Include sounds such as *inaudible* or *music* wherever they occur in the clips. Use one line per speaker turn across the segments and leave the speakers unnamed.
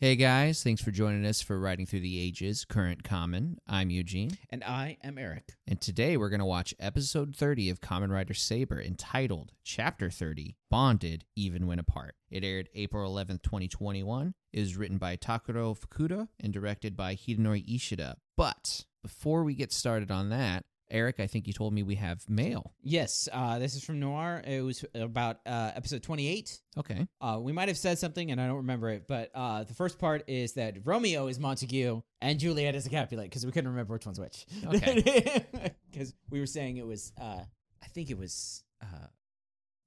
Hey guys, thanks for joining us for Riding Through the Ages Current Common. I'm Eugene,
And I am Eric.
and today we're going to watch episode 30 of Common Rider Saber entitled Chapter 30 Bonded Even When Apart. It aired April 11th, 2021, is written by Takuro Fukuda and directed by Hidenori Ishida. But before we get started on that, Eric, I think you told me we have mail.
Yes, uh, this is from Noir. It was about uh, episode 28.
Okay.
Uh, we might have said something and I don't remember it, but uh, the first part is that Romeo is Montague and Juliet is a Capulet because we couldn't remember which one's which.
Okay.
*laughs* Because we were saying it was, uh, I think it was uh,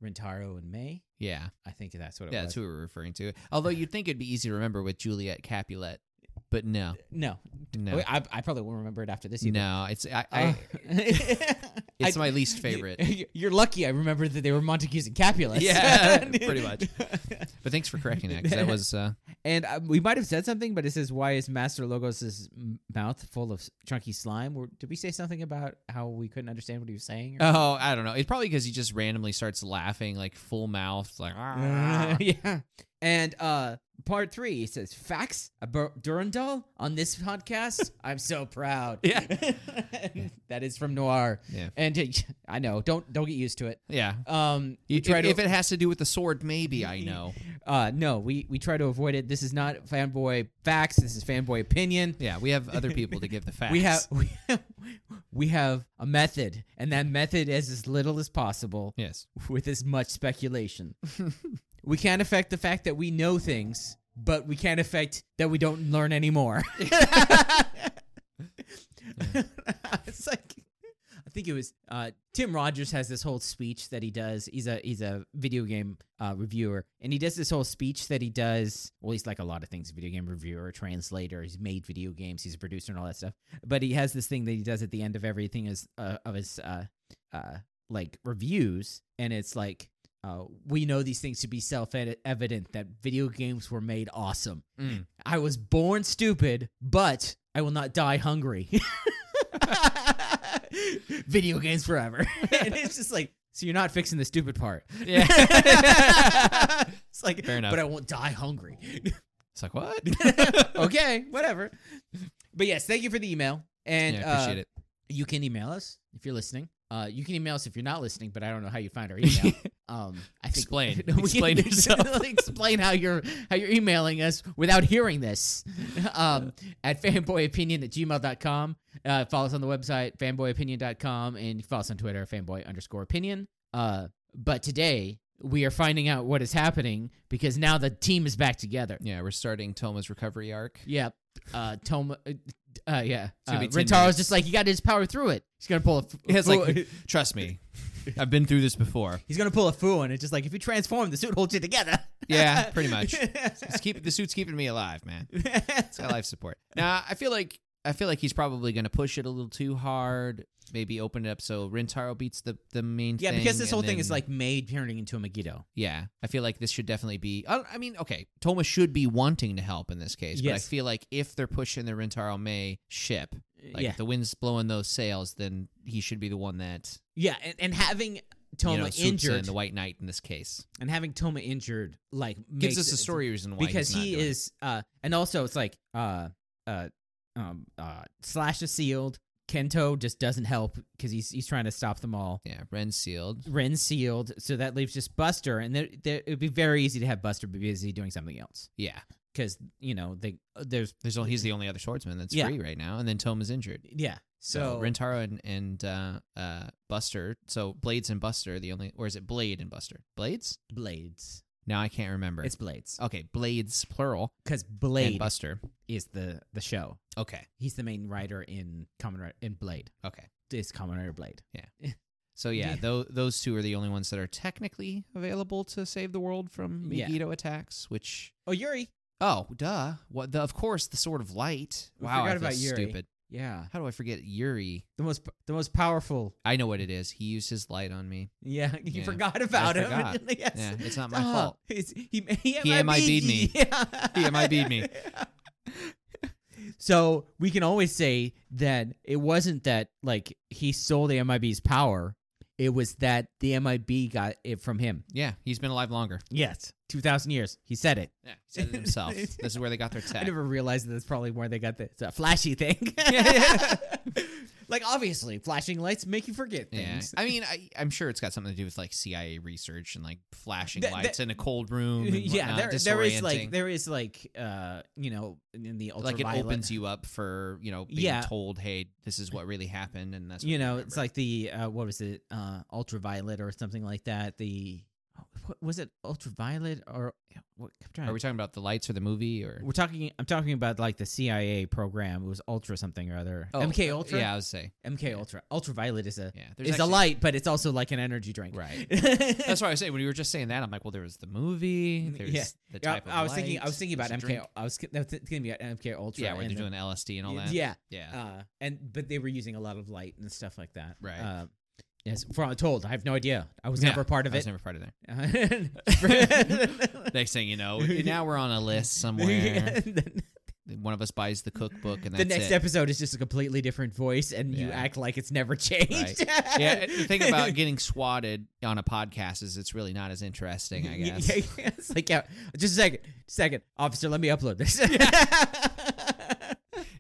Rentaro and May.
Yeah.
I think that's what it
Yeah,
was.
that's who we we're referring to. Although you'd think it'd be easy to remember with Juliet Capulet, but no.
no,
No.
Wait, I, I probably won't remember it after this. Either.
No, it's I,
Uh, *laughs*
I it's my least favorite.
You're lucky I remembered that they were Montagues and Capulets. *laughs*
Yeah, pretty much. But thanks for correcting that 'cause that was uh,
And uh, we might have said something, but it says, "Why is Master Logos' m- mouth full of s- chunky slime?" Or, did we say something about how we couldn't understand what he was saying? or-
oh I don't know. It's probably because he just randomly starts laughing like full mouth like "Ah."
*laughs* yeah. And uh, part three it says, "Facts about Durandal on
*laughs*
this podcast. I'm so proud."
Yeah.
*laughs* that is from Noir.
yeah
And uh, *laughs* I know. Don't don't get used to it.
yeah.
Um, we
If,
try to-
if it has to do with the sword, maybe
*laughs*
I know.
Uh, no, we we try to avoid it. This is not fanboy facts. This is fanboy opinion.
Yeah, we have other people to
*laughs*
give the facts.
We have we have, we have a method, and that method is as little as possible
yes,
*laughs* with as much speculation. we can't affect the fact that we know things, but we can't affect that we don't learn anymore. *laughs* it's like I think it was uh, Tim Rogers has this whole speech that he does. He's a he's a video game uh, reviewer, and he does this whole speech that he does. Well, he's like a lot of things: video game reviewer, translator. He's made video games. He's a producer and all that stuff. But he has this thing that he does at the end of everything is uh, of his uh, uh, like reviews, and it's like. Uh, we know these things to be self-evident that video games were made awesome.
Mm.
I was born stupid, but I will not die hungry. *laughs* Video games forever. *laughs* and it's just like, so you're not fixing the stupid part.
Yeah.
*laughs* it's like,
Fair enough.
but I won't
*laughs*
die hungry.
it's like what? *laughs*
*laughs* okay, whatever. But yes, thank you for the email. And
yeah, I appreciate
uh,
it.
you can email us if you're listening. Uh, you can email us if you're not listening, but I don't know how you find
*laughs*
our email. Um, I think *laughs*
Explain.
we can-
Explain yourself.
*laughs* explain how you're how you're emailing us without hearing this. *laughs* Um, at fanboyopinion at gmail.com. Uh, follow us on the website, fanboyopinion.com, and follow us on Twitter, fanboy underscore opinion. Uh, but today we are finding out what is happening because now the team is back together.
Yeah, we're starting Toma's recovery arc.
Yep. Uh, Toma. Uh, uh, yeah.
gonna
Uh,
be 10
Rintaro's just like, he got to just power through it. He's going to pull a. Fu-
He has
fu-
like, trust me, I've been through this
*laughs*
before.
He's gonna pull a foo, and it's just like if you transform, the suit holds you together. *laughs*
Yeah, pretty much. It's keep, the suit's keeping me alive, man. It's got life support. *laughs* Now I feel like I feel like he's probably going to push it a little too hard. Maybe open it up so Rintaro beats the the main.
yeah,
thing,
because this
and
whole thing is
then-
like made turning into a Megiddo.
Yeah, I feel like this should definitely be. uh, I, don't- I mean, okay, Toma should be wanting to help in this case, but I
Yes.
feel like if they're pushing the Rintaro May ship, like
yeah,
if the wind's blowing those sails, then he should be the one that
yeah, and, and having
you
Toma
know, swoops in,
injured
the White Knight in this case
and having Toma injured like
gives
makes
us a
it-
story reason why
because
he's not
he
doing it.
is, uh, and also it's like uh, uh, um, uh, Slash is sealed. Kento just doesn't help because he's he's trying to stop them all.
Yeah, Ren sealed.
Ren's sealed, so that leaves just Buster, and there, there, it would be very easy to have Buster be busy doing something else
Yeah,
because you know they there's
there's only he's the only other swordsman that's
Yeah.
free right now, and then Toma's injured.
yeah.
So,
So,
Rentaro and, and uh, uh, Buster. So Blades and Buster, the only, or is it Blade and Buster? Blades?
blades.
Now I can't remember.
It's blades
okay, Blades plural
because
and
Blade
Buster.
is the the show.
Okay,
He's the main writer in Common Rider in Blade.
okay.
It's Common Rider Blade.
So yeah,
Yeah.
tho- those two are the only ones that are technically available to save the world from
Yeah.
Megiddo attacks. Which
Oh, Yuri.
oh duh, what the, of course the Sword of Light.
We
wow, I
forgot
feel
about Yuri.
stupid.
Yeah,
How do I forget Yuri?
the most the most powerful.
I know what it is. He used his light on me.
Yeah, *laughs* you
Yeah.
forgot about him. *laughs*
forgot.
yes.
Yeah, it's not my
Oh,
fault.
It's, he he,
He MIB'd
*laughs*
me.
Yeah.
He MIB'd me.
*laughs* So we can always say that it wasn't that like he stole the MIB's power. It was that the MIB got it from him.
Yeah, he's been alive longer.
Yes, two thousand years. He said it.
Yeah, he said it himself.
*laughs*
this is where they got their
I
tech.
never realized that that's probably where they got the it's a flashy thing.
*laughs* Yeah,
*laughs* like obviously, flashing lights make you forget
Yeah,
things.
I mean, I, I'm sure it's got something to do with like CIA research and like flashing
Th-
lights in a cold room. And
yeah, there,
whatnot,
there is
disorienting.
like there is like uh you know in the
like
ultraviolet
it opens you up for you know being
Yeah.
told, hey, this is what really happened, and that's what
you know
remember.
it's like the uh what was it uh ultraviolet or something like that the what, was it ultraviolet or what I'm trying
Are
to-
we talking about the lights or the movie or
we're talking I'm talking about like the CIA program it was ultra something or other
Oh,
MK Ultra
Yeah, I would say.
MK Ultra ultraviolet is a
Yeah,
is a light but it's also like an energy drink *laughs*
Right.
that's
That's why I was saying when you were just saying that, I'm like, well, there was the movie. There's
Mm, Yeah.
the
I,
type of
I was thinking I
lights,
was thinking about
there's
MK
the drink.
I was ki- that's thinking about MK Ultra
Yeah, where
and
they're
the-
doing the LSD and all that.
yeah
yeah.
uh, and but they were using a lot of light and stuff like that.
Right.
Uh, yes, from I'm told, I have no idea. I was
Yeah,
never part of
I was
it.
never part of that.
*laughs* Uh,
Next thing you
*laughs*
know, now we're on a list somewhere.
the
One of us buys the cookbook, and that's
the next
it.
episode is just a completely different voice, and you
Yeah.
act like it's never changed.
yeah,
*laughs*
and the thing about getting swatted on a podcast is it's really not as interesting, I
*laughs* Yeah,
guess.
yeah, yeah. it's like yeah, just a second, second, officer, let me upload this.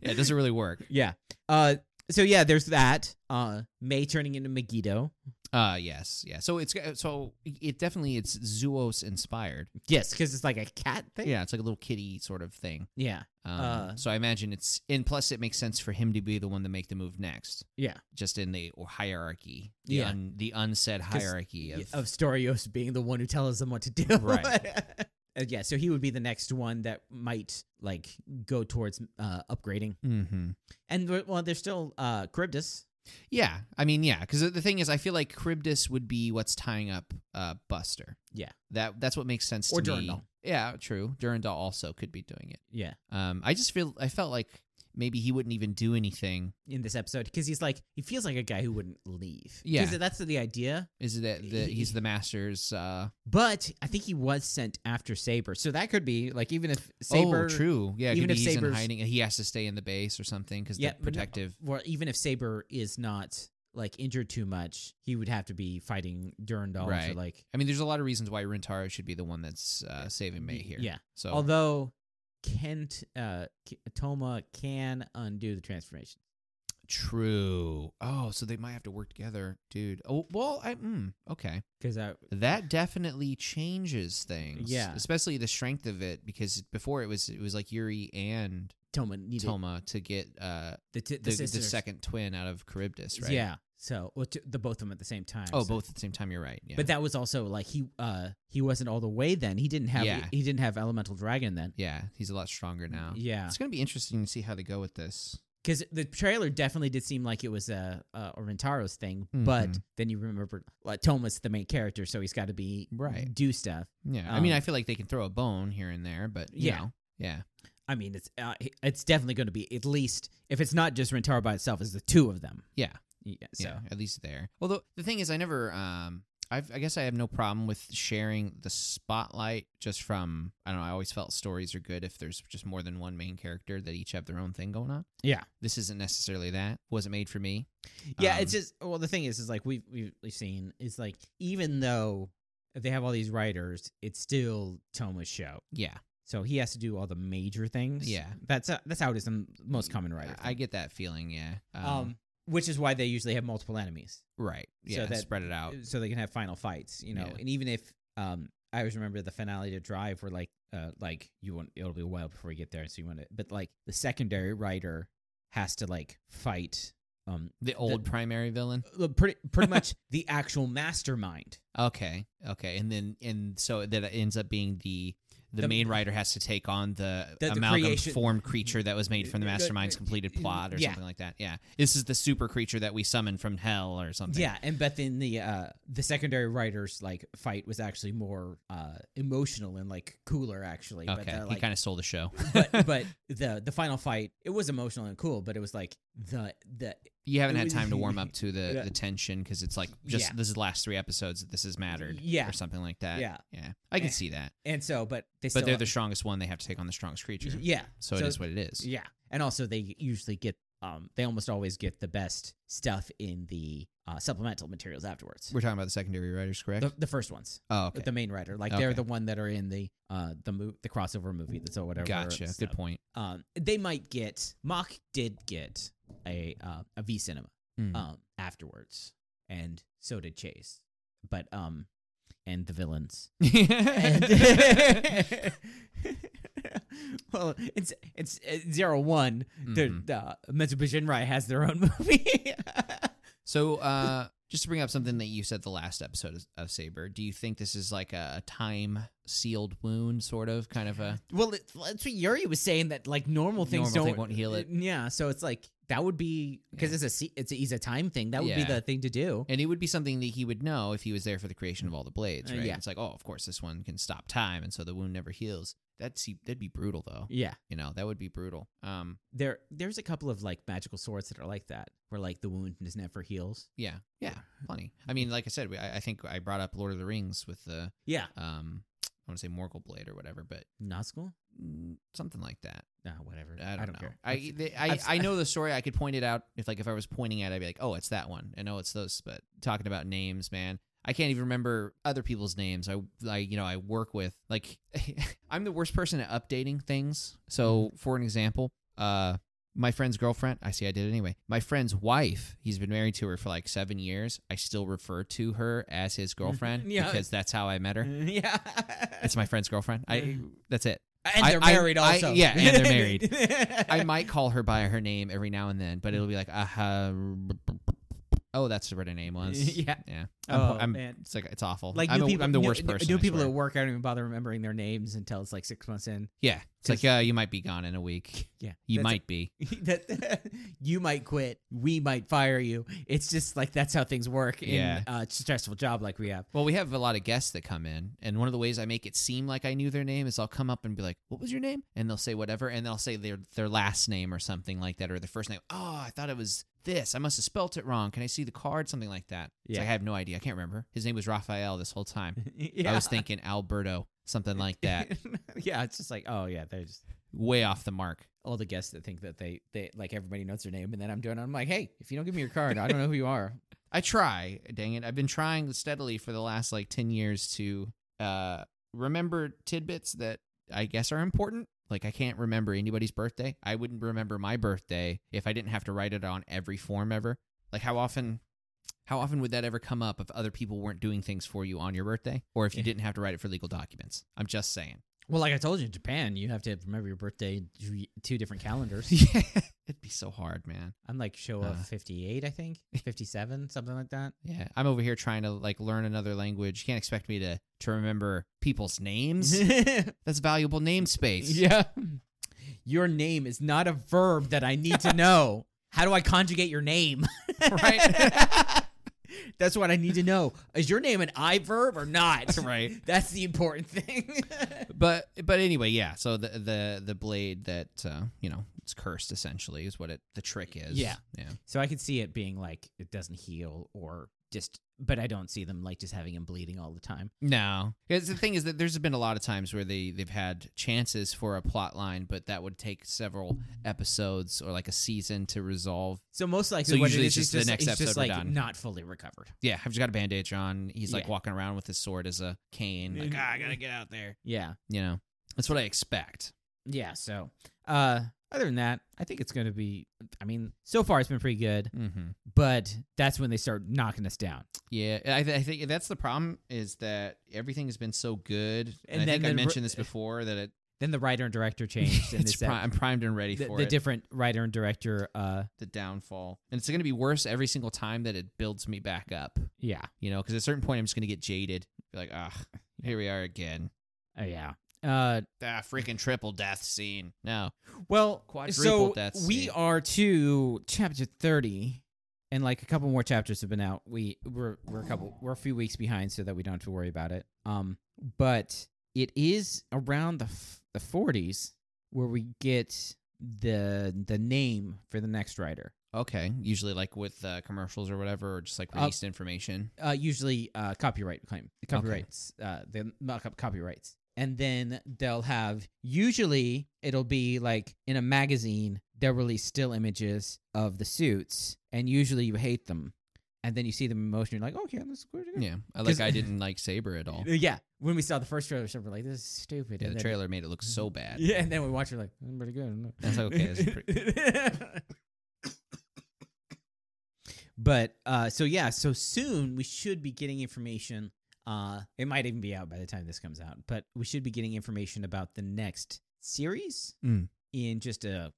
Yeah, it doesn't really work.
*laughs* yeah. Uh, so yeah, there's that. Uh, May turning into Megiddo.
Uh, yes, yeah. So it's uh, so it definitely it's Zuos inspired.
Yes, because it's like a cat thing.
Yeah, it's like a little kitty sort of thing.
Yeah.
Um,
Uh.
so I imagine it's and plus it makes sense for him to be the one to make the move next,
Yeah.
just in the hierarchy, the
Yeah.
un, the unsaid hierarchy of,
of Storios being the one who tells them what to do.
Right.
*laughs* Uh, yeah, so he would be the next one that might like go towards uh, upgrading.
hmm
And there- well, there's still uh, Charybdis.
Yeah, I mean, yeah, because the thing is, I feel like Charybdis would be what's tying up uh, Buster.
Yeah.
that that's what makes sense
Or
to me.
Durandal.
Yeah, true. Durandal also could be doing it.
Yeah,
Um, I just feel I felt like maybe he wouldn't even do anything.
in this episode because he's like he feels like a guy who wouldn't leave.
Yeah.
'Cause that's the idea.
Is it that the, he's the master's? Uh,
But I think he was sent after Saber, so that could be like even if
oh,
Saber,
true. Yeah, it
even
could
if
be he's in
Saber's-
hiding. He has to stay in the base or something because
Yeah,
the
but no-
protective.
well, even if Saber is not like injured too much, he would have to be fighting Durandal to
Right.
like
I mean, there's a lot of reasons why Rintaro should be the one that's uh, saving May
y-
here.
Yeah,
So
Although Kent uh, K- Toma can undo the transformation.
true. Oh, so they might have to work together, dude. Oh, well, I mm, okay.
Because I
That definitely changes things.
Yeah.
especially the strength of it because before it was it was like Yuri and
Toma needed
Toma to get uh
the, t- the,
the, the
sisters.
second twin out of Charybdis, right?
Yeah. So well, t- the both of them at the same time.
Oh,
so-
both at the same time. You're right. Yeah.
But that was also like he uh he wasn't all the way then. He didn't have
Yeah.
he didn't have elemental dragon then.
yeah, he's a lot stronger now.
Yeah.
It's gonna be interesting to see how they go with this.
Because the trailer definitely did seem like it was a, a Rentaro's thing, but
Mhm.
then you remember like, Toma's the main character, so he's got to be
Right.
do stuff.
Yeah. I mean,
Um,
I feel like they can throw a bone here and there, but you
Yeah.
know, yeah,
I mean, it's uh, it's definitely going to be at least if it's not just Rentaro by itself, it's the two of them.
Yeah.
Yeah. So
yeah, at least there. Although the thing is, I never, um, I've, I guess I have no problem with sharing the spotlight. Just from, I don't know. I always felt stories are good if there's just more than one main character that each have their own thing going on.
Yeah.
This isn't necessarily that. Wasn't made for me.
Yeah,
Um,
it's just well, the thing is, is like we've we've we've seen is like even though they have all these writers, it's still Toma's show,
Yeah.
so he has to do all the major things.
Yeah.
that's uh, that's how it is in most common writer.
I, I get that feeling. Yeah.
um, which is why they usually have multiple enemies,
Right.
So
Yeah.
that-
spread it out.
so they can have final fights, you know.
Oh. Yeah.
And even if um, I always remember the finale to Drive, where like uh, like you want it'll be a while before you get there, so you want to, but like the secondary writer has to like fight um
The old primary villain.
the- pretty pretty much
*laughs*
the actual mastermind.
Okay. Okay. And then and so that ends up being the the,
The-
main writer has to take on the,
The- the
amalgam
creation-
formed creature that was made from the
The-
mastermind's completed plot or
yeah.
something like that. Yeah. This is the super creature that we summon from hell or something.
Yeah, and but then the uh the secondary writers like fight was actually more uh emotional and like cooler actually. But
Okay.
they're,
he
like,
kind of stole the
*laughs*
show. *laughs*
but but the the final fight it was emotional and cool, but it was like the the
you haven't
it
had
was-
time to warm up to the,
*laughs* Yeah.
the tension because it's like just
Yeah.
this is the last three episodes that this has mattered.
Yeah.
Or something like that.
Yeah.
Yeah. I can
Eh.
see that.
and so but they
But
still,
they're the strongest one. They have to take on the strongest creature.
yeah
So, it is what it is.
yeah and also they usually get um they almost always get the best stuff in the uh, supplemental materials afterwards.
We're talking about the secondary writers, correct?
The, the first ones,
oh, okay.
the main writer, like
Okay.
they're the one that are in the uh the mo- the crossover movie that's or whatever.
Gotcha.
stuff.
Good point.
Um, they might get Mock did get a uh, a V cinema
Mm.
um afterwards, and so did Chase, but um, and the villains. *laughs*
*laughs*
And well, it's it's uh, zero one.
Mhm.
The uh, Mitsubishi has their own *laughs* movie.
So, uh, just to bring up something that you said the last episode of, of Saber, do you think this is like a time sealed wound, sort of, kind of a?
well, it, that's what Yuri was saying that like normal things
Normal thing
don't
won't heal it.
Yeah, so it's like that would be because it's a se- it's a, he's a time thing. That would be
Yeah.
the thing to do.
And it would be something that he would know if he was there for the creation of all the blades,
Uh,
right?
yeah.
It's like, oh, of course, this one can stop time, and so the wound never heals. That's that'd be brutal, though.
Yeah,
You know, that would be brutal. Um,
there there's a couple of like magical swords that are like that, where like the wound is never heals.
yeah, yeah, funny. I mean, like I said, we, I, I think I brought up Lord of the Rings with the
Yeah,
um, I want to say Morgul blade or whatever, but
Nazgul.
mm, something like that.
No, whatever.
I don't, know.
care.
I
I've-
they, I,
I've-
I know the story. I could point it out if like if I was pointing at, it, I'd be like, oh, it's that one. I know it's those. But talking about names, man, I can't even remember other people's names. I I you know I work with like *laughs* I'm the worst person at updating things. So
Mm-hmm.
for an example, uh. My friend's girlfriend, I see I did it anyway. My friend's wife, he's been married to her for like seven years. I still refer to her as his girlfriend
*laughs* Yeah.
because that's how I
*laughs*
met her.
yeah.
e It's my friend's girlfriend. I that's it.
and
I-
they're
I-
married
I-
also.
yeah, and they're married.
*laughs*
I
I
might call her by her name every now and then, but it'll be like, uh, huh, oh, that's what her
*laughs*
name was.
Yeah.
yeah. I'm,
Oh
I'm-
man.
It's like it's awful.
Like
I'm,
new
a-
people,
I'm the
new-
worst
new-
person.
New
I
people
swear.
at work, I don't even bother remembering their names until it's like six months in.
Yeah, it's like uh, you might be gone in a
*laughs*
week.
Yeah,
You
that's-
might be.
that you might quit, we might fire you. It's just like that's how things work in
Yeah.
a stressful job like we have. *laughs*
Well, we have a lot of guests that come in, and one of the ways I make it seem like I knew their name is I'll come up and be like, "What was your name?" and they'll say whatever, and they'll say their their last name or something like that, or their first name. Oh, I thought it was this. I must have spelt it wrong. Can I see the card? Something like that. It's
Yeah.
like, I have no idea. I can't remember. His name was Raphael this whole time.
yeah.
I was thinking Alberto, something
*laughs*
like that.
yeah, it's just like oh yeah, there's
Way off the mark.
all the guests that think that they they like everybody knows their name, and then I'm doing it, I'm like, hey, if you don't give me your card, I don't know who you are.
I try, dang it. I've been trying steadily for the last like 10 years to uh, remember tidbits that I guess are important. Like, I can't remember anybody's birthday. I wouldn't remember my birthday if I didn't have to write it on every form ever. Like, how often. How often would that ever come up if other people weren't doing things for you on your birthday or if you
Yeah.
didn't have to write it for legal documents? I'm just
*laughs*
saying.
*laughs*
*laughs*
Well, like I told you, in Japan, you have to remember your birthday in two- two different calendars. *laughs*
Yeah. It'd be so hard, man.
I'm like show
Uh.
of 58, I think, 57, something like that.
Yeah, I'm over here trying to like learn another language. You can't expect me to to remember people's
*laughs*
names. That's valuable namespace.
yeah. Your name is not a verb that I need to know. *laughs* How do I conjugate your *laughs* name?
*laughs* Right.
That's what I need to know. Is your name an I verb or *laughs* not?
right.
That's the important thing. *laughs*
But but anyway, yeah. So the the the blade that uh, you know it's cursed essentially is what it the trick is.
Yeah.
yeah.
so I could see it being like it doesn't heal or just but I don't see them like just having him bleeding all the time.
No, 'Cause the thing is that there's been a lot of times where they they've had chances for a plot line, but that would take several episodes or like a season to resolve.
So most likely
So
what
usually
it
it's
is
just
is
the
just,
next
it's
episode
just
we're
like
done.
not fully recovered.
Yeah, I've just got a bandage on. He's like
Yeah.
walking around with his sword as a
Mm.
cane. Like, ah, I gotta get out there.
Yeah.
you know that's what i expect
Yeah, so uh other than that, I think it's going to be I mean, so far it's been pretty good.
mm-hmm.
but that's when they start knocking us down.
yeah I, th- I think that's the problem is that everything has been so good and,
And
i
then
think i
the-
mentioned this before that it
Then the writer and
*laughs*
director *laughs* changed, and they
it's
said
pri- i'm primed and ready
the,
for
the
it
different writer and director. Uh,
the downfall and it's going to be worse every single time that it builds me back up
yeah,
you know because at a certain point i'm just going to get jaded be like ah here we are again
Uh, yeah. Uh,
ah freaking triple death scene no
well,
Quadruple
so
death
we
scene.
are to chapter thirty, and like a couple more chapters have been out. We we're we're a couple we're a few weeks behind, so that we don't have to worry about it. Um, but it is around the f- the forties where we get the the name for the next writer.
okay usually like with uh, commercials or whatever or just like
Uh,
released information
uh, usually uh, copyright claim, copyrights, uh, the mock-up copyrights, and then they'll have. Usually, it'll be like in a magazine. They'll release still images of the suits, and usually you hate them, and then you see the motion, you're like, okay, this is good.
Yeah, I
'Cause-
like I didn't like Saber at all.
*laughs* Uh, Yeah, when we saw the first trailer, so we're like, "This is stupid."
Yeah,
and
the
then-
trailer made it look so bad.
*laughs* Yeah, and then we watch it like, "Mm, pretty good.
That's okay, that's
*laughs* but uh, so yeah, so soon we should be getting information. Uh, it might even be out by the time this comes out, but we should be getting information about the next series
Mm.
in just a.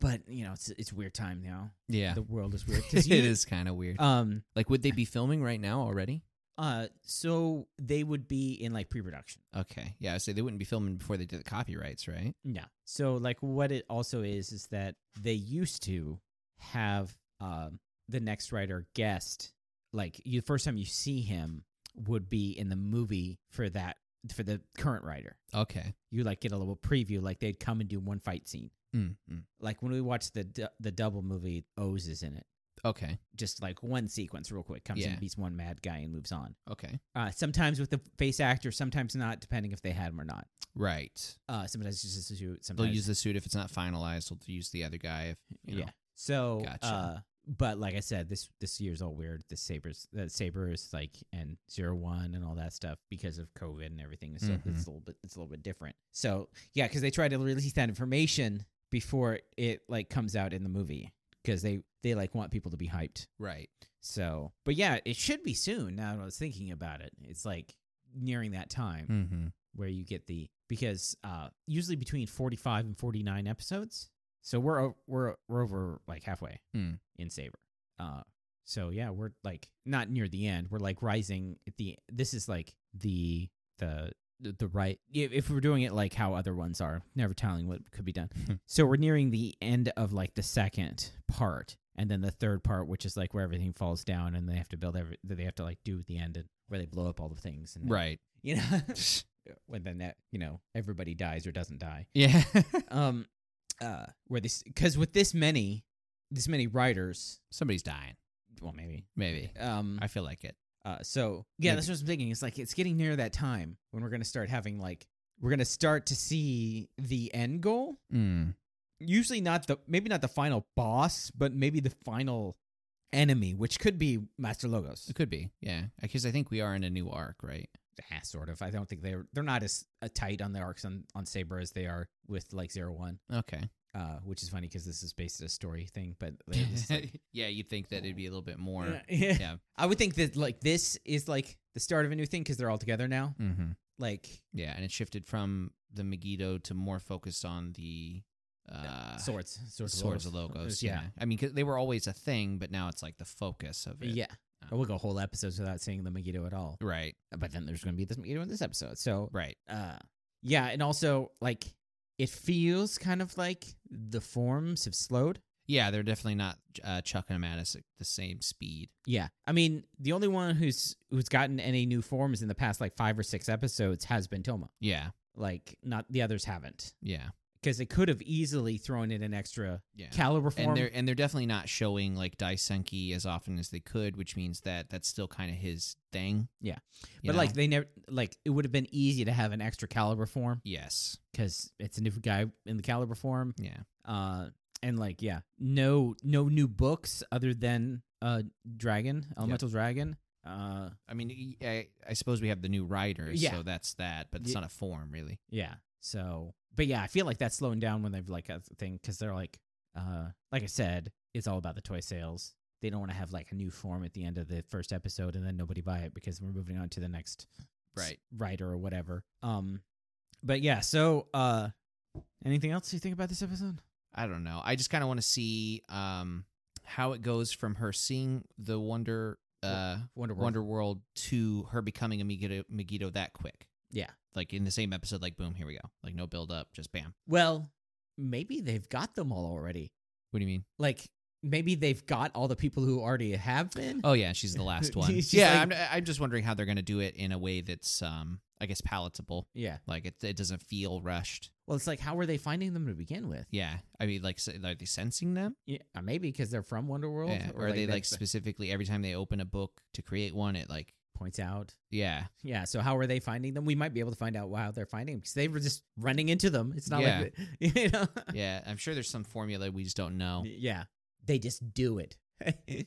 But you know, it's it's weird time now.
Yeah,
The world
*laughs*
is weird.
it
'cause you-
is kind of weird.
Um,
like, would they
*laughs*
be filming right now already?
Uh, so they would be in like pre-production.
Okay, yeah. So they wouldn't be filming before they did the copyrights, right?
No. So like what it also is is that they used to have um the next writer guest like you first time you see him would be in the movie for that for the current writer.
Okay.
You like get a little preview like they'd come and do one fight scene.
Mm, mm.
Like when we watched the du- the double movie O's is in it.
Okay.
Just like one sequence real quick comes
Yeah.
in beats one mad guy and moves on.
Okay.
Uh sometimes with the face actor, sometimes not depending if they had him or not.
Right.
Uh, sometimes it's just a suit.
They'll
Sometimes
use the suit if it's not finalized. They'll use the other guy. If you know.
yeah. So,
Gotcha.
uh, but like I said, this this year's all weird. The sabers, the saber is like and zero one and all that stuff because of COVID and everything. So
Mhm.
it's a little bit it's a little bit different. So yeah, because they try to release that information before it like comes out in the movie because they they like want people to be hyped.
Right.
So, but yeah, it should be soon. Now that I was thinking about it, it's like nearing that time
Mm-hmm.
where you get the because uh usually between 45 and 49 episodes so we're o- we're we're over like halfway
Hmm.
in saber uh so yeah we're like not near the end we're like rising at the this is like the the the, the right if if we're doing it like how other ones are never telling what could be done
Hmm.
so we're nearing the end of like the second part and then the third part which is like where everything falls down and they have to build every they have to like do at the end and where they blow up all the things and
Right.
*laughs* you know when then that you know everybody dies or doesn't die
Yeah. *laughs*
um uh where this because with this many this many writers
Somebody's dying.
well maybe
Maybe.
um
I feel like it.
uh so yeah
Maybe.
that's what i'm thinking it's like it's getting near that time when we're gonna start having like we're gonna start to see the end goal
Mm.
usually not the maybe not the final boss but maybe the final enemy which could be master logos
It could be. Yeah. Because I think we are in a new arc, right?
Ah, sort of i don't think they're they're not as uh, tight on the arcs on on saber as they are with like zero one
Okay.
uh, which is funny because this is based on a story thing, but they just, *laughs* like-
*laughs* yeah, you'd think that it'd be a little bit more.
yeah.
*laughs* Yeah.
I would think that like this is like the start of a new thing because they're all together now.
Mm-hmm.
Like
Yeah, and it shifted from the Megiddo to more focused on the uh,
swords, swords, of
swords of
Logos.
logos. Yeah.
yeah,
I mean, 'cause they were always a thing, but now it's like the focus of it.
yeah.
Uh,
I will go whole episodes without saying the Megiddo at all,
Right.
but then there's going to be this Megiddo in this episode. So,
Right.
uh, yeah, and also like it feels kind of like the forms have slowed.
Yeah, they're definitely not uh, chucking them at us at the same speed.
Yeah, I mean the only one who's who's gotten any new forms in the past like five or six episodes has been Toma.
Yeah.
Like not the others haven't.
Yeah.
because they could have easily thrown in an extra
Yeah.
caliber form.
and they're and they're definitely not showing like Daisenki as often as they could, which means that that's still kind of his thing.
Yeah.
You
but
know?
like they never like it would have been easy to have an extra caliber form
yes,
because it's a different guy in the caliber form.
yeah,
Uh, and like yeah, no no new books other than uh dragon elemental dragon. Uh,
I mean, I, I suppose we have the new writers,
Yeah.
so that's that, but it's
Ye-
not a form really.
yeah. So, but yeah, I feel like that's slowing down when they've like a thing because they're like, uh, like I said, it's all about the toy sales. They don't want to have like a new form at the end of the first episode and then nobody buy it because we're moving on to the next
Right.
writer or whatever. Um, but yeah. So, uh, anything else you think about this episode?
I don't know. I just kind of want to see um how it goes from her seeing the Wonder uh
Wonder World.
Wonder World to her becoming a Megiddo, Megiddo that quick.
Yeah.
Like in the same episode, like boom, here we go. Like no build up, just bam.
Well, maybe they've got them all already.
What do you mean?
Like maybe they've got all the people who already have been.
Oh yeah, she's the last *laughs* one.
She's
yeah,
like-
I'm, I'm just wondering how they're gonna do it in a way that's um I guess palatable.
Yeah.
Like it, it doesn't feel rushed.
Well, it's like how were they finding them to begin with?
Yeah, I mean like s- are they sensing them?
Yeah, uh, maybe because they're from Wonder World.
Yeah. Or, are they like
that
specifically every time they open a book to create one, it like
points out?
yeah
Yeah. So how are they finding them? We might be able to find out how they're finding them because they were just running into them. It's not like *laughs* you know.
yeah I'm sure there's some formula we just don't know.
yeah. They just do it.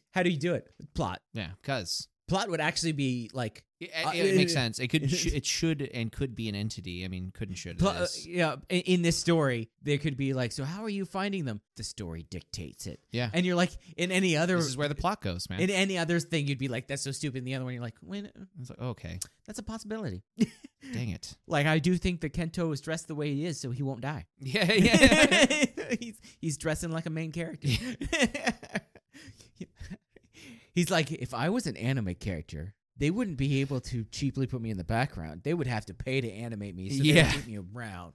*laughs* How do you do it? Plot.
Yeah, because
Plot would actually be like
it,
Uh,
it, it makes
*laughs* it-
sense. It could, sh- it should, and could be an entity. I mean, could and should. it
Pl- uh,
is.
yeah, i- in this story, there could be like, so how are you finding them? The story dictates it,
yeah,
and you're like, in any other,
this is where the plot goes, man.
in any other thing, you'd be like, that's so stupid. And the other one, you're like, when uh,
It's like, okay,
that's a possibility.
dang
*laughs*
it.
like I do think that Kento is dressed the way he is, so he won't die.
*laughs* Yeah,
he's he's dressing like a main character. *laughs* he's like, if I was an anime character. They wouldn't be able to cheaply put me in the background. They would have to pay to animate me, so
Yeah.
yeah. keep me around.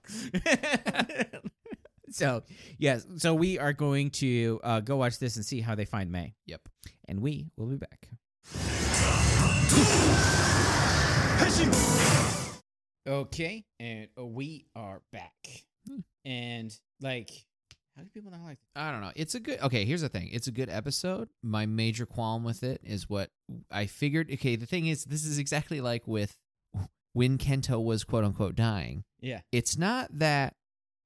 *laughs* so, yes, so we are going to uh, go watch this and see how they find May,
yep.
and we will be back. Okay, and uh, we are back. And like, how do people not like?
I don't know. It's a good. Okay, here's the thing. It's a good episode. My major qualm with it is what I figured. Okay, the thing is, this is exactly like with when Kento was quote unquote dying.
Yeah.
It's not that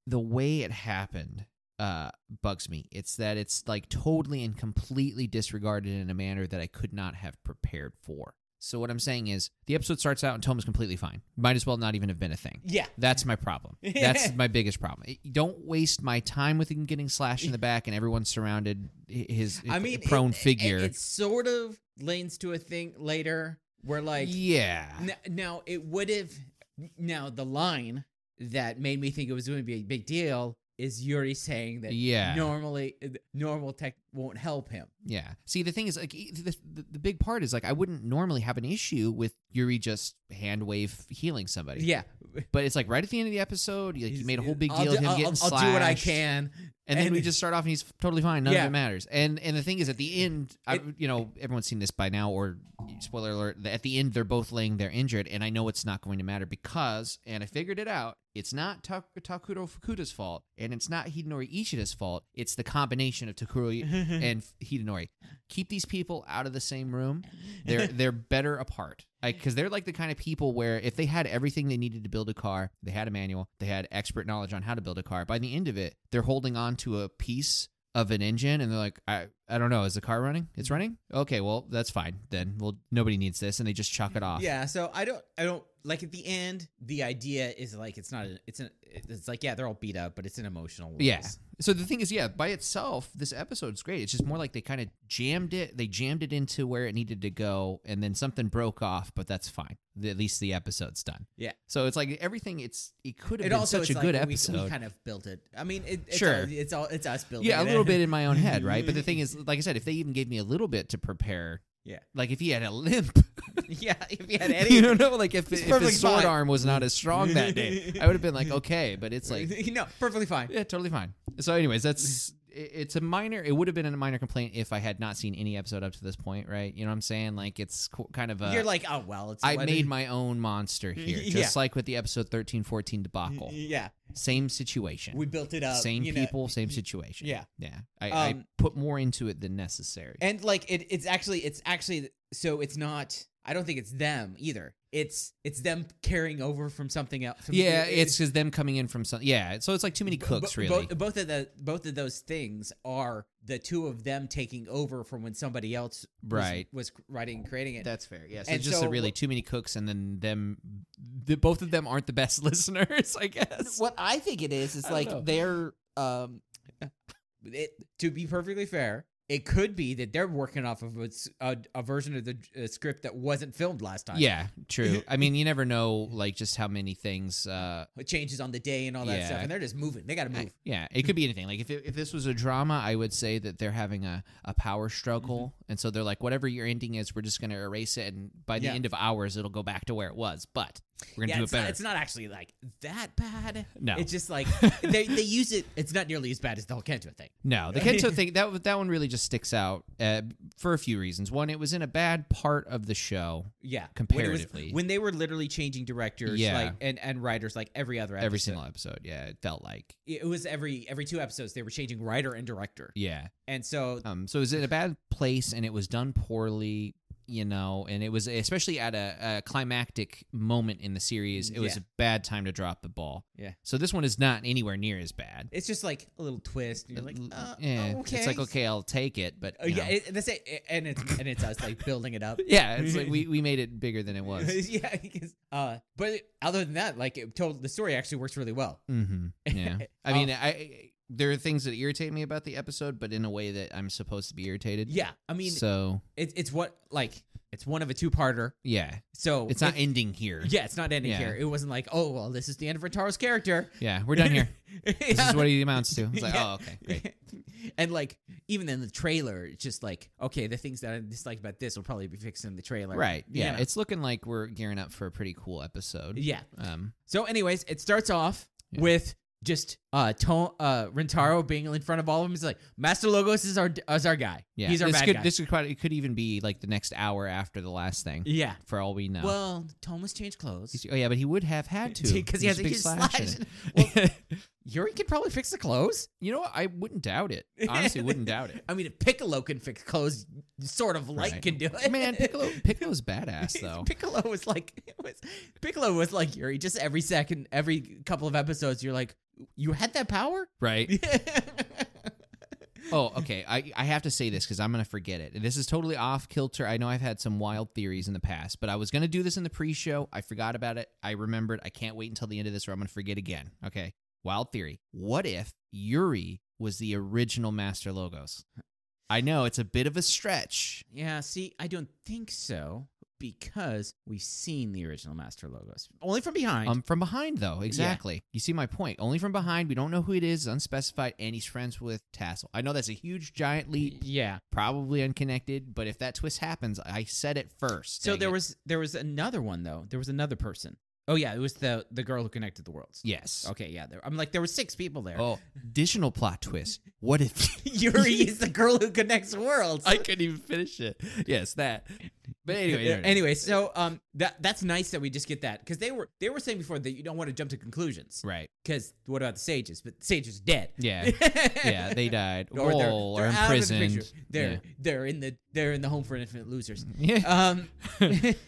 the way it happened uh bugs me. It's that it's like totally and completely disregarded in a manner that I could not have prepared for. So what I'm saying is, the episode starts out and Toma's completely fine. Might as well not even have been a thing.
Yeah,
That's my
*laughs*
problem. That's my biggest problem. It- Don't waste my time with him getting slashed
*laughs*
in the back and everyone surrounded hi- his
I mean,
prone
it- it-
figure.
It, sort of leans to a thing later where like
yeah.
n- now it would have now the line that made me think it was going to be a big deal is Yuri saying that
Yeah.
normally normal tech won't help him.
Yeah. See, the thing is, like, e- the, the, the big part is, like, I wouldn't normally have an issue with Yuri just hand wave healing somebody.
Yeah,
But it's like right at the end of the episode, like, you
He's-
made a whole big
I'll
deal
do-
of him
I'll,
getting
I'll, I'll do what I
slashed,
can,
*laughs* And then we just start off and he's totally fine. None
Yeah.
of it matters. And and the thing is, at the end, I,
It-
you know, everyone's seen this by now, or spoiler alert, at the end, they're both laying there injured. And I know it's not going to matter because, and I figured it out, it's not Tak- Takuro Fukuda's fault, and it's not Hidenori Ishida's fault. It's the combination of Takuro
*laughs*
and Hidenori. Keep these people out of the same room. They're they're better apart. Because they're like the kind of people where if they had everything they needed to build a car, they had a manual, they had expert knowledge on how to build a car. By the end of it, they're holding on to a piece of an engine, and they're like, I I don't know, is the car running? It's running. Okay, well that's fine then. Well, nobody needs this, and they just chuck it off.
Yeah, so I don't, I don't like at the end. The idea is like it's not, a, it's an, it's like yeah, they're all beat up, but it's an emotional.
Yeah.
loss.
So the thing is, yeah, by itself, this episode's great. It's just more like they kind of jammed it. They jammed it into where it needed to go, and then something broke off. But that's fine. The- at least the episode's done.
Yeah.
So it's like everything. It's it could have
It
been
also
such
it's
a
like
good
we-
episode.
We, kind of built it. I mean, it, it's
Sure.
all, it's all it's us building.
yeah, a
it.
little
*laughs*
bit in my own head, right? But the thing is, like I said, if they even gave me a little bit to prepare,
Yeah.
like if he had a limp, *laughs*
yeah, if you had any,
you don't know, like if,
It's
if
perfectly
his sword
fine.
arm was not as strong that day, I would have been
*laughs*
like, okay. But it's like
no, perfectly fine.
Yeah, totally fine. So, anyways, that's i- it's a minor. It would have been a minor complaint if I had not seen any episode up to this point, right? You know what I'm saying? Like it's co- kind of a.
You're like, oh well, it's.
I
what-
made my own monster here,
Yeah.
just like with the episode 13, 14 debacle.
Yeah,
Same situation.
we built it up.
same
you know.
people, same situation.
yeah.
yeah. I, I
Um,
put more into it than necessary.
and like it, it's actually it's actually so it's not. I don't think it's them either. It's it's them carrying over from something else. from-
yeah,
it-
it's because them coming in from some. Yeah, so it's like too many
Bo-
cooks,
bo-
really.
Both, both of the both of those things are the two of them taking over from when somebody else was-
Right.
was, writing and creating it.
That's fair. Yes, yeah, so
And
it's just a
so
really
what-
too many cooks, and then them. The, both of them aren't the best *laughs* listeners, I guess.
What I think it is
I
is
don't know.
like they're um
*laughs* It, to be perfectly fair, it could be that they're working off of a, s- a- a version of the uh, script that wasn't filmed last time.
Yeah, true. I mean, you never know, like just how many things. Uh,
It changes on the day and all that
Yeah.
stuff, and they're just moving. They got to move.
yeah, it could be anything. Like if it, if this was a drama, I would say that they're having a a power struggle,
Mm-hmm.
and so they're like, whatever your ending is, we're just going to erase it, and by the
Yeah.
end of hours, it'll go back to where it was. But we're going to
Yeah,
do
it's
it better.
Not, it's not actually like that bad.
No.
it's
*laughs*
just like they, they use it. It's not nearly as bad as the whole Kento thing. *laughs*
No, the Kento thing that w- that one really just sticks out uh, for a few reasons. One, it was in a bad part of the show
Yeah, when, it was-
comparatively.
when they were literally changing directors,
Yeah.
like and and writers, like every other episode.
every single episode, yeah, it felt like
it was every every two episodes they were changing writer and director
yeah.
and so
Um, so it was in a bad place, and it was done poorly. you know, and it was especially at a, a climactic moment in the series. It was
Yeah.
a bad time to drop the ball.
Yeah.
So this one is not anywhere near as bad.
It's just like a little twist. and You're like,
L-
uh,
yeah,
okay.
It's like okay, I'll take it, but
Oh,
you
yeah,
know.
it, that's it. it- And it's and it's us like building it
*laughs*
up.
yeah, it's
*laughs*
like we, we made it bigger than it was.
yeah, because, uh, but other than that, like it told the story actually works really well.
hmm Yeah, I
Oh.
mean, I- I there are things that irritate me about the episode, but in a way that I'm supposed to be irritated.
Yeah, I mean,
so
it's it's what like it's one of a two parter.
yeah,
So
it's not ending here.
yeah, it's not ending
Yeah.
here. It wasn't like, oh well, this is the end of Ritaro's character.
yeah, we're
*laughs*
done here. This
Yeah.
is what it amounts to. It's like,
*laughs* Yeah.
oh, okay, great.
and like even in the trailer, it's just like okay, the things that I disliked about this will probably be fixed in the trailer.
Right.
you
Yeah.
know.
It's looking like we're gearing up for a pretty cool episode.
Yeah.
Um,
So, anyways, it starts off
Yeah.
with just uh, to- uh Rentaro being in front of all of them. He's like, Master Logos is our is our guy.
yeah.
he's our
this
bad
could,
guy.
This could quite, it could even be like the next hour after the last thing,
yeah.
for all we know.
Well, Thomas changed clothes. *laughs*
He's- oh yeah, but he would have had to
because he has a
big
huge slash.
in
in *laughs*
it.
it. Well,
*laughs*
Yuri could probably fix the clothes.
You know, what? I wouldn't doubt it. Honestly, wouldn't doubt it.
I mean, if Piccolo can fix clothes, sort of Light
Right.
can do it.
Man,
*laughs*
Piccolo, Piccolo's badass though.
Piccolo was like, *laughs* it was, Piccolo was like Yuri. Just every second, every couple of episodes, you're like, you had that power. *laughs*
Right. Oh, okay. I, I have to say this because I'm going to forget it. And This is totally off kilter. I know I've had some wild theories in the past, but I was going to do this in the pre show. I forgot about it. I remembered. I can't wait until the end of this or I'm going to forget again. Okay. Wild theory. What if Yuri was the original Master Logos? I know it's a bit of a stretch.
Yeah, see, I don't think so because we've seen the original Master Logos only from behind.
Um, from behind, though, exactly. You see my point. Only from behind. We don't know who it is, unspecified, and he's friends with Tassel. I know that's a huge, giant leap,
yeah.
probably unconnected, but if that twist happens, I said it first.
So
Dang
there
it.
was there was another one though. There was another person. Oh yeah, it was the the girl who connected the worlds.
Yes.
Okay, yeah. There, I'm like there were six people there.
Oh, additional plot twist. What if
*laughs*
*laughs*
Yuri is the girl who connects worlds.
couldn't even finish it? Yes, that. But
anyway, anyway, so um, that that's nice that we just get that because they were they were saying before that you don't want to jump to conclusions
right?
because what about the sages? But the sages are dead. *laughs*
Yeah, yeah. They died or,
they're-
or
they're out of the
imprisoned.
picture. They're they're in the they're in the home for infinite losers.
yeah. Yeah. *laughs*
Um, *laughs*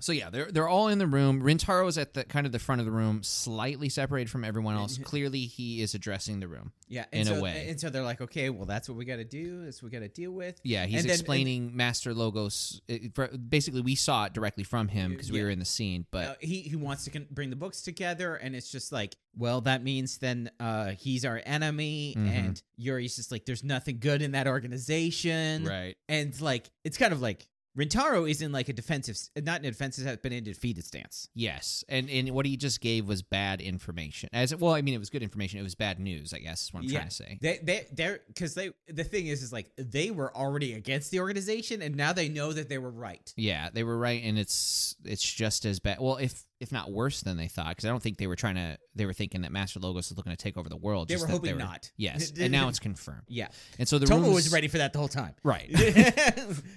so yeah, they're they're all in the room. Rintaro's at the kind of the front of the room, slightly separated from everyone
*laughs*
else. Clearly, he is addressing the room.
yeah,
In
and
a
so,
way.
And so they're like, okay, well, that's what we got to do. That's what we got to deal with.
Yeah, he's
And then-
explaining Master Logos. it- for- basically, we saw it directly from him because we
Yeah.
were in the scene. But
Uh, he he wants to con- bring the books together, and it's just like, well, that means then uh, he's our enemy,
Mhm.
and Yuri's just like, there's nothing good in that organization,
right,
and like it's kind of like Rintaro is in like a defensive, s- not in a defensive, stance, but in a defeated stance.
Yes, and and what he just gave was bad information. As well, I mean, it was good information. It was bad news, I guess. Is what I'm
Yeah.
trying to say.
They they they're because they the thing is is like they were already against the organization, and now they know that they were right.
Yeah, they were right, and it's it's just as bad. Well, if if not worse than they thought, because I don't think they were trying to. They were thinking that Master Logos was looking to take over the world.
They
just
were
that
hoping not. *laughs*
Yes, and now it's confirmed.
yeah.
And so the room
Tomo was ready for that the
*laughs*
whole time.
Right.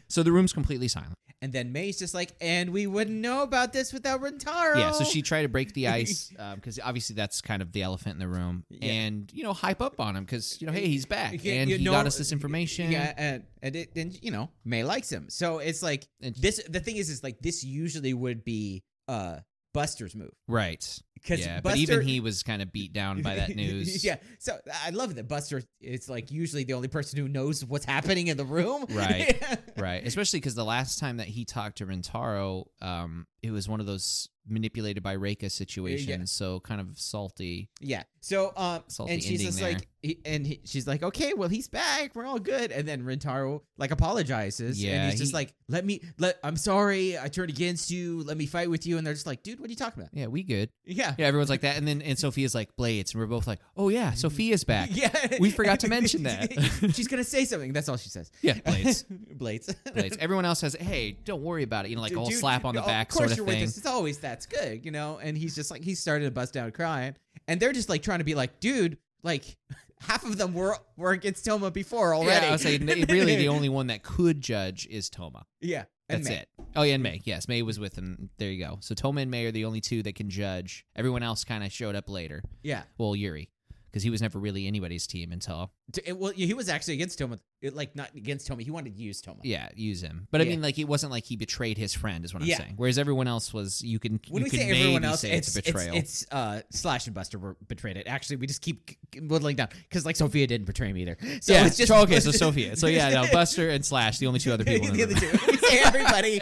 So the room's completely
*laughs*
silent.
And then May's just like, and we wouldn't know about this without Rentaro.
Yeah. So she tried to break the ice because obviously that's kind of the elephant in the room,
Yeah.
and you know hype up on him because you know hey he's back
*laughs* You-
and
you
he
know-
got us this information.
Yeah, and and, it, and you know May likes him, so it's like
And-
this. The thing is, is like this usually would be uh Buster's move
Right.
because
yeah,
Buster,
but even he was kind of beat down by that news.
*laughs* yeah, so I love that Buster is like usually the only person who knows what's happening in the room. *laughs*
Right. Right. Especially because the last time that he talked to Rentaro, um, it was one of those manipulated by Reika situations. So kind of salty.
Yeah. So, um,
Salty
and she's
ending
just
there.
like, he, and he, she's like, okay, well, he's back. We're all good. And then Rentaro like apologizes.
Yeah,
And he's just
he-
like, let me, let, I'm sorry. I turned against you. Let me fight with you. And they're just like, dude, what are you talking about? *laughs*
Yeah, we good.
Yeah.
Yeah, everyone's like that. And then and Sophia's like, Blades. And we're both like, oh,
*laughs*
yeah, Sophia's back.
Yeah.
We forgot to mention that.
*laughs* she's going to say something. That's all she says.
Yeah, Blades.
*laughs* Blades.
Blades. Everyone else says, hey, don't worry about it. You know, like a
Dude,
whole
dude,
slap on the
oh,
back
of course
sort of
you're
thing.
With us. It's always that's good, you know. And he's just like he started to bust out crying, and they're just like trying to be like, dude, like *laughs* half of them were were against Toma before already.
Yeah, I was saying,
*laughs*
really, the only one that could judge is Toma.
yeah, and
That's
May.
it. Oh yeah, and May. Yes, May was with him. There you go. So Toma and May are the only two that can judge. Everyone else kind of showed up later.
Yeah,
Well, Yuri, because he was never really anybody's team until
to- it- well, he was actually against Toma, it, like not against Toma. He wanted to use Toma.
Yeah, use him. But I
Yeah.
mean, like, it wasn't like he betrayed his friend, is what I'm
Yeah.
saying. Whereas everyone else was, you can,
When
you
we
can
say everyone
maybe
else,
say
it's,
it's,
it's
betrayal.
It's, uh, Slash and Buster were betrayed it. Actually, we just keep c- c- whittling down because like Sophia didn't betray him either.
*laughs*
So
yeah,
it's just
so-
*laughs*
okay, so Sophia. So yeah, no, Buster and Slash, the only two other
the
people. in the
other
room.
two. We say everybody.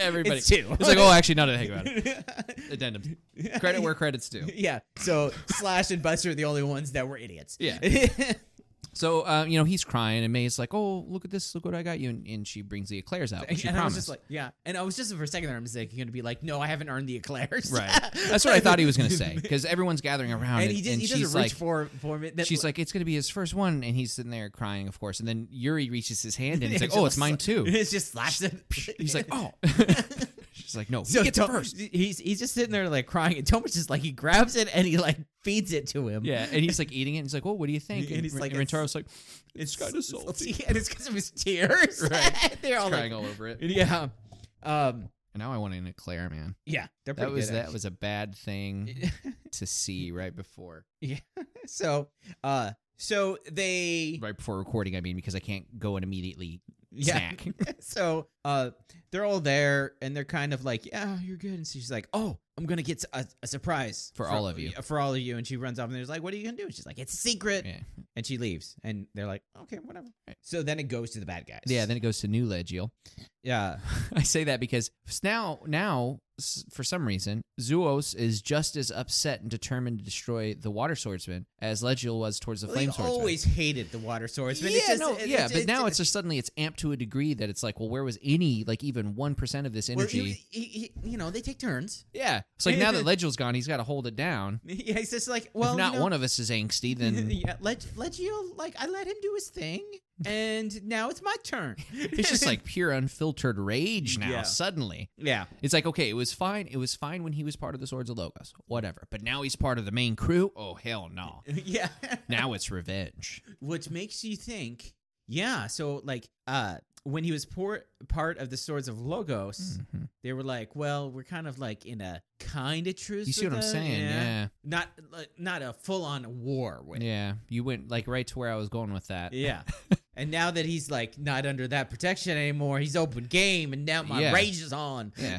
*laughs* Everybody.
It's two.
It's like, oh, actually, now that I think about it.
*laughs*
Addendum. Credit where credit's due.
Yeah. So Slash and Buster are the only ones that were idiots. *laughs*
Yeah.
Yeah.
So, uh, you know, he's crying, and May's like, oh, look at this. Look what I got you. And, and she brings the eclairs out.
and
which she
I was
promised.
just like, *laughs* yeah. And I was just for a second there, I'm just like, you're gonna be like, no, I haven't earned the eclairs. *laughs*
right. That's what I thought he was going to say because everyone's gathering around.
And
And,
he just
and
he
she's
doesn't reach
like,
for for me. That, *laughs*
she's like, it's going to be his first one. And he's sitting there crying, of course. And then Yuri reaches his hand
*laughs*
and he's like, oh, it's
just
mine
like-
too.
It's just slaps it.
He's like,
*laughs*
oh. *laughs* She's like, no, he
So
gets
Tom-
first.
He's he's just sitting there like crying, and Thomas just like he grabs it and he like feeds it to him. *laughs*
Yeah. And he's like eating it. And he's like, oh, what do you think?
And he's like,
and
it's-
Rintaro's like,
it's *laughs*
kinda salty.
and it's because of his tears.
Right.
*laughs* They're all
crying
like,
all over it.
yeah, um,
And now I want an eclair, man.
yeah. They're
That
pretty
was
good,
that was a bad thing
*laughs* actually.
to see right before
so, uh, so they
right before recording. I mean, because I can't go and immediately
yeah.
snack.
*laughs* so uh they're all there and they're kind of like yeah you're good and she's like oh i'm gonna get a, a surprise
For all of you.
for all of you and she runs off and there's like what are you gonna do and she's like it's a secret
Yeah.
and she leaves and they're like okay whatever
Right.
so then it goes to the bad guys
yeah. Then it goes to New Legiel.
yeah
*laughs* I say that because s- now, now s- for some reason, Zuos is just as upset and determined to destroy the Water Swordsman as Legiel was towards the
Well,
Flame
he
Swordsman.
always hated the water swordsman
yeah,
it's just,
no,
it-
yeah,
it's-
but now it's just suddenly it's amped to a degree that it's like, well, where was any like even one percent of this
well,
energy?
he, he, he- you know they take turns *laughs*
yeah, it's like now that Legiel's gone, he's got to hold it down.
yeah he's just like well
if not
you know,
one of us is angsty, then
*laughs* yeah, let let you like I let him do his thing, and now it's my turn.
*laughs* it's just like pure unfiltered rage now.
*laughs* Yeah.
Suddenly,
*laughs* yeah, *laughs*
it's like okay, it was fine. It was fine when he was part of the Swords of Logos, whatever. But now he's part of the main crew. Oh hell no!
yeah.
Now it's revenge.
*laughs* which makes you think yeah so like uh when he was poor, part of the swords of logos
Mm. Mm-hmm.
they were like well we're kind of like in a kind of truce
You see
with
what I'm
them,
saying? Yeah.
not like, not a full-on war with
yeah, You went like right to where I was going with that. *laughs*
yeah and now that he's like not under that protection anymore he's open game and now my
Yeah.
rage is on *laughs*
Yeah.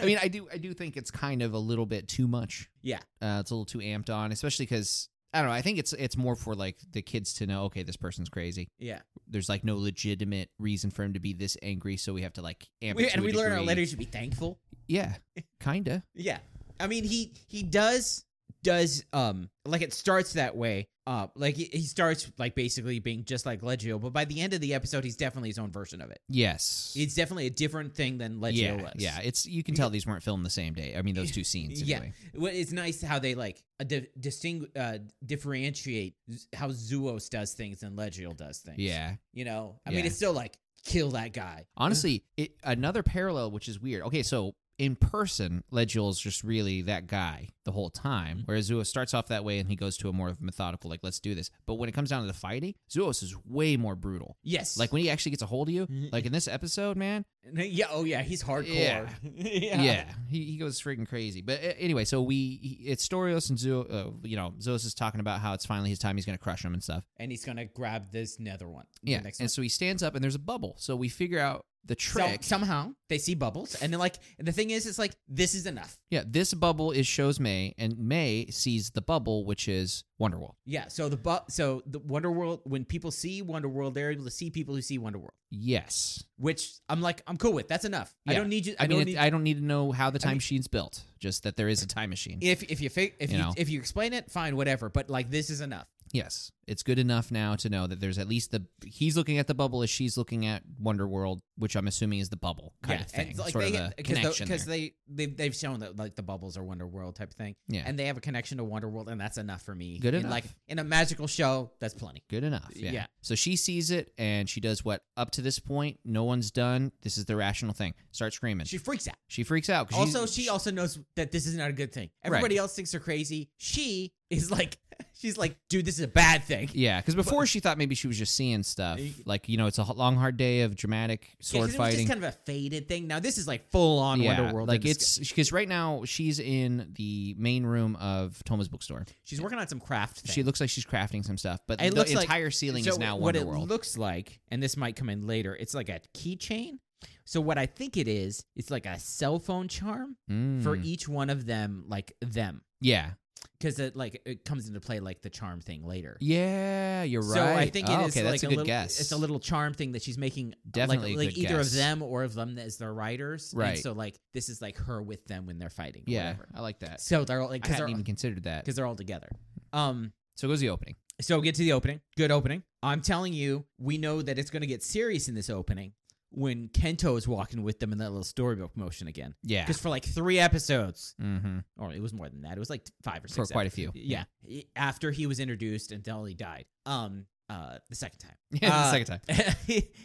I mean, I do, I do think it's kind of a little bit too much.
Yeah.
uh, it's a little too amped on, especially because I don't know. I think it's it's more for like the kids to know. Okay, this person's crazy.
yeah
There's like no legitimate reason for him to be this angry, so we have to like amp. it
we,
to
and
a
we learn our
degree.
letters to be thankful
Yeah, kinda.
Yeah. I mean he he does does um like it starts that way. Uh like he, he starts like basically being just like Leggio, but by the end of the episode he's definitely his own version of it.
Yes.
It's definitely a different thing than Leggio
yeah,
was.
yeah. It's you can tell these weren't filmed the same day. I mean, *laughs* those two scenes.
Yeah.
Anyway.
Well, It's nice how they like uh, di- distinguish uh, differentiate z- how Zuos does things and Leggio does things.
Yeah.
You know. I
Yeah.
mean it's still like kill that guy.
Honestly, it another parallel which is weird. Okay, so in person, Legiel's just really that guy the whole time, whereas Zuos starts off that way and he goes to a more methodical, like let's do this. But when it comes down to the fighting, Zuos is way more brutal.
Yes.
Like when he actually gets a hold of you, like in this episode, man,
*laughs* yeah, oh yeah, he's hardcore.
Yeah.
*laughs* yeah.
*laughs* yeah, he, he goes freaking crazy. But a- anyway, so we he- it's Storios and Zuos, uh, you know, Zuos is talking about how it's finally his time, he's gonna crush him and stuff.
And he's gonna grab this nether one. the
Yeah,
next one.
and so he stands up and there's a bubble. So we figure out the trick.
So, somehow they see bubbles, and then like the thing is, it's like this is enough.
Yeah, this bubble is shows May, and May sees the bubble, which is Wonderworld.
Yeah. So the bu- so the Wonder World when people see Wonder World, they're able to see people who see Wonder World,
Yes,
which I'm like I'm cool with. That's enough. I
Yeah.
don't need you. I,
I, mean,
don't
it-
need.
I don't need to know how the time
mean-
machine's built, just that there is a time machine.
if if you fi- if
You
you,
know.
if you explain it, fine, whatever. But like this is enough.
yes, it's good enough now to know that there's at least the he's looking at the bubble as she's looking at Wonderworld, which I'm assuming is the bubble kind
yeah.
of thing,
it's like
sort
they
of a connection
because
there.
they they they've shown that like the bubbles are Wonder World type thing,
yeah,
and they have a connection to Wonder World, and that's enough for me.
Good
in,
enough.
Like in a magical show, that's plenty.
good enough. Yeah.
yeah.
So she sees it and she does what up to this point no one's done. This is the rational thing. Start screaming.
She
She,
freaks out.
freaks out. 'cause she's-
Also, she also knows that this is not a good thing. Everybody else thinks her crazy. She is like, *laughs* She's like, dude, this is a bad thing.
Yeah, because before she thought maybe she was just seeing stuff. Like, you know, it's a h- long, hard day of dramatic sword
it was
fighting.
just kind of a faded thing. Now this is like full on
yeah,
Wonderworld.
like
in this-
it's because right now she's in the main room of Toma's bookstore.
she's working on some craft. Thing.
She looks like she's crafting some stuff, but
It
the
looks like-
entire ceiling
so
is now
what
Wonderworld.
it looks like, and this might come in later. It's like a keychain. So what I think it is, it's like a cell phone charm for e-,
Mm.
each one of them, like them,
yeah,
because it like it comes into play like the charm thing later.
yeah, you're
So
right.
I think it is
Oh, okay, that's
like
a good
little,
guess.
It's a little charm thing that she's making, like-
Definitely a
like,
good
either
guess.
of them or of them as their writers. And
Right.
so like this is like her with them when they're fighting. or
yeah,
whatever.
I like that.
So they're all
I
like because they're
hadn't even considered that.
because they're all together. Um.
So goes the opening.
So get to the opening. Good opening. I'm telling you, we know that it's going to get serious in this opening when Kento is walking with them in that little storybook motion again.
Yeah,
Because for like three episodes,
mm-hmm. *laughs*
or it was more than that. It was like five or six.
for quite a few.
episodes. Yeah. He- After he was introduced until he died. Um. Uh. The second
yeah, the
Uh,
second time.
time.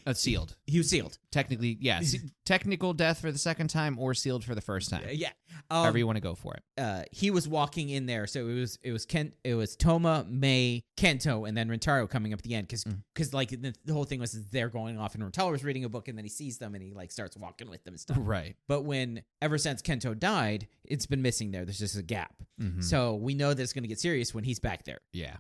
Uh, sealed.
*laughs* he was sealed.
Technically,
*laughs*
yeah, se- technical death for the second time or sealed for the first time.
Yeah.
However
Um,
you want to go for
*laughs*
it.
uh, he was walking in there, so it was it was Ken it was Toma, May, Kento, and then Rentaro coming up at the end because
Mm.
like the, the whole thing was they're going off and Rentaro's reading a book and then he sees them and he like starts walking with them and stuff.
Right.
But when ever since Kento died, it's been missing there. There's just a gap,
Mhm.
so we know that it's going to get serious when he's back there.
yeah.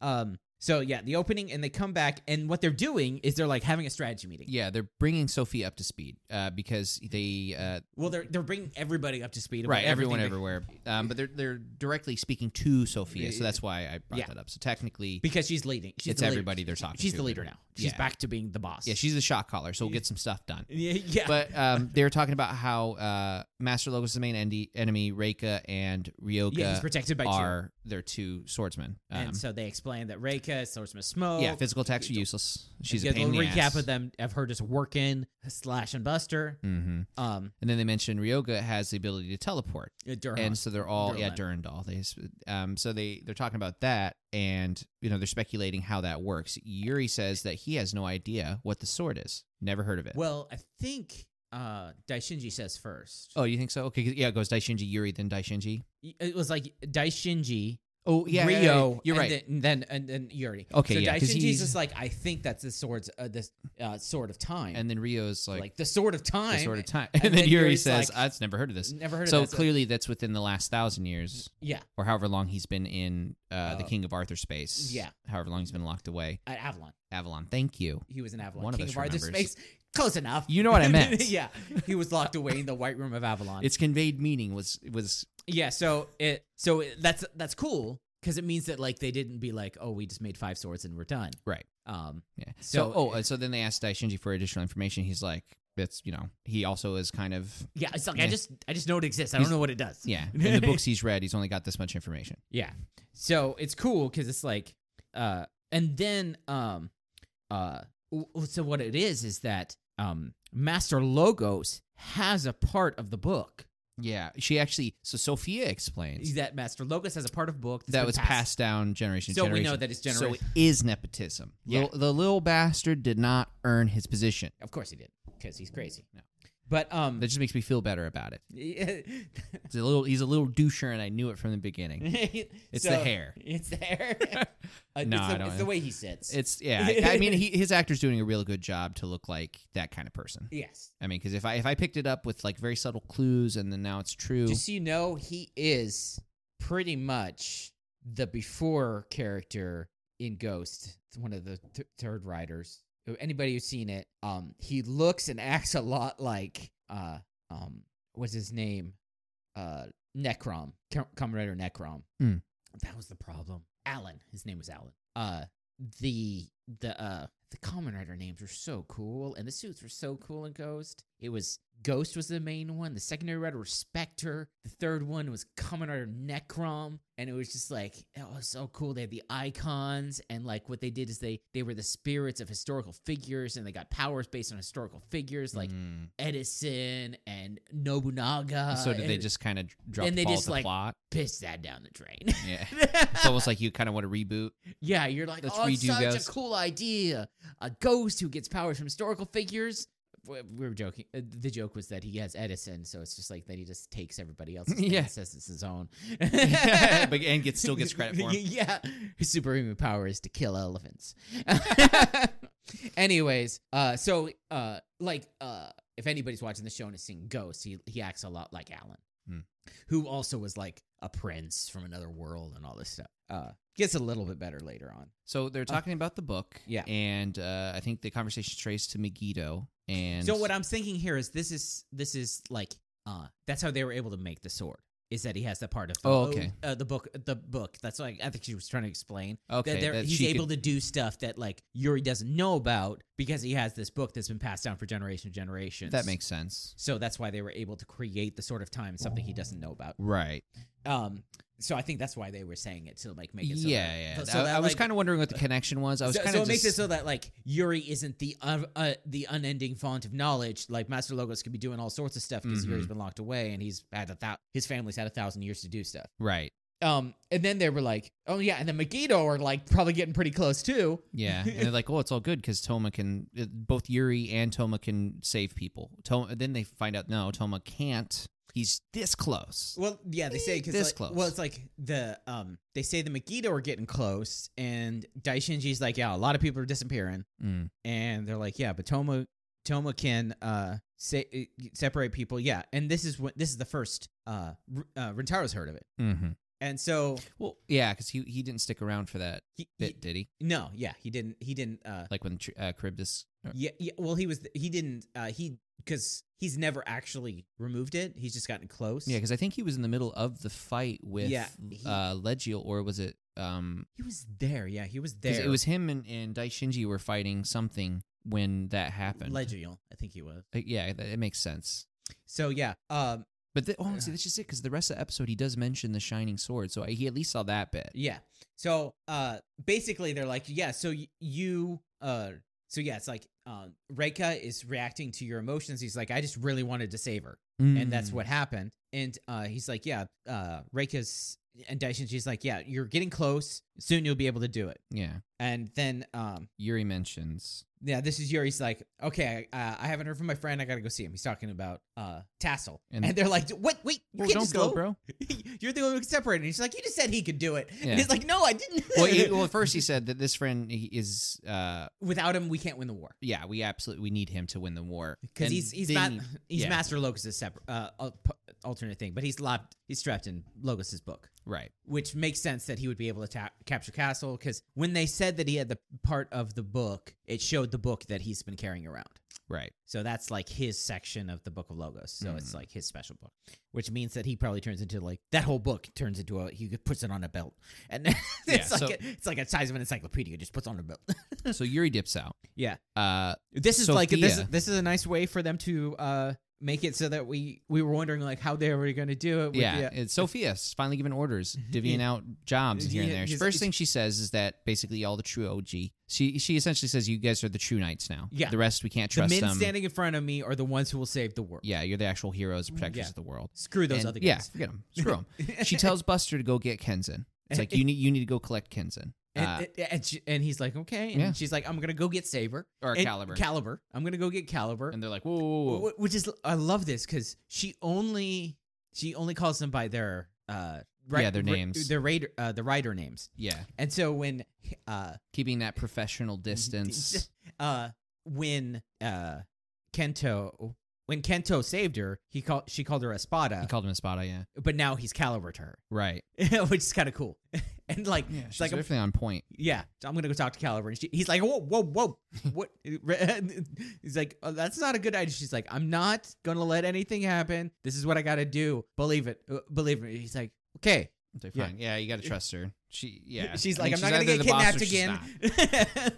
Um, so yeah, the opening and they come back and what they're doing is they're like having a strategy meeting.
Yeah, they're bringing Sophie up to speed uh, because they uh,
Well, they're they're bringing everybody up to speed. about
right everyone
everything they-
everywhere, um, but they're they're directly speaking to Sophia, so that's why I brought
Yeah.
that up. So technically,
because she's leading. She's
it's
the leader.
everybody they're talking.
She's
to.
the leader now. She's
Yeah.
back to being the boss.
Yeah, she's the shot caller, so we'll get some stuff done.
*laughs* Yeah, yeah.
But um, they were talking about how uh, Master Logo's the main endi- enemy, Reika and Ryoga
yeah, he's protected by two.
are their two swordsmen. Um,
and so they explain that Reika is Swordsman Smoke.
yeah, physical attacks are useless. She's a
Get
pain in
little
the
recap
ass.
of them of her just working slash and Buster.
Mm-hmm.
Um,
And then they mentioned Ryoga has the ability to teleport.
Durham.
and so they're all yeah
Durland.
Durandal. They s- um so they they're talking about that and you know they're speculating how that works. Yuri says that he has no idea what the sword is. Never heard of it.
well, I think uh, Daishinji says first.
oh, you think so? Okay, 'cause- yeah, it goes Daishinji Yuri then Daishinji.
It was like Daishinji,
Oh yeah,
Rio,
yeah, yeah, yeah. you're
and
right.
Then, and then and then Yuri.
Okay,
so
yeah, 'cause
Daishinji's
he's-
just like I think that's the swords, uh, this uh, sword of time,
and then Rio's
like,
like,
the sword of time,
the sword of time. *laughs*
and
And, then,
then
Yuri
Yuri's
says,
like-
"I've never heard of this."
Never heard
So
of that.
clearly that's within the last 1000 years
yeah,
or however long he's been in uh, the
Uh,
King of Arthur space.
yeah.
However long he's been locked away.
at Avalon.
Avalon, thank you.
He was in Avalon.
One of
King
us
of Arthur
remembers.
Space. Close enough.
You know what
*laughs*
I meant.
yeah. He was locked away in the White Room of Avalon.
Its conveyed meaning was was
yeah, so it so it, that's that's cool because it means that like they didn't be like, "Oh, we just made five swords and we're done."
Right.
Um
Yeah. So,
So-
oh, uh, so then they asked Daishinji for additional information. He's like, that's you know, he also is kind of
yeah, it's like
Yeah.
I just I just know it exists. I
He's-
don't know what it does.
yeah. In the
*laughs*
books he's read, he's only got this much information.
Yeah. So it's cool because it's like, uh, and then, um, uh, w- w- so what it is is that, um, Master Logos has a part of the book
Yeah. She actually. So Sophia explains
that Master Logos has a part of book that's
that
been
was passed down generation. to
So we
generation.
know that it's
So
generation.
it is nepotism.
Yeah.
Lil- the little bastard did not earn his position.
of course he did because he's crazy.
No.
But um,
That just makes me feel better about it.
*laughs*
He's a little. He's a little doucher, and I knew it from the
*laughs*
beginning.
it's
the hair.
It's
*laughs*
the hair. Uh,
No,
it's
I
the,
don't-
it's the way he sits.
It's yeah. I I mean, he, his actor's doing a real good job to look like that kind of person.
yes.
I mean, because if I if I picked it up with like very subtle clues, and then now it's true.
Just so you know, he is pretty much the before character in Ghost, It's one of the th- third writers. Anybody who's seen it, um, he looks and acts a lot like uh, um, what's his name, uh, Necrom, Com- Comrade Necrom.
Hmm.
That was the problem. Alan, his name was Alan. Uh, the the uh the common writer names were so cool and the suits were so cool in ghost it was ghost was the main one the secondary writer was spectre the third one was common writer necrom and it was just like it was so cool they had the icons and like what they did is they they were the spirits of historical figures and they got powers based on historical figures like
Mm.
edison and nobunaga
so did
uh, and
they
it
just kind of drop
and
the
they
ball
just,
to
like- *laughs*
plot?
pissed that down the drain
*laughs* Yeah. It's almost like you kind of want to reboot.
*laughs*
*laughs*
Yeah, you're like,
Let's
oh, it's
redo
such
Ghost."
a cool idea. A ghost who gets powers from historical figures. we we were joking. uh, The joke was that he has Edison, so it's just like that he just takes everybody else's
*laughs* Yeah.
yeah. and says it's his own.
*laughs* but and gets still gets credit for him.
*laughs* Yeah, his superhuman power is to
*laughs*
kill elephants. Anyways, uh, so uh, like uh, if anybody's watching the show and has seen Ghost, he he acts a lot like Alan,
Hmm.
who also was like a prince from another world and all this stuff. Uh, gets a little bit better later on.
So they're talking about the book,
Uh, Yeah.
and uh, I think the conversation traced to Megiddo, and
so what I'm thinking here is this is this is like uh that's how they were able to make the sword is that he has that part of the,
Oh, okay.
uh, the book the book that's like I think she was trying to explain
okay,
that, there
that
he's
she
able
could-
to do stuff that like Yuri doesn't know about because he has this book that's been passed down for generation to generation.
that makes sense,
so that's why they were able to create the sort of time something he doesn't know about.
right?
Um, so I think that's why they were saying it to like make it. So
yeah,
that,
yeah.
so-
Th-
so
I,
that,
I was
like-
kind of wondering what the connection was. I was
so,
kind
so
of
it makes it so that like Yuri isn't the un- uh, the unending font of knowledge. Like Master Logos could be doing all sorts of stuff because
Mhm.
Yuri's been locked away and he's had a thou- his family's had a thousand years to do stuff.
right.
Um, and then they were like, oh yeah, and then Megiddo are like probably getting pretty close too.
Yeah, and they're like, "Oh, it's all good because Toma can it- both Yuri and Toma can save people." Toma, then they find out no, Toma can't. He's this close.
Well, yeah, they say because
This
like,
close.
Well, it's like the um, they say the Megiddo are getting close, and Daishinji's like, yeah, a lot of people are disappearing,
Mm.
and they're like, yeah, but Toma Toma can uh say, uh, separate people, yeah, and this is what this is the first uh, R- uh Rentaro's heard of it,
Mm-hmm.
and so
Well, yeah, because he he didn't stick around for that
he,
bit,
he-
did he?
no, yeah, he didn't, he didn't, uh,
Like when Tr- uh, Charybdis. or-
yeah, yeah, well, he was he didn't, uh, he because he's never actually removed it, he's just gotten close,
Yeah, because I think he was in the middle of the fight with
Yeah, he-
uh, Legiel, or was it? Um,
he was there, yeah, he was
'cause
there,
it was him and and Daishinji were fighting something when that happened.
Legial, I think he was.
Uh, yeah, that, it makes sense.
So yeah, um,
But the, oh, see, that's just it because the rest of the episode he does mention the shining sword, so I, he at least saw that bit.
yeah. So uh, basically, they're like, yeah. So y- you, uh, so yeah, it's like um, Reika is reacting to your emotions. He's like, I just really wanted to save her, and that's
Mm.
what happened. And uh, he's like, yeah, uh, Reika's and Daishinji's like, yeah, you're getting close. Soon you'll be able to do it.
Yeah,
And then, um,
Yuri mentions.
yeah, this is Yuri's like, okay, I, uh, I haven't heard from my friend. I gotta go see him. He's talking about uh, Tassel,
And-
and, they're like, what? Wait, you
Well,
can't
don't
just
go,
*laughs*
bro.
You're the one who can separate. it. And he's like, you just said he could do it.
Yeah.
And he's like, no, I didn't.
well,
*laughs*
he, well, first he said that this friend he is. Uh,
Without him, we can't win the war
yeah, we absolutely we need him to win the war
because
And
he's he's
then
not
he-
he's
yeah.
Master Logos' separate uh, al- p- alternate thing, but he's locked he's strapped in Logos' book,
right.
which makes sense that he would be able to ta- capture Castle because when they said that he had the part of the book, it showed the book that he's been carrying around. *laughs*
Right.
So that's like his section of the Book of Logos. So
Mhm.
it's like his special book, which means that he probably turns into like that whole book turns into a he puts it on a belt, and *laughs*
Yeah,
it's like
so-
a, it's like a size of an encyclopedia. It just puts on a belt. *laughs*
So Yuri dips out.
yeah,
Uh,
this is like this
Sophia.
this is a nice way for them to uh make it so that we we were wondering like how they were going to do it. with
yeah,
the-
it's Sophia's finally given
*laughs*
orders, divvying out jobs here and
Yeah,
there.
he's-
First thing she says is that basically all the true OG. She she essentially says you guys are the true knights now.
Yeah.
the rest we can't
the
trust
men
them.
standing in front of me are the ones who will save the world.
yeah, you're the actual heroes, protectors
Yeah.
of the world.
Screw those
And-
other
Yeah,
guys.
forget them. Screw
*laughs*
'em. she tells Buster to go get Kenzen. It's like you need you need to go collect Kenzen
and,
uh,
and- and she- and he's like, okay, and
Yeah.
she's like, I'm gonna go get Saber
or
And-
Caliber.
Caliber. I'm gonna go get Caliber.
and they're like, whoa, whoa, whoa, whoa.
Wh- Which is I love this because she only she only calls them by their uh ri-
Yeah, their
ri-
names.
their raider uh, the rider names
yeah,
and so when uh
keeping that
*laughs*
professional distance.
uh when uh Kento when Kento saved her he called she called her Espada
He called him Espada. Yeah,
but now he's Caliber to her
right.
*laughs* which is kind of cool *laughs* and like
Yeah,
it's
she's
like I'm-
definitely on point.
yeah, so I'm gonna go talk to Caliber. And she, he's like, whoa, whoa, whoa, *laughs* what? he's like, oh, that's not a good idea. She's like, I'm not gonna let anything happen. This is what I gotta do. Believe it, Uh, believe me. He's like, okay.
They're
Yeah.
fine. Yeah, you got to trust her. She, yeah.
*laughs* She's
I
like,
mean,
I'm not gonna
either
get
the boss or
kidnapped
she's
again.
not.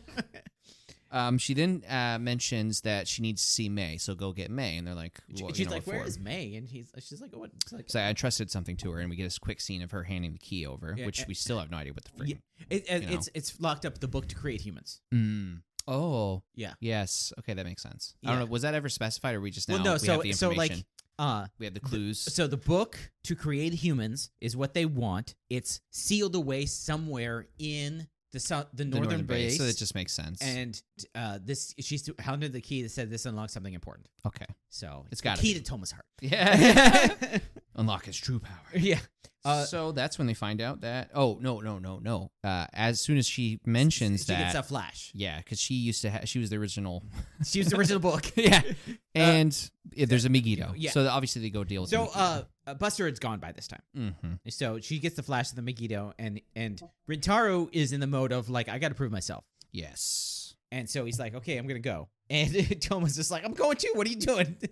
Um, she then uh, mentions that she needs to see May, so go get May. And they're like,
*laughs* She-
well, you
she's
know,
like,
what
where
for?"
is May? And he's, she's like, what? It's like,
So I trusted something to her, and we get this quick scene of her handing the key over,
Yeah,
which
and-
we still have no idea what the freaking.
it, it-
you know.
it's it's locked up the book to create humans.
Mm. Oh,
Yeah.
yes. Okay, that makes sense. I don't
Yeah.
know. Was that ever specified, or we just now
well, no,
we
so
have the
so
information?
like, uh,
we have the clues.
So the book to create humans is what they want. It's sealed away somewhere in the south, the northern, base,
so it just makes sense.
and uh, this she's hounded the key that said this unlocks something important. *laughs*
okay,
So
It's
the
gotta
key
be.
to Toma's heart.
yeah, *laughs* unlock his true power.
*laughs* yeah. Uh,
so that's when they find out that oh no no no no. Uh, as soon as she mentions
she
that,
gets Uh, a flash.
yeah, because she used to ha- she was the original
She was the original book.
*laughs* yeah, and yeah, there's a Megiddo.
yeah.
So obviously they go deal with.
*laughs* So uh, uh, Buster is gone by this time.
mm-hmm.
So she gets the flash of the Megiddo, and and Rintaro is in the mode of like, I got to prove myself.
yes,
And so he's like, okay, I'm gonna go. *laughs* And Toma's just like, I'm going too. What are you doing? *laughs*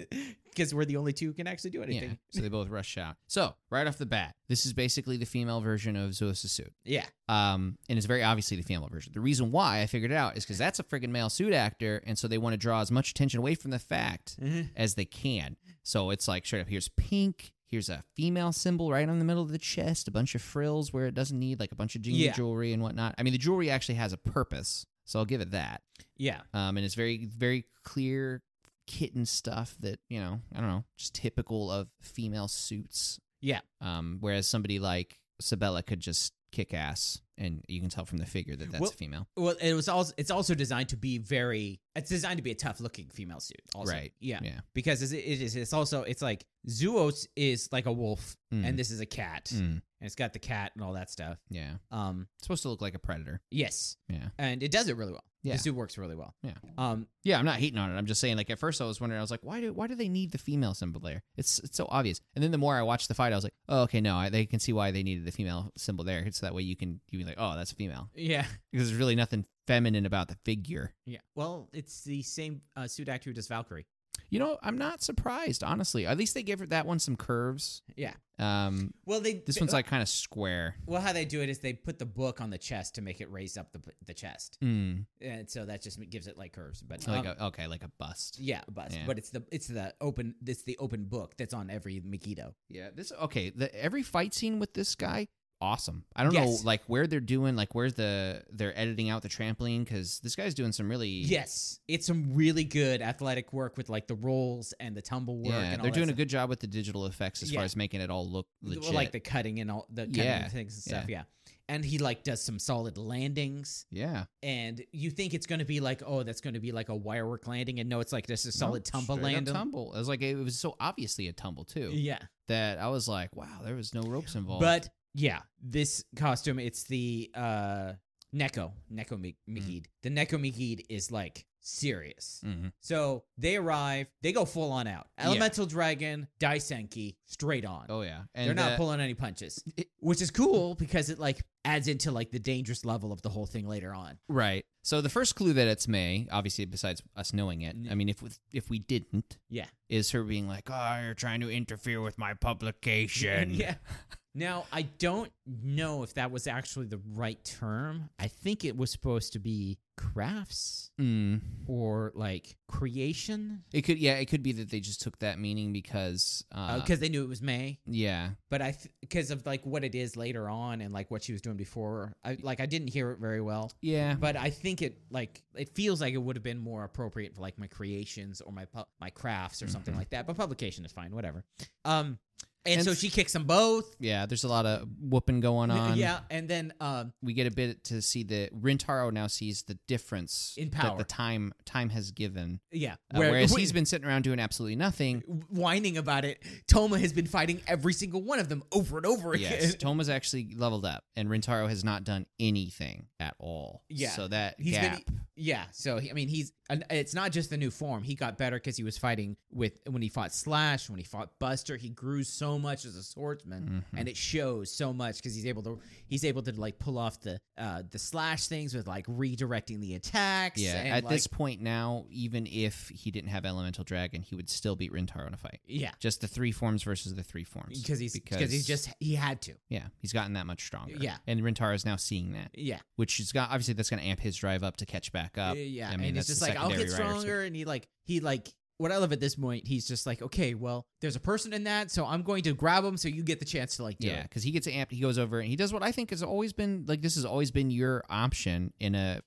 Because we're the only two who can actually do
yeah.
anything.
So they both rush out. So right off the bat, this is basically the female version of Zosa suit.
Yeah.
Um, and it's very obviously the female version. The reason why I figured it out is because that's a friggin' male suit actor, and so they want to draw as much attention away from the fact
Mm-hmm.
as they can. So it's like straight up here's pink, here's a female symbol right on the middle of the chest, a bunch of frills where it doesn't need, like a bunch of jingle
Yeah.
jewelry and whatnot. I mean, the jewelry actually has a purpose, so I'll give it that.
Yeah.
Um, and it's very, very clear kitten stuff that you know, I don't know, just typical of female suits.
Yeah.
Um, whereas somebody like Sabella could just kick ass, and you can tell from the figure that that's
Well,
a female.
Well, it was also it's also designed to be very. It's designed to be a tough looking female suit. Also.
Right.
Yeah.
Yeah.
Because it's, it is. It's also. It's like Zuos is like a wolf,
Mm.
and this is a cat, and
Mm,
it's got the cat and all that stuff.
yeah,
Um.
it's supposed to look like a predator.
Yes.
Yeah.
And it does it really well.
Yeah.
The suit works really well.
Yeah.
Um.
Yeah, I'm not hating on it. I'm just saying, like at first I was wondering, I was like, why do why do they need the female symbol there? It's it's so obvious. And then the more I watched the fight, I was like, oh, okay, no, I, they can see why they needed the female symbol there. So that way you can you be like, oh, that's female,
Yeah. *laughs*
because there's really nothing feminine about the figure.
Yeah. Well, it's the same uh, suit actor who does Valkyrie.
You know, I'm not surprised, honestly. At least they gave that one some curves.
Yeah. uh,
Um,
Well, they
this one's like kind of square.
well, how they do it is they put the book on the chest to make it raise up the the chest,
Mm,
and so that just gives it like curves. But
like
um,
a, okay, like a bust.
yeah, a bust.
Yeah.
But it's the it's the open it's the open book that's on every Megiddo.
Yeah, this okay. The, every fight scene with this guy, awesome. I don't
Yes.
know, like where they're doing, like where's the they're editing out the trampoline because this guy's doing some really
Yes, it's some really good athletic work with like the rolls and the tumble work.
Yeah,
and all
they're
that
doing a
stuff.
good job with the digital effects as
Yeah.
far as making it all look legit.
like the cutting and all the cutting
Yeah,
and things and stuff. Yeah. and he like does some solid landings,
yeah,
and you think it's going to be like oh that's going to be like a wirework landing, and no, it's like just a solid
No,
tumble
straight up
landing.
Tumble. It was like it was so obviously a tumble too
Yeah.
that I was like, wow, there was no ropes involved.
But yeah, this costume, it's the uh Neko, Neko Mi-
Hmm.
Mikid. The Neko Mikid is like serious.
Mhm.
So they arrive, they go full on out.
Yeah.
Elemental Dragon, Daisenki, straight on.
oh yeah, and
They're not
the-
pulling any punches,
It-
which is cool because it like adds into like the dangerous level of the whole thing later
*laughs*
on.
Right. So the first clue that it's May, obviously, besides us knowing it,
N-
I mean, if we, if we didn't,
Yeah.
is her being like, "Oh, you're trying to interfere with my publication."
*laughs* yeah. Now, I don't know if that was actually the right term. I think it was supposed to be crafts
Mm.
or like creation.
It could, yeah, it could be that they just took that meaning because, uh,
because they knew it was May.
yeah,
But I, because of like what it is later on and like what she was doing before, I like I didn't hear it very well.
yeah,
But I think it like it feels like it would have been more appropriate for like my creations or my pu- my crafts or something
Mhm.
like that. But publication is fine, whatever. Um, and,
And
so
s-
she kicks them both.
yeah. There's a lot of whooping going on.
Yeah, and then um,
we get a bit to see the Rintaro now sees the difference
In
that
power.
the time time has given.
yeah,
Uh,
where- *laughs*
whereas he's been sitting around doing absolutely nothing.
whining about it. Toma has been fighting every single one of them over and over again.
Yes, Toma's actually leveled up, and Rintaro has not done anything at all.
Yeah.
So that
He's been-
gap.
Yeah, so he, I mean, he's and it's not just the new form. He got better because he was fighting with when he fought Slash, when he fought Buster. He grew so much as a swordsman,
Mhm.
and it shows so much because he's able to he's able to like pull off the uh the Slash things with like redirecting the attacks.
yeah,
and,
at
like-
this point now, even if he didn't have Elemental Dragon, he would still beat Rintaro in a fight.
yeah,
Just the three forms versus the three forms.
because he's because he's just he had to.
yeah, he's gotten that much stronger.
Yeah.
and Rintaro is now seeing that,
Yeah,
which is got obviously that's going to amp his drive up to catch back up.
yeah,
I mean,
and it's
that's
just
the
like I'll get
secondary rider, so-
stronger, and he like he like. What I love at this point, he's just like, okay, well, there's a person in that, so I'm going to grab him, so you get the chance to like do
Yeah,
it.
because he gets amped. He goes over and he does what I think has always been like this has always been your option in a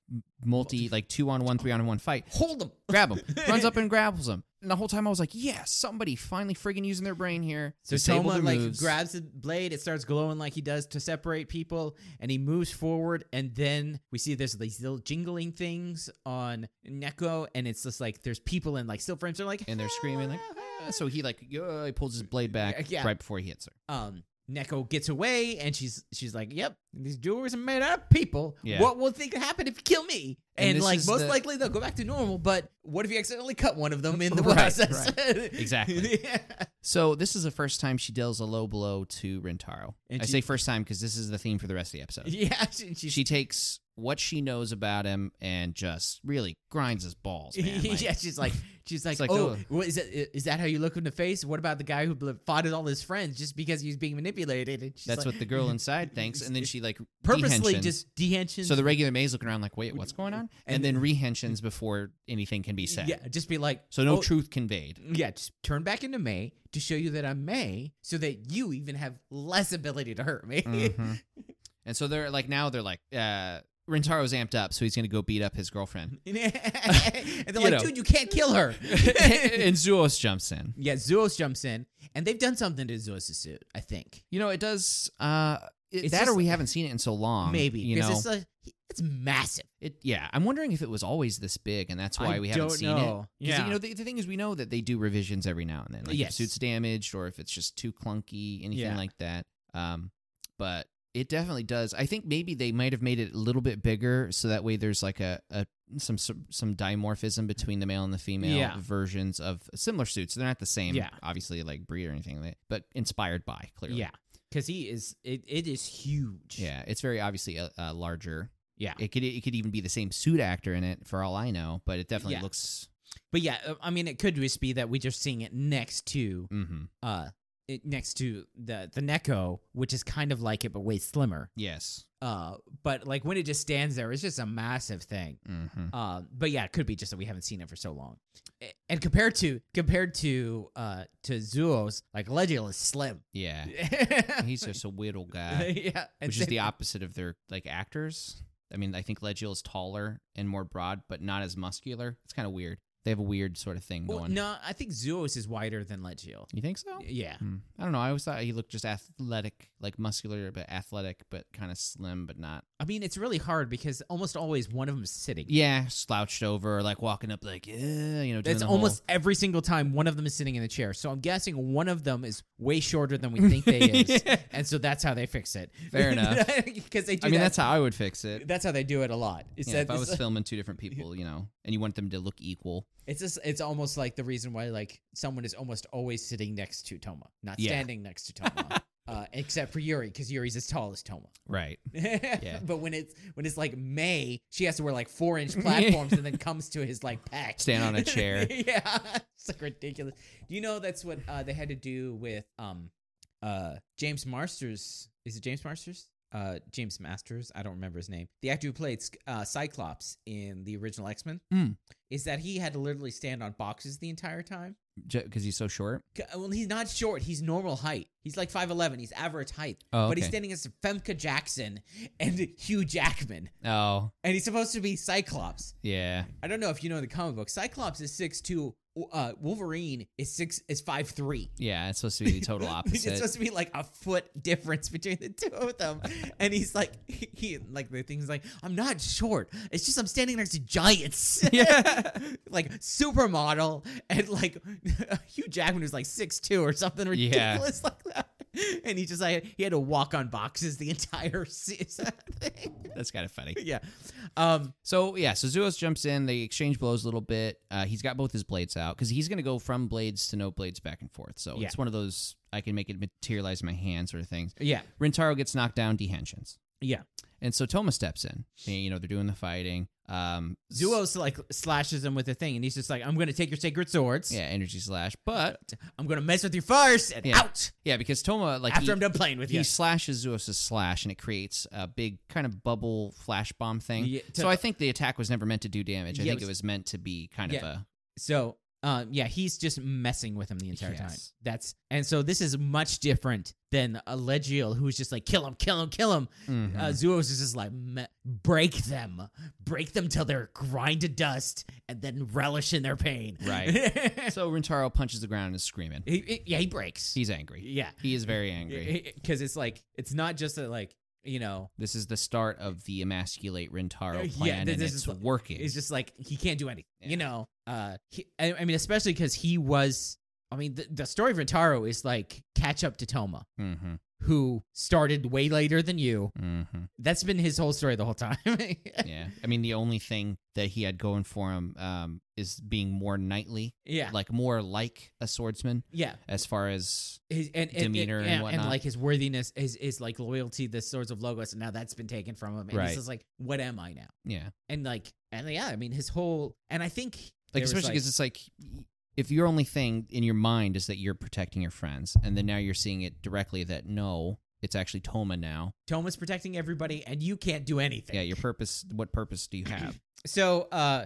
multi like two on one, three on one fight.
Hold him.
Grab him, runs up and grabs him. And the whole time I was like, yeah, somebody finally friggin' using their brain here.
So
Disable
Toma
their
like
moves.
grabs the blade, it starts glowing like he does to separate people, and he moves forward. And then we see there's these little jingling things on Neko, and it's just like there's people in like still frames. They're like
And they're screaming, like, "Ah," *laughs* so he like uh, he pulls his blade back
Yeah.
right before he hits her.
um Neko gets away and she's she's like, "Yep, these jewelers are made out of people.
Yeah.
What will think happen if you kill me?"
And
And,
this
like
is
most
the-
likely they'll go back to normal, but what if you accidentally cut one of them in
*laughs*
the
Right,
process?
Exactly.
*laughs* Yeah.
So this is the first time she deals a low blow to Rentaro.
And
I
she-
say first time because this is the theme for the rest of the episode.
Yeah, she, she's,
She takes what she knows about him and just really grinds his
*laughs*
balls, man. Like,
yeah, she's like, she's like,
It's like,
oh,
oh.
what is that? Is that how you look in the face? What about the guy who bl- fought with all his friends just because he was being manipulated? And she's
That's
like-
what the girl inside thinks, and then she like
*laughs* purposely
rehensions.
just dehensions.
So the *laughs* regular maid's looking around like, wait, what's going on? And,
And-
then rehensions before anything can be said.
yeah, just be like,
So no
oh,
truth conveyed.
Yeah, just turn back into May to show you that I'm May, so that you even have less ability to hurt me.
Mhm. *laughs* and so they're like now they're like uh Rintaro's amped up, so he's gonna go beat up his
*laughs*
girlfriend.
*laughs*
*laughs*
and they're
You
like,
know.
dude, you can't
*laughs*
kill her. *laughs*
and Zuos jumps in.
yeah, Zeus jumps in, and they've done something to Zeus's suit, I think.
You know, it does uh
It's
that or
just-
we haven't seen it in so long.
Maybe
Um, You
because
know
it's like it's massive.
it yeah. I'm wondering if it was always this big and that's why
I
we haven't
don't
seen
know.
it. 'Cause,
Yeah.
You know, the, the thing is we know that they do revisions every now and then. Like if
Yes.
suits damaged or if it's just too clunky, anything
Yeah.
like that. Um but it definitely does. I think maybe they might have made it a little bit bigger so that way there's like a, a some, some some dimorphism between the male and the female
Yeah.
versions of similar suits. They're not the same,
Yeah.
obviously, like breed or anything, like that, but inspired by clearly.
Yeah, because he is. It, it is huge.
Yeah, it's very obviously a, a larger.
Yeah.
It could it could even be the same suit actor in it for all I know, but it definitely
Yeah.
looks.
But yeah, uh, I mean, it could just be that we're just seeing it next to
Mm-hmm.
uh it, next to the the Neko, which is kind of like it but way slimmer.
Yes.
Uh, but like when it just stands there, it's just a massive thing.
Mm-hmm.
Uh, but yeah, it could be just that we haven't seen it for so long. A- And compared to compared to uh to Zuo's, like Legio is slim.
Yeah.
*laughs*
He's just a whittle guy,
yeah, and
which is
same-
the opposite of their like actors. I mean, I think Legiel is taller and more broad, but not as muscular. It's kind of weird. They have a weird sort of thing
Well,
going.
no, I think Zuo's is wider than Legio.
You think so?
Yeah,
Hmm. I don't know. I always thought he looked just athletic, like muscular, but athletic, but kind of slim, but not.
I mean it's really hard because almost always one of them's sitting.
Yeah, slouched over, or like walking up, like, yeah, you know, doing
That's
the whole-
almost *laughs* every single time one of them is sitting in a chair. So I'm guessing one of them is way shorter than we
*laughs*
think they is,
Yeah.
and so that's how they fix it. *laughs*
Fair enough.
Because they do.
I mean,
that-
that's how I would fix
*laughs*
it.
that's how they do it a lot. It's
Yeah,
that
if I
it's
was filming two different people, you know, and you want them to look equal.
It's just it's almost like the reason why like someone is almost always sitting next to Toma, not
Yeah.
standing next
*laughs*
to Toma. Uh, except for Yuri, because Yuri's as tall as Toma.
Right.
yeah. *laughs* But when it's when it's like May, she has to wear like four
*laughs*
inch platforms and then comes to his like pack.
Stand on a chair.
*laughs* yeah. It's like ridiculous. Do you know that's what uh, they had to do with um uh James Marsters is it James Marsters? Uh James Masters, I don't remember his name. The actor who played uh, Cyclops in the original X-Men
Hmm.
is that he had to literally stand on boxes the entire time.
Because he's so short.
C- Well, he's not short. He's normal height. He's like 5'11. He's average height.
Oh,
But he's
okay.
standing as Femke Jackson and *laughs* Hugh Jackman.
Oh,
And he's supposed to be Cyclops.
yeah.
I don't know if you know the comic book. Cyclops is 6'2. Uh, Wolverine is six is five three.
Yeah, it's supposed to be the total
*laughs* It's
opposite.
supposed to be like a foot difference between the two of them, and he's like, *laughs* he, he- like the thing's like, I'm not short. It's just I'm standing next to giants, *laughs*
Yeah.
like supermodel, and like *laughs* Hugh Jackman who's like six two or something
Yeah.
ridiculous *laughs* like that. And he just like he had to walk on boxes the entire *laughs* season. thing.
That's kind of funny.
yeah, um,
So, yeah, so Zuos jumps in. They exchange blows a little bit. Uh, he's got both his blades out because he's going to go from blades to no blades back and forth. So,
Yeah.
it's one of those I can make it materialize in my hand sort of things.
yeah,
Rintaro gets knocked down, dehensions.
yeah.
And so Toma steps in. And, you know, they're doing the fighting. Um,
Zuos like slashes him with a thing, and he's just like, "I'm gonna take your sacred swords.
Yeah, energy slash. But,
I'm gonna mess with you first, and
Yeah.
out
yeah, because Toma, like,
after
he-
I'm done playing with
he
you."
slashes Zeus's slash, and it creates a big kind of bubble flash bomb thing.
Yeah, to-
so I think the attack was never meant to do damage. I
Yeah, it
think it
was-
was meant to be kind of
Yeah.
a
So Uh, yeah, he's just messing with him the entire time.
Yes.
That's and so this is much different than a Legiel who's just like kill him, kill him, kill him.
Mhm.
Uh, Zuos is just like "Me- break them, break them till they're grind to dust, and then relish in their pain. *laughs*
Right. so Rintaro punches the ground and is screaming.
He- he- yeah, he breaks.
He's angry.
yeah,
He is very angry.
because it's like it's not just that like you know
This is the start of the emasculate
Uh,
Rintaro
yeah,
plan,
this
and
is
it's
like-
working.
it's just like he can't do anything.
Yeah.
You know, uh, he, I, I mean, especially because he was. I mean, the, the story of Rintaro is like catch up to Toma,
mm-hmm,
who started way later than you.
mm-hmm.
That's been his whole story the whole time. *laughs*
Yeah, I mean the only thing that he had going for him um, is being more knightly,
yeah,
like more like a swordsman
yeah.
as far as
his and, and-
demeanor and
yeah,
whatnot.
like his worthiness is is like loyalty to the swords of logos and now that's been taken from him and
Right.
he's just like what am i now
yeah, like
and like and yeah i mean his whole and i think there was,
especially because it's like if your only thing in your mind is that you're protecting your friends, and then now you're seeing it directly that no, it's actually Toma now.
toma's protecting everybody and you can't do anything
Yeah, your purpose. What purpose do you have?
*clears throat* so uh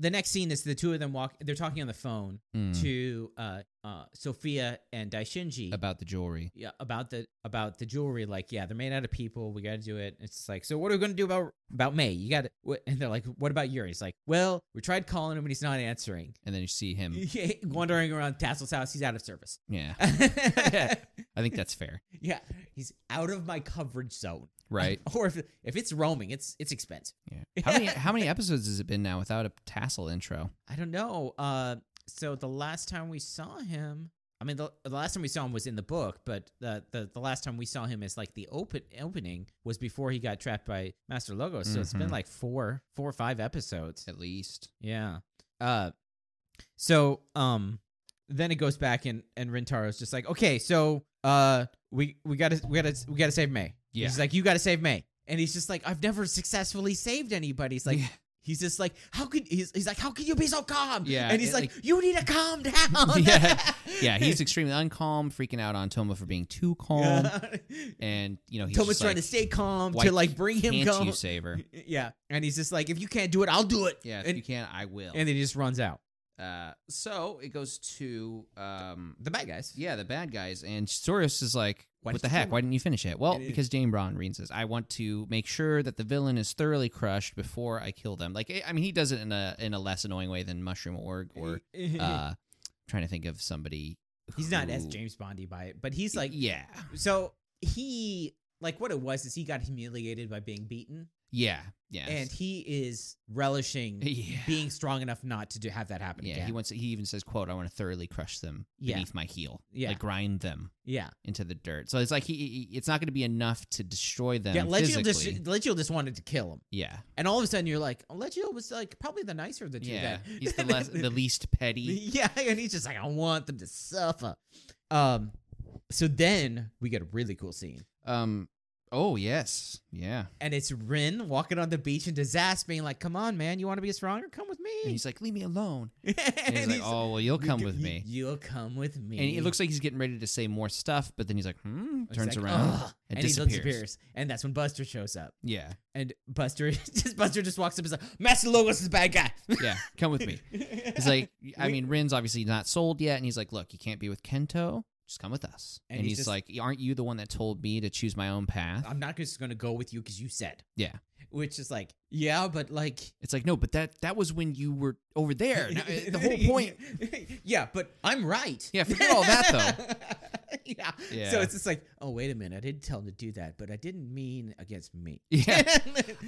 the next scene is the two of them walk they're talking on the phone
Mm,
to uh uh sophia and daishinji
about the jewelry.
yeah, about the about the jewelry, like yeah, they're made out of people. We got to do it. It's like, so what are we gonna do about about May? You got to, and they're like, what about Yuri? It's like, well, we tried calling him, and he's not answering.
*laughs*
*laughs*
and then you see him.
Wandering around Tassel's house, he's out
*laughs*
of service. *laughs*
Yeah, I think that's fair,
yeah, he's out of my coverage zone. *laughs*
right?
or if if it's roaming, it's it's expensive.
Yeah. How many how many episodes has it been now without a tassel intro?
I don't know. Uh, so the last time we saw him, I mean, the, the last time we saw him was in the book, but the, the the last time we saw him as like the open opening was before he got trapped by Master Logo. So it's
Mhm.
been like four four or five episodes.
At least.
Yeah. Uh so um then it goes back and and Rintaro's just like, "Okay, so uh we we got to we got to we got to save May."
Yeah.
He's like, "You got to save May." And he's just like, "I've never successfully saved anybody." He's like *laughs*
Yeah.
He's just like, how could he's, he's like, how can you be so calm?
Yeah,
and he's
it,
like, you need to
*laughs*
calm down.
Yeah.
*laughs*
Yeah, he's extremely uncalm, freaking out on Toma for being too calm, and you know he's
Thomas
just
trying
like,
to stay calm
"Why
to like bring him
Can't
calm.
you save her?
*laughs* Yeah, and he's just like, if you can't do it, I'll do it.
Yeah, if
and,
you can, I will.
and then he just runs out.
uh, so it goes to um,
The bad guys.
yeah, the bad guys, and Sorius is like,
Why
"What
did
the
you
heck?
do it?"
Why didn't you finish it?" Well,
It is-
because Jane Braun Reen says, "I want to make sure that the villain is thoroughly crushed before I kill them." Like, I mean, he does it in a in a less annoying way than Mushroom Org
*laughs*
or uh trying to think of somebody
He's not as
Uh, who-
James Bondy by it, but he's like
yeah
so he like what it was is he got humiliated by being beaten,
yeah yeah
and he is relishing
*laughs* yeah
being strong enough not to do, have that happen
yeah
again.
he wants he even says quote i want to thoroughly crush them
Yeah.
beneath my heel
Yeah.
like grind them
yeah,
into the dirt so it's like he, he- it's not going to be enough to destroy them
yeah. Legio just
physically.
Legio just wanted to kill him,
yeah
and all of a sudden you're like, oh, Legio was like probably the nicer of the two. *laughs*
yeah
then.
he's the less the least petty
yeah, and he's just like, I want them to suffer. Um, so then we get a really cool scene.
um oh yes yeah
And it's Rin walking on the beach and Disaster being like, "Come on, man, you want to be stronger? Come with me."
and he's like leave me alone
*laughs* and
and he's like oh well you'll
"You
come
c-
with
you-
me
You'll come with me.
and it looks like he's getting ready to say more stuff but then he's like hmm
He's
turns
like,
around
"Ugh,"
and,
and
disappears
he disappears. And that's when Buster shows up.
yeah
And Buster *laughs* just Buster just walks up and is like, Master Logos is the bad guy.
yeah come with
*laughs*
me He's like, I
We-
mean, Rin's obviously not sold yet, and he's like, look, you can't be with Kento. Just come with us. And,
And
he's,
he's just-
like, aren't you the one that told me to choose my own path?
I'm not just gonna go with you because you said.
Yeah.
Which is like, yeah, but like
it's like, no, but that that was when you were over
*laughs*
there. Now, uh, the whole point.
yeah, but I'm right.
Yeah, forget all that,
*laughs* though. yeah.
Yeah.
So it's just like, oh wait a minute, I didn't tell him to do that, but I didn't mean against me.
*laughs* Yeah.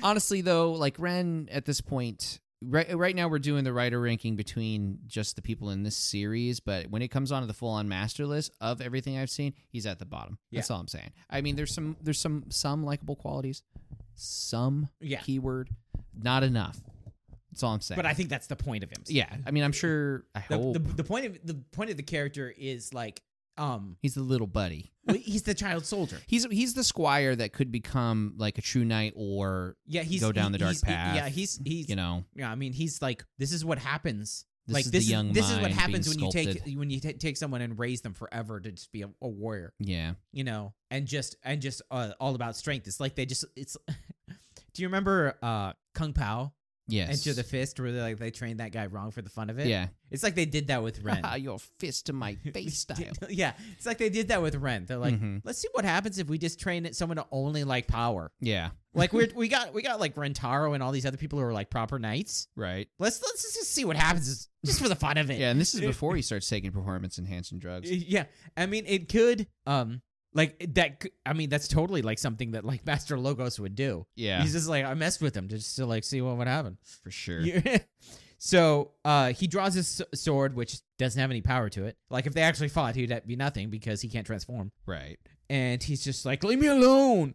Honestly, though, like Ren at this point. Right, right now we're doing the writer ranking between just the people in this series, but when it comes onto the full on master list of everything I've seen, he's at the bottom. That's all I'm saying. I mean, there's some there's some some likable qualities, some
*laughs* yeah.
keyword. Not enough. That's all I'm saying.
But I think that's the point of him.
yeah, Oh. I mean, I'm sure. I
The,
hope
the, the point of the point of the character is like, um,
he's the little buddy.
well, he's the child soldier.
He's he's the squire that could become like a true knight, or
Yeah, he's
Go down
he-
the dark
he's- he-
path,
Yeah, he's he's
you know,
yeah. I mean, he's like this is what happens.
this
like
is
this
the young.
is this is what
mind being
happens when you take
sculpted.
when you ta take someone and raise them forever to just be a, a warrior.
Yeah,
you know, and just and *laughs* just uh, all about strength. It's like they just it's. Do you remember uh Kung Pao?
Yes.
Enter the Fist, where they like they trained that guy wrong for the fun of it. *laughs*
yeah.
it's like they did that
*laughs*
with Ren.
Your fist to *laughs* my face style.
*laughs* yeah, it's like they did that with Ren. They're like,
Mhm.
let's see what happens if we just train it- someone to only like power.
Yeah.
Like we are we got we got like Rentaro and all these other people who are like proper knights.
Right.
Let's let's just see what happens just for the fun of it.
Yeah, and this is
eh.
before he starts taking performance enhancing drugs.
Yeah, I mean, it could, um, like that. c- I mean, that's totally like something that like *laughs* Master Logos would do.
Yeah,
He's just like, I messed with him just to like see what would happen.
for sure.
*laughs* Yeah. so, uh, he draws his s- sword, which doesn't have any power to it. Like if they actually fought, he'd be nothing because he can't transform. *laughs*
Right.
And he's just like, leave me alone.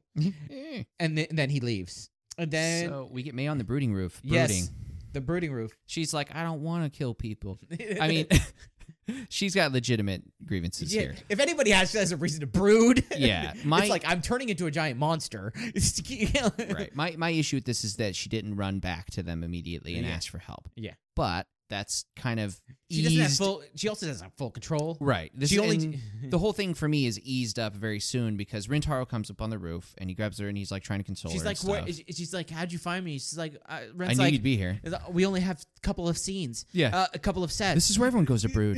Eh.
And, th- then he leaves. And then
so we get May on the brooding roof. Brooding.
Yes. the brooding roof.
She's like, I don't want to kill people. I mean, *laughs* she's got legitimate grievances
Yeah,
here.
if anybody has, has a reason to brood, *laughs*
Yeah, my-
it's like I'm turning into a giant monster. *laughs*
Right. My my issue with this is that she didn't run back to them immediately and
Yeah.
ask for help.
Yeah.
But that's kind of
*laughs* She doesn't have
eased-
full. She also doesn't have full control.
Right. This
she
is-
only
and *laughs* the whole thing for me is eased up very soon because Rintaro comes up on the roof and he grabs her and he's like trying to console
she's
her. and
like, what?
stuff.
She's like, how'd you find me? She's like, uh,
I
Ren's
knew
like,
you'd be here.
"Is- uh, we only have a couple of scenes,
Yeah.
uh, a couple of sets.
this is where everyone goes to
*laughs*
brood.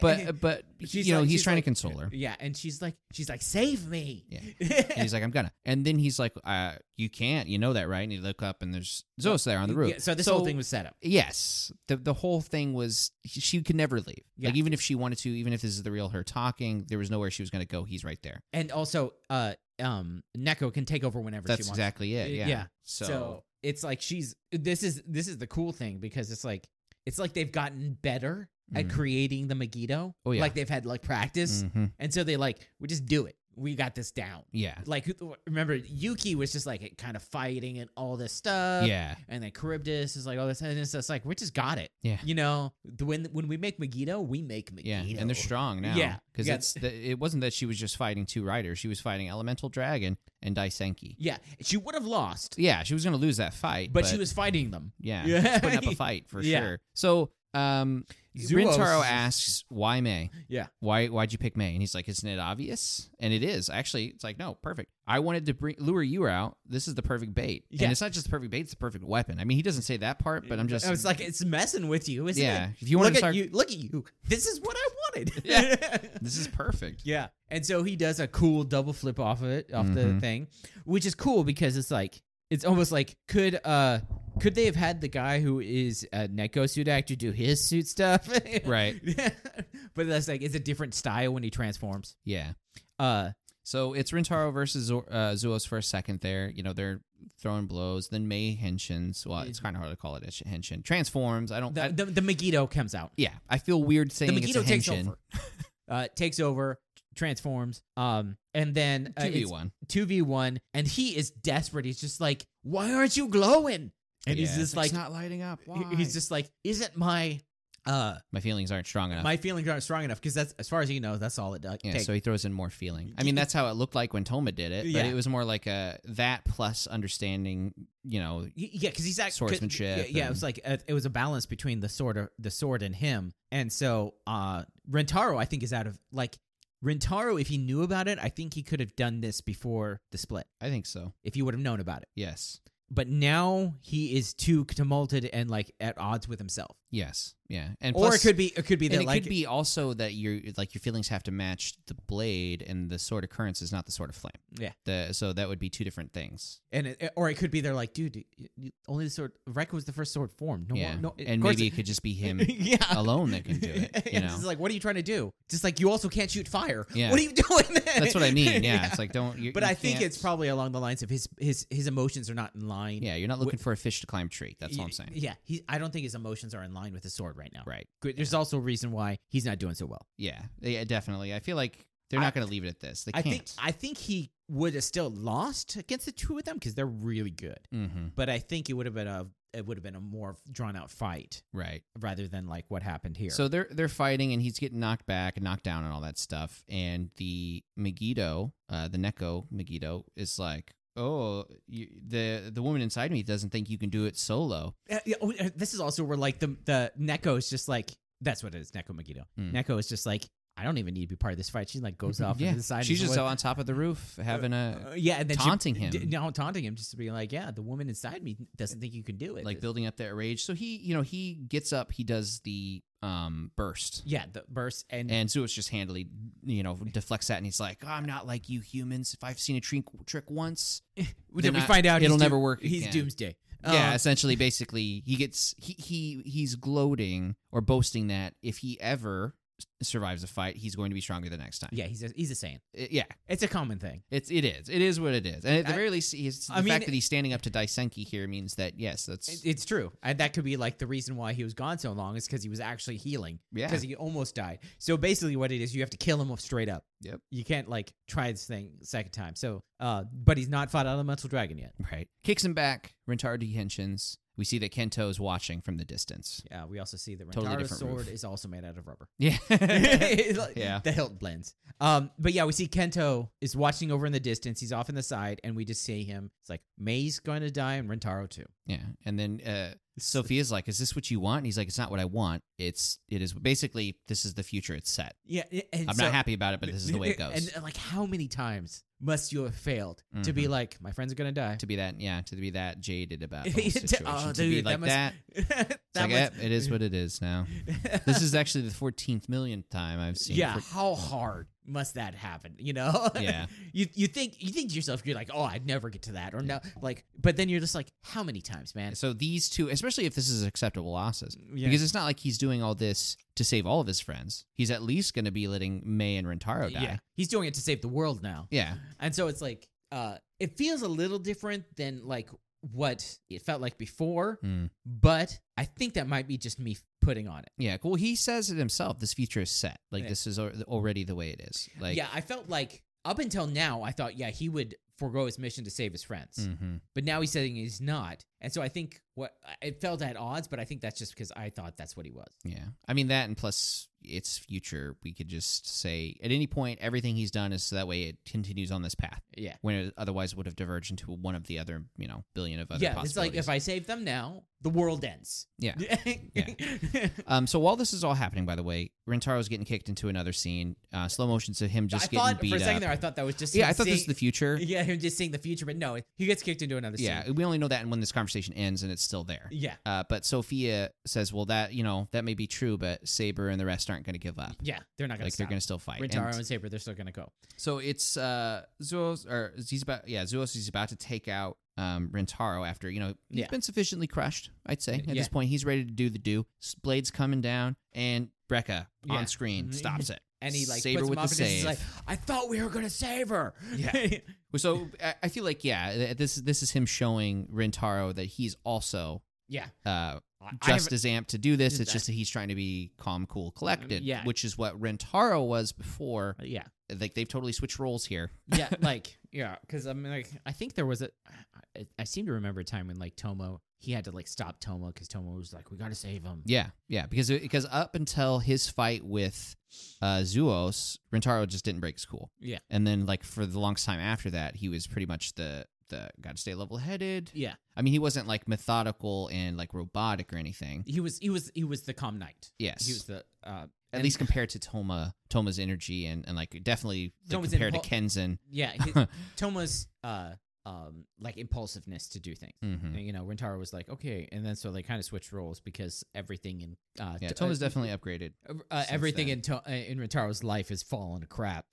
But uh, but
She's
you know
like-
he's
she's
trying
like-
to console
*laughs*
her.
yeah, and she's like, she's like, save me. *laughs*
Yeah. And he's like, I'm gonna. And then he's like, uh, you can't. You know that, right? And you look up and there's Zos there on the roof.
Yeah, so this whole thing was set up.
Yes, the the whole thing was she could never leave.
Yeah.
Like even if she wanted to, even if this is the real her talking, there was nowhere she was going to go. He's right there.
And also, uh, um, Neko can take over whenever
That's
she wants.
exactly it.
Y-
Yeah.
yeah.
So,
So. it's like she's this is this is the cool thing because it's like it's like they've gotten better at
Mhm.
creating the Megiddo.
Oh, yeah.
Like they've had like practice.
Mhm.
And so they like, we just do it. We got this down.
yeah,
Like, who- remember, Yuki was just like kind of fighting and all this stuff.
yeah,
And then Charybdis is like all this. And it's just like, we just got it.
Yeah.
You know, the, when when we make Megiddo, we make
yeah.
Megiddo.
And they're strong now.
Yeah.
because
Yeah.
it's the, it wasn't that she was just fighting two riders. She was fighting Elemental Dragon and Daisenki.
Yeah. She would have lost,
Yeah, she was going to lose that fight,
but, she was fighting them.
yeah,
*laughs* Yeah.
she's putting up a fight for
*laughs* Yeah.
sure. So. Um,
Zuos-
Rintaro asks, "Why May?
Yeah.
why why'd you pick May? And he's like, isn't it obvious? And it is actually. It's like, no, perfect. I wanted to bring lure you out. This is the perfect bait.
Yeah.
And it's not just the perfect bait; it's the perfect weapon. I mean, he doesn't say that part, but I'm just.
I was like, it's messing with you, isn't
yeah.
it?
If you want
look
to
at
start,
you. Look at you. This is what I wanted.
*laughs* Yeah. this is perfect.
*laughs* Yeah. And so he does a cool double flip off of it, off the
Mhm.
thing, which is cool because it's like it's almost like could uh could they have had the guy who is a Neko suit actor do his suit stuff? *laughs*
Right.
but that's like it's a different style when he transforms.
Yeah.
Uh
So it's Rintaro versus Zo- uh, Zuos for a second there. You know, they're throwing blows. Then May henshins. Well,
Mm-hmm.
it's kind of hard to call it a sh- henshin. Transforms. I don't.
the
I-
the, the Megiddo comes out.
yeah, I feel weird
The
saying it's a
Megiddo takes
henshin.
over. *laughs* uh takes over, transforms, um and then uh,
Two v
it's-
one.
2v1 and he is desperate. He's just like, "Why aren't you glowing?" And he's just like
it's not lighting up.
He-
Why?
He's just like, isn't my uh
my feelings aren't strong enough.
my feelings aren't strong enough because that's as far as you know, that's all it does.
Yeah,
take.
so he throws in more feeling. I mean, that's how it looked like when Toma did it, but
Yeah.
it was more like a that plus understanding. You know,
Y- yeah, because he's act- 'cause-
Swordsmanship
Yeah, yeah, it was like uh it was a balance between the sword, or, the sword, and him. And so uh Rentaro, I think, is out of like Rentaro. If he knew about it, I think he could have done this before the split.
I think so.
If he would have known about it,
Yes,
but now he is too tumulted and like at odds with himself.
yes, yeah. And
or
plus-
it could be, it could be
and
that
it
like
could be also that your like your feelings have to match the blade, and the sword of currents is not the sword of flame.
Yeah.
The so that would be two different things.
and it, or it could be they're like, dude, you- you- only the sword. Rekka was the first sword formed. No,
yeah.
more, no,
and
of course
maybe it could
*laughs*
just be him
yeah.
alone that can do
*laughs*
it. You
And
know.
It's like, what are you trying to do? Just like you also can't shoot fire. *laughs*
Yeah.
What are you doing?
That's what I
*laughs*
mean. Yeah. It's like don't. You,
But
you
I think
can't-
it's probably along the lines of his his his emotions are not in line.
Yeah, you're not looking for a fish to climb a tree. That's all I'm saying.
Yeah, he. I don't think his emotions are in line with his sword right now.
Right.
Good- There's also a reason why he's not doing so well.
Yeah. Yeah. Definitely. I feel like they're
I-
not going to leave it at this. They
I
can't.
think I think he would have still lost against the two of them because they're really good.
Mm-hmm.
But I think it would have been a it would have been a more drawn out fight
Right.
rather than like what happened here.
So they're they're fighting, and he's getting knocked back and knocked down and all that stuff. And the Megiddo, uh, the Neko Megiddo, is like, "Oh, you, the the woman inside me doesn't think you can do it solo."
Uh, yeah, oh, uh, this is also where like the the Neko is just like that's what it is. Neko Megiddo.
Hmm.
Neko is just like I don't even need to be part of this fight. She
*laughs*
like goes off
Mm-hmm. yeah,
to the side. and
she's just
like,
on top of the roof having
uh,
a
yeah, and then she-
taunting him.
d- no, taunting him just to be like, yeah, the woman inside me doesn't think you can do it.
like building up that rage. So he, you know, he gets up, he does the um burst.
yeah, the burst and,
And Zeus just handily, you know, deflects that and he's like, I'm not like you humans. If I've seen a trick, trick once,
then
then
we
I-
find out he's
it'll
doom-
never work
He's
again.
doomsday.
yeah, *laughs*
Um,
essentially, basically, he gets he he he's gloating or boasting that if he ever s- survives a fight, he's going to be stronger the next time.
yeah, he's a, he's a saying.
I- yeah.
It's a common thing.
It's it is it is what it is, and at the
I-
very least, he's, the
I mean,
fact that he's standing up to Daisenki here means that yes, that's
It- It's true. And that could be like the reason why he was gone so long is because he was actually healing
yeah.
because he almost died. So basically, what it is, you have to kill him straight up.
Yep.
You can't like try this thing second time. So, uh, but he's not fought Elemental Dragon yet.
Right. Kicks him back. Rentar dehensions. We see that Kento is watching from the distance.
Yeah, we also see that Rentaro's
Totally different
sword
roof.
is also made out of *laughs* rubber.
Yeah.
It's like-
Yeah.
The hilt blends. Um, but yeah, we see Kento is watching over in the distance. He's off in the side, and we just see him. It's like May's going to die, and Rentaro too.
*laughs*
*laughs*
yeah. And then uh, Sophia's like, "Is this what you want?" And he's like, "It's not what I want. It's it is basically this is the future. It's set.
Yeah, and
I'm
so-
not happy about it, but
*laughs*
this is the way it goes."
And like, how many times must you have failed to be like, my friends are gonna die?
to be that, yeah, to be that jaded
*laughs*
about the
To-
whole situation.
oh,
to be
dude,
like
that
that.
must- *laughs* that
It's like,
must-
"Yep, it
*laughs*
is what it is now. This is actually the 14th millionth time I've seen.
yeah.
for-
How hard must that happen? You know? *laughs*
Yeah.
you you think you think to yourself, you're like, oh, I'd never get to that, or no, like, but then you're just like, how many times, man? Mm,
So these two, especially if this is acceptable losses,
Yeah.
because it's not like he's doing all this to save all of his friends. He's at least going to be letting May and Rentaro die.
yeah, he's doing it to save the world now.
Yeah.
And so it's like uh it feels a little different than like what it felt like before,
Mm.
but I think that might be just me putting on it.
Yeah, cool. He says it himself. This future is set. Like
Yeah.
this is al- already the way it is. Like
yeah, I felt like up until now I thought yeah, he would forego his mission to save his friends.
mhm.
But now he's saying he's not. And so I think what it felt at odds, but I think that's just because I thought that's what he was.
Yeah. I mean that, and plus it's future. We could just say at any point everything he's done is so that way it continues on this path.
Yeah.
When it otherwise would have diverged into one of the other, you know, billion of other.
yeah, it's like
possibilities.
if I save them now, the world ends. *laughs*
Yeah. Um, so while this is all happening, by the way, Rentaro's getting kicked into another scene. Uh, slow motions of him just
I
getting
thought
beat
for a second
up.
there, I thought that was just
yeah,
him
I thought this is
seeing-
the future.
Yeah, him just seeing the future, but no, he gets kicked into another
Yeah,
scene.
we only know that when this conversation ends, and it's still there.
Yeah.
Uh, but Sophia says, "Well, that you know that may be true, but Saber and the rest aren't going to give up.
Yeah. They're not going
like
to
they're
stop.
going to still fight."
Rintaro and,
And
Saber, they're still going to go.
so it's uh, Zuos, or he's about yeah, Zuos is about to take out um, Rentaro after you know he's
Yeah.
been sufficiently crushed. I'd say at
Yeah.
this point he's ready to do the do. S- Blades coming down, and Brekka
Yeah.
on screen
Mhm. *laughs*
stops it.
And he like
Saber
puts him
with
off
the
and he's
save.
like, I thought we were going to save her.
Yeah. Well, So I- I feel like yeah, th- this this is him showing Rintaro that he's also
*laughs* yeah.
uh,
I- I
just
haven't-
as amped to do this.
Just
It's just that he's trying to be calm, cool, collected,
Yeah.
which is what Rintaro was before.
yeah.
Like they've totally switched roles here.
yeah, like yeah, because I'm like I think there was a I, I seem to remember a time when like Tomo he had to like stop Tomo because Tomo was like we gotta save him.
Yeah, yeah, because because up until his fight with uh, Zuos, Rintaro just didn't break his cool.
Yeah.
and then like for the longest time after that, he was pretty much the the gotta stay level headed.
Yeah,
I mean, he wasn't like methodical and like robotic or anything.
he was he was he was the calm knight.
Yes,
He was the uh,
at
and-
least compared to Toma Toma's energy and, and like definitely like,
Toma's
compared
impul-
to Kenzen.
yeah *laughs* his, Tomo's uh um like impulsiveness to do things.
Mhm.
You know, Rentaro was like okay, and then so they kind of switched roles because everything in uh,
Yeah,
T-
Toma's
uh,
definitely upgraded.
uh,
since
everything
then.
in to- uh, in Rentaro's life has fallen to crap,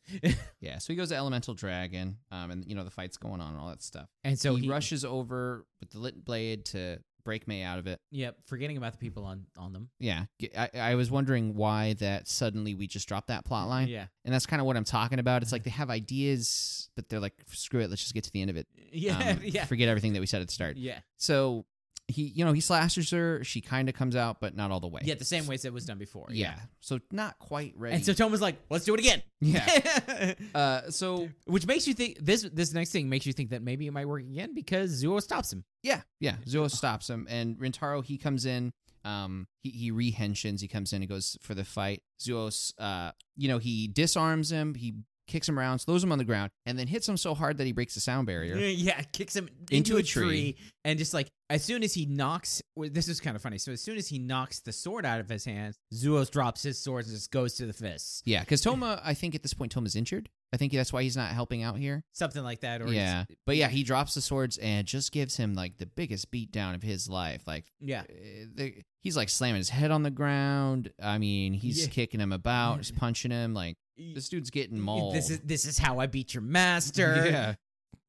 Yeah, so he goes to Elemental Dragon, um, and you know the fight's going on and all that stuff.
and so
So he,
he,
rushes over with the lit blade to break May out of it.
Yep, forgetting about the people on on them.
Yeah, G- I, I was wondering why that suddenly we just dropped that plot line,
Yeah, *laughs* Uh-huh.
and that's kind of what I'm talking about. It's like they have ideas, but they're like, screw it, let's just get to the end of it.
*laughs* yeah,
Um,
yeah,
Forget everything that we said at the start.
yeah.
So he, you know, he slashes her. She kind of comes out, but not all the way.
Yeah, the same ways it was done before.
Yeah. So not quite ready.
*laughs* And so Tom was like, let's do it again.
yeah. Uh, so
*laughs* Which makes you think this this next thing makes you think that maybe it might work again because Zuo stops him.
yeah, yeah. Zuo stops him, and Rintaro he comes in. Um, he he rehensions. He comes in and goes for the fight. Zuo's, uh, you know, he disarms him. He kicks him around, throws him on the ground, and then hits him so hard that he breaks the sound barrier.
*laughs* yeah, kicks him
Into
into,
a
a tree. and just like as soon as he knocks, well, this is kind of funny. So as soon as he knocks the sword out of his hands, Zuos drops his sword and just goes to the fists,
Yeah, because Toma, I think at this point Toma's injured. I think that's why he's not helping out here.
something like that. Or he's-
Yeah, but yeah, he drops the swords and just gives him like the biggest beatdown of his life. Like
yeah,
uh, the, he's like slamming his head on the ground. I mean, he's
Yeah.
kicking him about, he's punching him. Like
Y-
this dude's getting
y-
mauled.
This is this is how I beat your master.
*laughs* Yeah,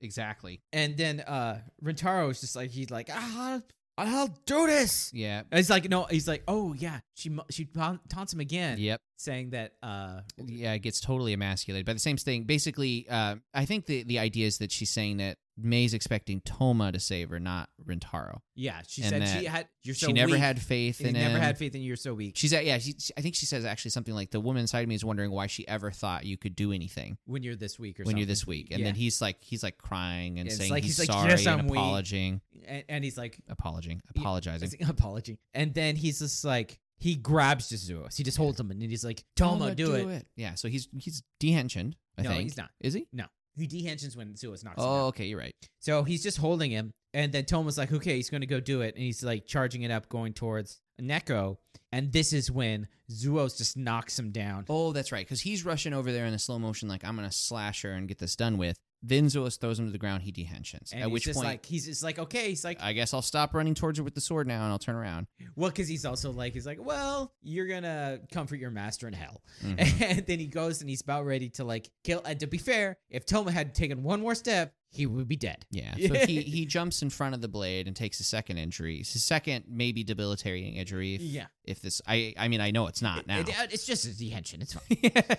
exactly.
and then uh Rentaro is just like he's like ah, I'll do this.
Yeah.
And It's like no, he's like oh yeah, she mu- she ta- taunts him again,
Yep.
saying that uh
Yeah, it gets totally emasculated by the same thing. Basically, uh, I think the the idea is that she's saying that May's expecting Toma to save her, not Rentaro.
yeah she
And
said
that
she had you're so
she never
weak.
had faith
She
in
never
him.
had faith in you. You're so weak.
She's at, yeah. She, she- I think she says actually something like the woman inside of me is wondering why she ever thought you could do anything
when you're this week or
when you're this
something.
week. And
Yeah.
then he's like he's like crying and
It's
saying
like-
he's,
he's like,
sorry
"Yes, I'm
and
weak."
apologizing,
and, and he's like
apologizing,
Yeah,
apologizing.
it's- *laughs* apology and then he's just like he grabs just Zeus he just holds him and then he's like Toma, do, it,
Yeah. So he's he's dehensioned. I
no
think
he's not
Is he?
he dehensions when Zeus knocks him
Oh,
out
okay. You're right.
so he's just holding him and then Toma's like okay he's gonna go do it and he's like charging it up going towards Neko and this is when Zeus just knocks him down
Oh, that's right. Because he's rushing over there in a slow motion, like I'm gonna slash her and get this done with. Then Zoas throws him to the ground. He dehensions.
and
At
he's
which
just
point,
like he's just like okay he's like
I guess I'll stop running towards her with the sword now, and I'll turn around.
well because he's also like he's like well you're gonna comfort your master in hell
Mhm.
*laughs* and then he goes and he's about ready to like kill. And to be fair, if Toma had taken one more step, he would be dead.
Yeah. So he,
*laughs*
he jumps in front of the blade and takes a second injury. It's His second maybe debilitating injury. If,
Yeah,
if this, I I mean, I know it's not now.
It- it- it's just a dehension.
*laughs*
It's fine.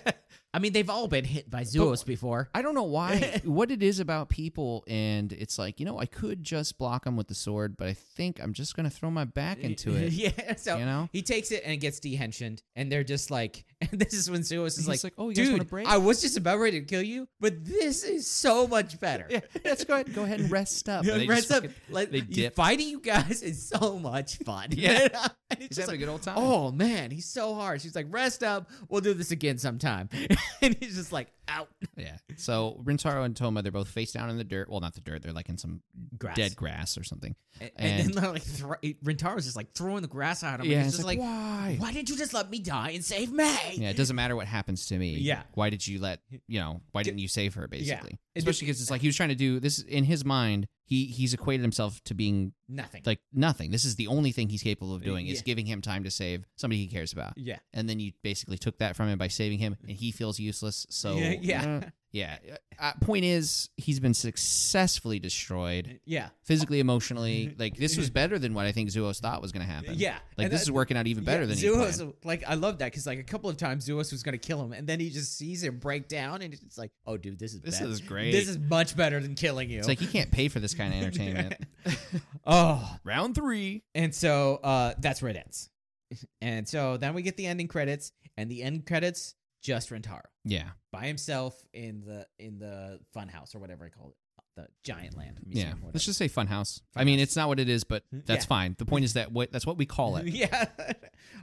I mean, they've all been hit by Zeus before.
I don't know
*laughs*
why what it is about people, and it's like you know I could just block them with the sword, but I think I'm just gonna throw my back into it.
*laughs* yeah. So
You know,
he takes it and gets dehensioned, and they're just like, *laughs* and this is when Zeus is
He's
like,
like, "Oh, you guys want a
dude,
break?
I was just about ready to kill you, but this is so much better.
*laughs* yeah, let's go ahead go ahead and rest up. And they
Rest
just
up.
fucking-
Like,
they
you-
dip.
Fighting you guys is so much fun. *laughs*
Yeah. *laughs*
And
He's
it's just
having a good old time.
Oh man, he's so hard. She's like, rest up. We'll do this again sometime. *laughs* and he's just like, out.
yeah. So Rintaro and Toma, they're both face down in the dirt. Well, not the dirt. They're like in some
Grass.
dead grass or something.
And, and
And-
then they're like, thro- Rentaro's just like throwing the grass at him.
yeah.
and
it's
he's just like,
why?
why didn't you just let me die and save May?
Yeah, it doesn't matter what happens to me.
Yeah.
Why did you let you know? Why didn't you save her? Basically,
It-
especially because it's like he was trying to do this in his mind. He he's equated himself to being
Nothing.
like nothing. This is the only thing he's capable of doing. is
Yeah.
giving him time to save somebody he cares about.
yeah.
And then you basically took that from him by saving him, and he feels
*laughs*
useless. So
yeah. Yeah.
uh, yeah. Uh, point is, he's been successfully destroyed
yeah.
physically,
*laughs*
emotionally. Like this was better than what I think Zuos thought was going to happen.
Yeah.
Like
And
this
that-
is working out even better
yeah,
than he planned.
Zeus. Like I love that because like a couple of times Zeus was gonna kill him, and then he just sees him break down, and it's like, oh dude, this is
This
bet-
is great.
This is much better than killing you.
It's like you can't pay for this kind
*laughs*
of entertainment.
oh,
Round three.
And so uh, that's where it ends. And so then we get the ending credits, and the end credits just Rentaro
Yeah.
by himself in the in the fun house or whatever I call it, the giant land
Yeah.
museum. or
Let's
whatever.
just say fun house. I mean, it's not what it is, but that's
Hmm. Yeah.
fine. The point is that what that's what we call it.
*laughs* yeah.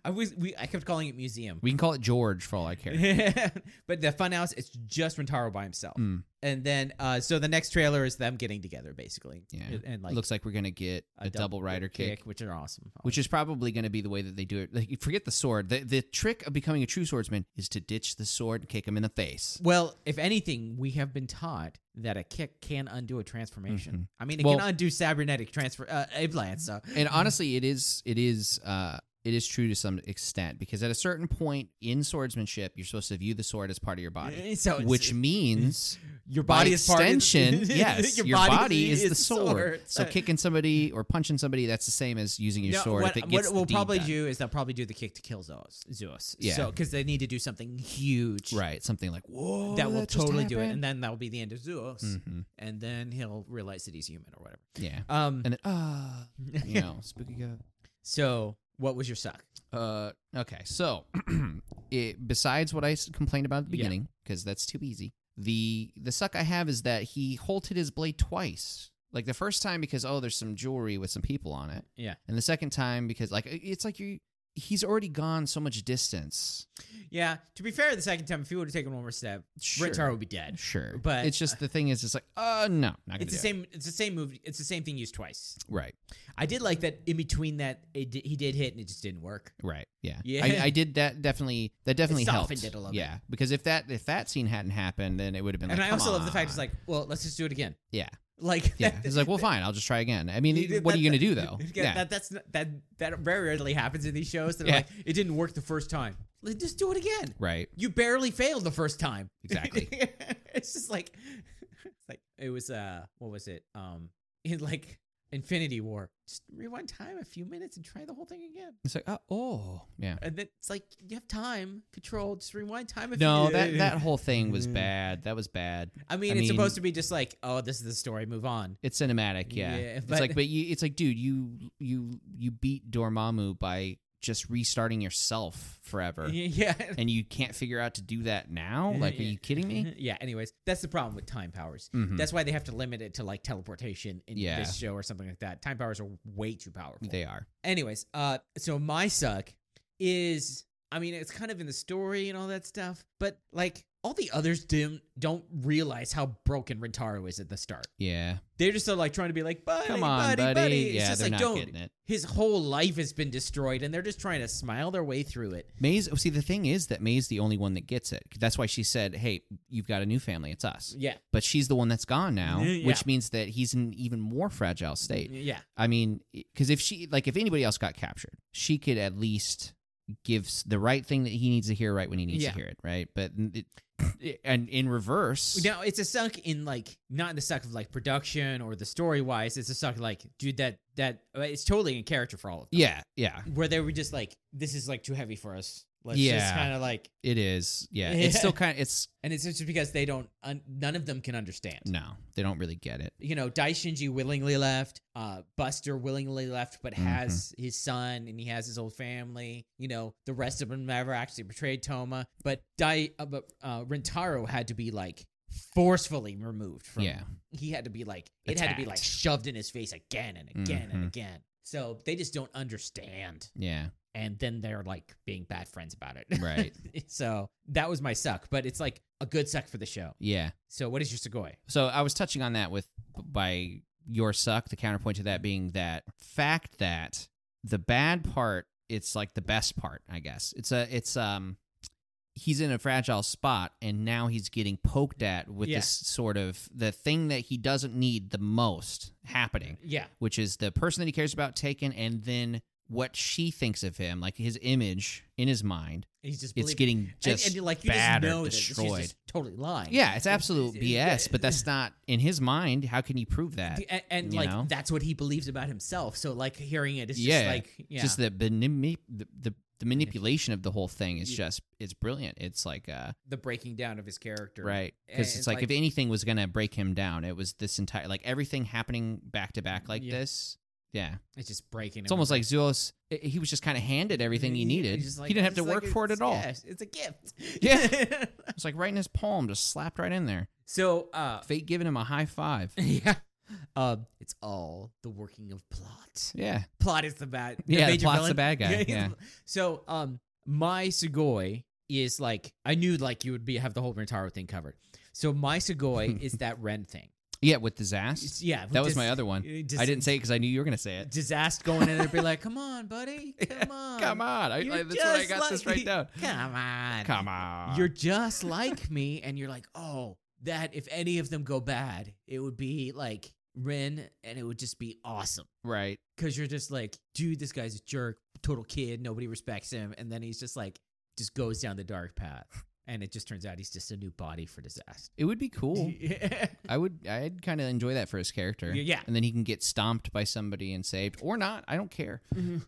I was we I kept calling it museum.
We can call it George for all I care.
but the fun house it's just Rentaro by himself.
Mm.
And then uh, so the next trailer is them getting together basically.
Yeah.
And, and, *laughs* like
Looks like we're gonna get a, double, rider kick,
which are awesome.
which is probably gonna be the way that they do it. Like, you forget the sword. The the trick of becoming a true swordsman is to ditch the sword and kick him in the face.
Well, if anything, we have been taught that a kick can undo a transformation. I mean, it
Mm-hmm. Well-
can undo cybernetic transfer uh, implants. So
And honestly, it is it is uh it is true to some extent because at a certain point in swordsmanship, you're supposed to view the sword as part of your body,
*laughs* so it's-
which means
*laughs* your
by
body is part of-
extension,
*laughs*
yes, your, body, is, the sword. So
Uh,
kicking somebody or punching somebody, that's the same as using your
no,
sword.
What,
if it gets
what
the
we'll
deed
probably
done.
do is they'll probably do the kick to kill Zeus. Zeus.
Yeah.
So because they need to do something huge.
right, something like whoa,
Oh, That will
just
totally do it, and
happened."
then that will be the end of Zeus,
Mhm,
and then he'll realize that he's human or whatever.
yeah,
Um,
and then
*laughs*
ah, you know, spooky guy.
so what was your suck?
Uh, okay, so *clears throat* it, besides what I s- complained about at the
Yeah.
beginning, because that's too easy. The the suck I have is that he holted his blade twice. Like the first time because oh, there's some jewelry with some people on it,
Yeah.
and the second time because like it- it's like you he's already gone so much distance
Yeah. To be fair, the second time, if he would have taken one more step,
Sure.
Rentaro would be dead.
Sure.
but-
But it's just the thing is, it's like, uh, no, not gonna
It's the
do
same. It's the same move. It's the same thing used twice.
It. Right.
I did like that. In between that, it, di- he did hit, and it just didn't work.
Right. Yeah.
Yeah.
I, I did that. Definitely. That definitely helped.
softened it a little bit.
yeah. Because if that if that scene hadn't happened, then it would have been.
And
like,
I
"Come
also love the fact it's
on."
like, well, let's just do it again.
Yeah.
Like, *laughs*
Yeah. It's like, well, fine. I'll just try again. I mean, what are you gonna do though?
Yeah, that that's not, that that very rarely happens in these shows. That are
Yeah.
like, it didn't work the first time. Let's just do it again. *laughs*
right.
You barely failed the first time.
Exactly.
*laughs* it's just like, it's like it was. Uh, what was it? Um, in like Infinity War, just rewind time a few minutes and try the whole thing again.
It's like, oh, oh. yeah.
And then it's like you have time control. Just rewind time. A
No,
few
that
*laughs*
that whole thing was
Mm.
bad. That was bad.
I mean,
I
it's
mean-
supposed to be just like, oh, this is the story. Move on.
It's cinematic, yeah.
Yeah,
it's
but-
like, but you, it's like, dude, you you you beat Dormammu by just restarting yourself forever,
*laughs* Yeah.
and you can't figure out to do that
*laughs*
now. Like, are
Yeah.
you kidding me?
*laughs* yeah. Anyways, that's the problem with time powers.
Mhm.
That's why they have to limit it to like teleportation in
Yeah.
this show or something like that. Time powers are way too powerful.
They are.
Anyways, uh, so my suck is, I mean, it's kind of in the story and all that stuff, but like all the others didn't don't realize how broken Rentaro is at the start.
Yeah.
They're just uh, like trying to be like, buddy,
Come on,
buddy,
buddy.
buddy. It's
Yeah,
just
they're
like,
not
don't.
getting it.
His whole life has been destroyed, and they're just trying to smile their way through it.
May's. oh, See, the thing is that May's the only one that gets it. That's why she said, "Hey, you've got a new family. It's us."
Yeah,
But she's the one that's gone now,
Yeah. Mm-hmm.
which means that he's in an even more fragile state.
yeah,
I mean, because if she, like, if anybody else got captured, she could at least give s- the right thing that he needs to hear right when he needs
Yeah.
to hear it, right? But n- it, and in reverse,
Now it's a suck in like not in the suck of like production or the story wise. It's a suck like dude that that uh, it's totally in character for all of them.
yeah, yeah,
where they were just like this is like too heavy for us. Let's just
Yeah.
kind of like
it is. Yeah, it's still
Yeah.
kind of. It's
and it's just because they don't un- none of them can understand.
no, they don't really get it.
You know, Daishinji willingly left. Uh, Buster willingly left, but
Mm-hmm.
has his son and he has his whole family. You know, the rest of them never actually betrayed Toma, but Dai, uh, but uh, Rentaro had to be like forcefully removed from
yeah,
he had to be like it had to be like
Attacked.
shoved in his face again and again and
Mhm.
again so they just don't understand
yeah,
and then they're like being bad friends about it
Right.
*laughs* so that was my suck but it's like a good suck for the show
yeah.
so what is your segoy
So I was touching on that with by your suck. The counterpoint to that being that fact that the bad part, it's like the best part, I guess. It's a, it's um, he's in a fragile spot, and now he's getting poked at with
Yeah.
this sort of the thing that he doesn't need the most happening,
yeah
which is the person that he cares about taken, and then what she thinks of him, like his image in his mind.
he's just
It's
believing-
getting just
and, and like you
battered,
just know that she's
destroyed.
just totally lying
Yeah, it's absolute
Yeah.
BS, but that's not in his mind. How can you prove that?
The- and, and
you
like
know?
that's what he believes about himself so like hearing it is just
Yeah.
like yeah
Just the, manip- the the the manipulation of the whole thing is
Yeah.
just it's brilliant. It's like uh
the breaking down of his character
right
And
because
it's
it's like,
like-
if anything was gonna break him down, it was this entire like everything happening back to back like
Yeah.
this. Yeah,
it's just breaking
it's
him
almost like Zeus. i- He was just kind of handed everything he
Yeah,
needed.
he's just like-
he didn't have to
it's like
work for it
it's-
at all.
yeah, it's a gift.
Yeah. It's like right in his palm, just slapped right in there.
*laughs* so, uh, *laughs*
Fate giving him a high five. *laughs*
yeah. Um, it's all the working of plot.
Yeah,
Plot is the bad. the
Yeah, the
major
plot's
villain.
the bad
*laughs*
guy,
he's
yeah.
the- So, um, my Segoy is like I knew like you would be have the whole Rentaro thing covered. So my
*laughs*
Segoy is that Ren thing.
yeah, with disaster.
It's- yeah,
That was my other one.
I
I
*laughs*
didn't say it because I knew you were gonna say it.
disaster going in there. Be like,
*laughs*
come on, buddy, come on,
Come on, I,
You're
I, that's what I
just
got this
like-
right down.
*laughs* come on,
Come on,
you're just like me and you're like oh that if any of them go bad it would be like ren and it would just be awesome
right.
because you're just like dude this guy's a jerk total kid nobody respects him and then he's just like just goes down the dark path and it just turns out he's just a new body for disaster
It would be
*laughs*
cool.
yeah.
I would. I'd kind of enjoy that for his character.
Yeah.
and then he can get stomped by somebody and saved, or not. I don't care.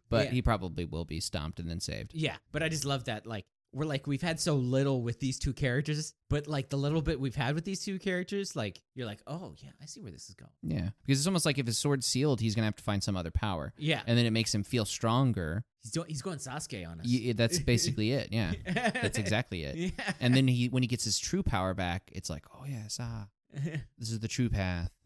But
Yeah.
he probably will be stomped and then saved.
yeah but i just love that like we're like we've had so little with these two characters but like the little bit we've had with these two characters like you're like oh yeah i see where this is going
Yeah, because it's almost like if his sword's sealed, he's gonna have to find some other power,
yeah
and then it makes him feel stronger.
he's doing he's going sasuke on us *laughs*
Y- it- that's basically it. Yeah, that's exactly it.
Yeah.
And then he, when he gets his true power back, it's like, oh yes, ah, this is the true path.
*laughs*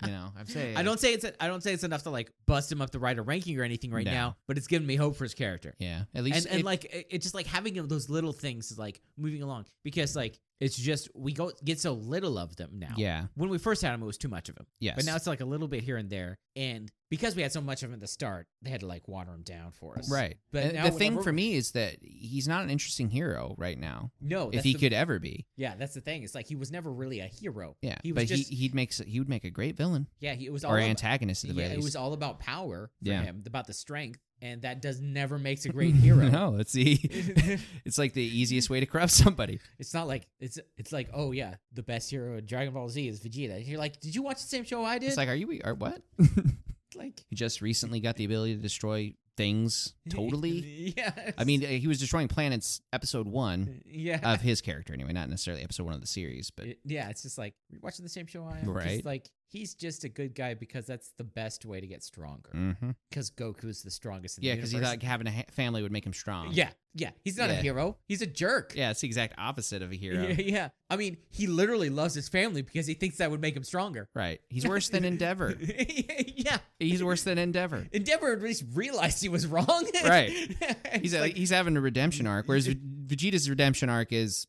You know, I'm saying
I don't say it's I don't say it's enough to like bust him up to write a ranking or anything right
No.
now, but it's giving me hope for his character.
Yeah, at
And
least
and
it-
like it, it just like having him- those little things is like moving along because like it's just we go get so little of them now.
yeah,
When we first had him, it was too much of him,
yes.
but now it's like a little bit here and there. And because we had so much of him at the start, they had to like water him down for us.
right.
but
And
now
the thing
whenever-
for me is that he's not an interesting hero right now,
No.
if
that's
he
the-
could ever be.
Yeah, that's the thing. It's like he was never really a hero.
Yeah,
He was
but
just-
he he'd makes he would make a great villain
Yeah, he, it was all
or
about-
antagonist at the
yeah,
very
it was
least.
all about power for
Yeah.
him, about the strength, and that does never makes
*laughs*
a great hero.
no, it's
*laughs*
the it's like the easiest way to corrupt somebody.
It's not like it's it's like oh yeah, the best hero in Dragon Ball Z is Vegeta. You're like, did you watch the same show I did?
It's like, are you e, are
*laughs*
what?
like
He just recently got the ability to destroy
*laughs*
things totally.
yeah.
I mean, uh, he was destroying planets. Episode one
yeah,
of his character, anyway, not necessarily episode one of the series, but
*laughs* It- yeah. It's just like you're watching the same show I am. Just
Right.
like he's just a good guy because that's the best way to get stronger.
Mhm.
Because Goku's the strongest. In
yeah,
the
because he
universe.
thought having a ha- family would make him strong.
Yeah, yeah. He's not a
Yeah.
hero. He's a jerk. *laughs*
yeah, it's the exact opposite of a hero.
Yeah, yeah. I mean, he literally loves his family because he thinks that would make him stronger.
Right.
*laughs*
He's worse than Endeavor.
yeah.
He's worse than Endeavor.
Endeavor at least realized he was wrong. *laughs*
Right.
It's
He's
like,
he's having a redemption arc, whereas Vegeta's redemption arc is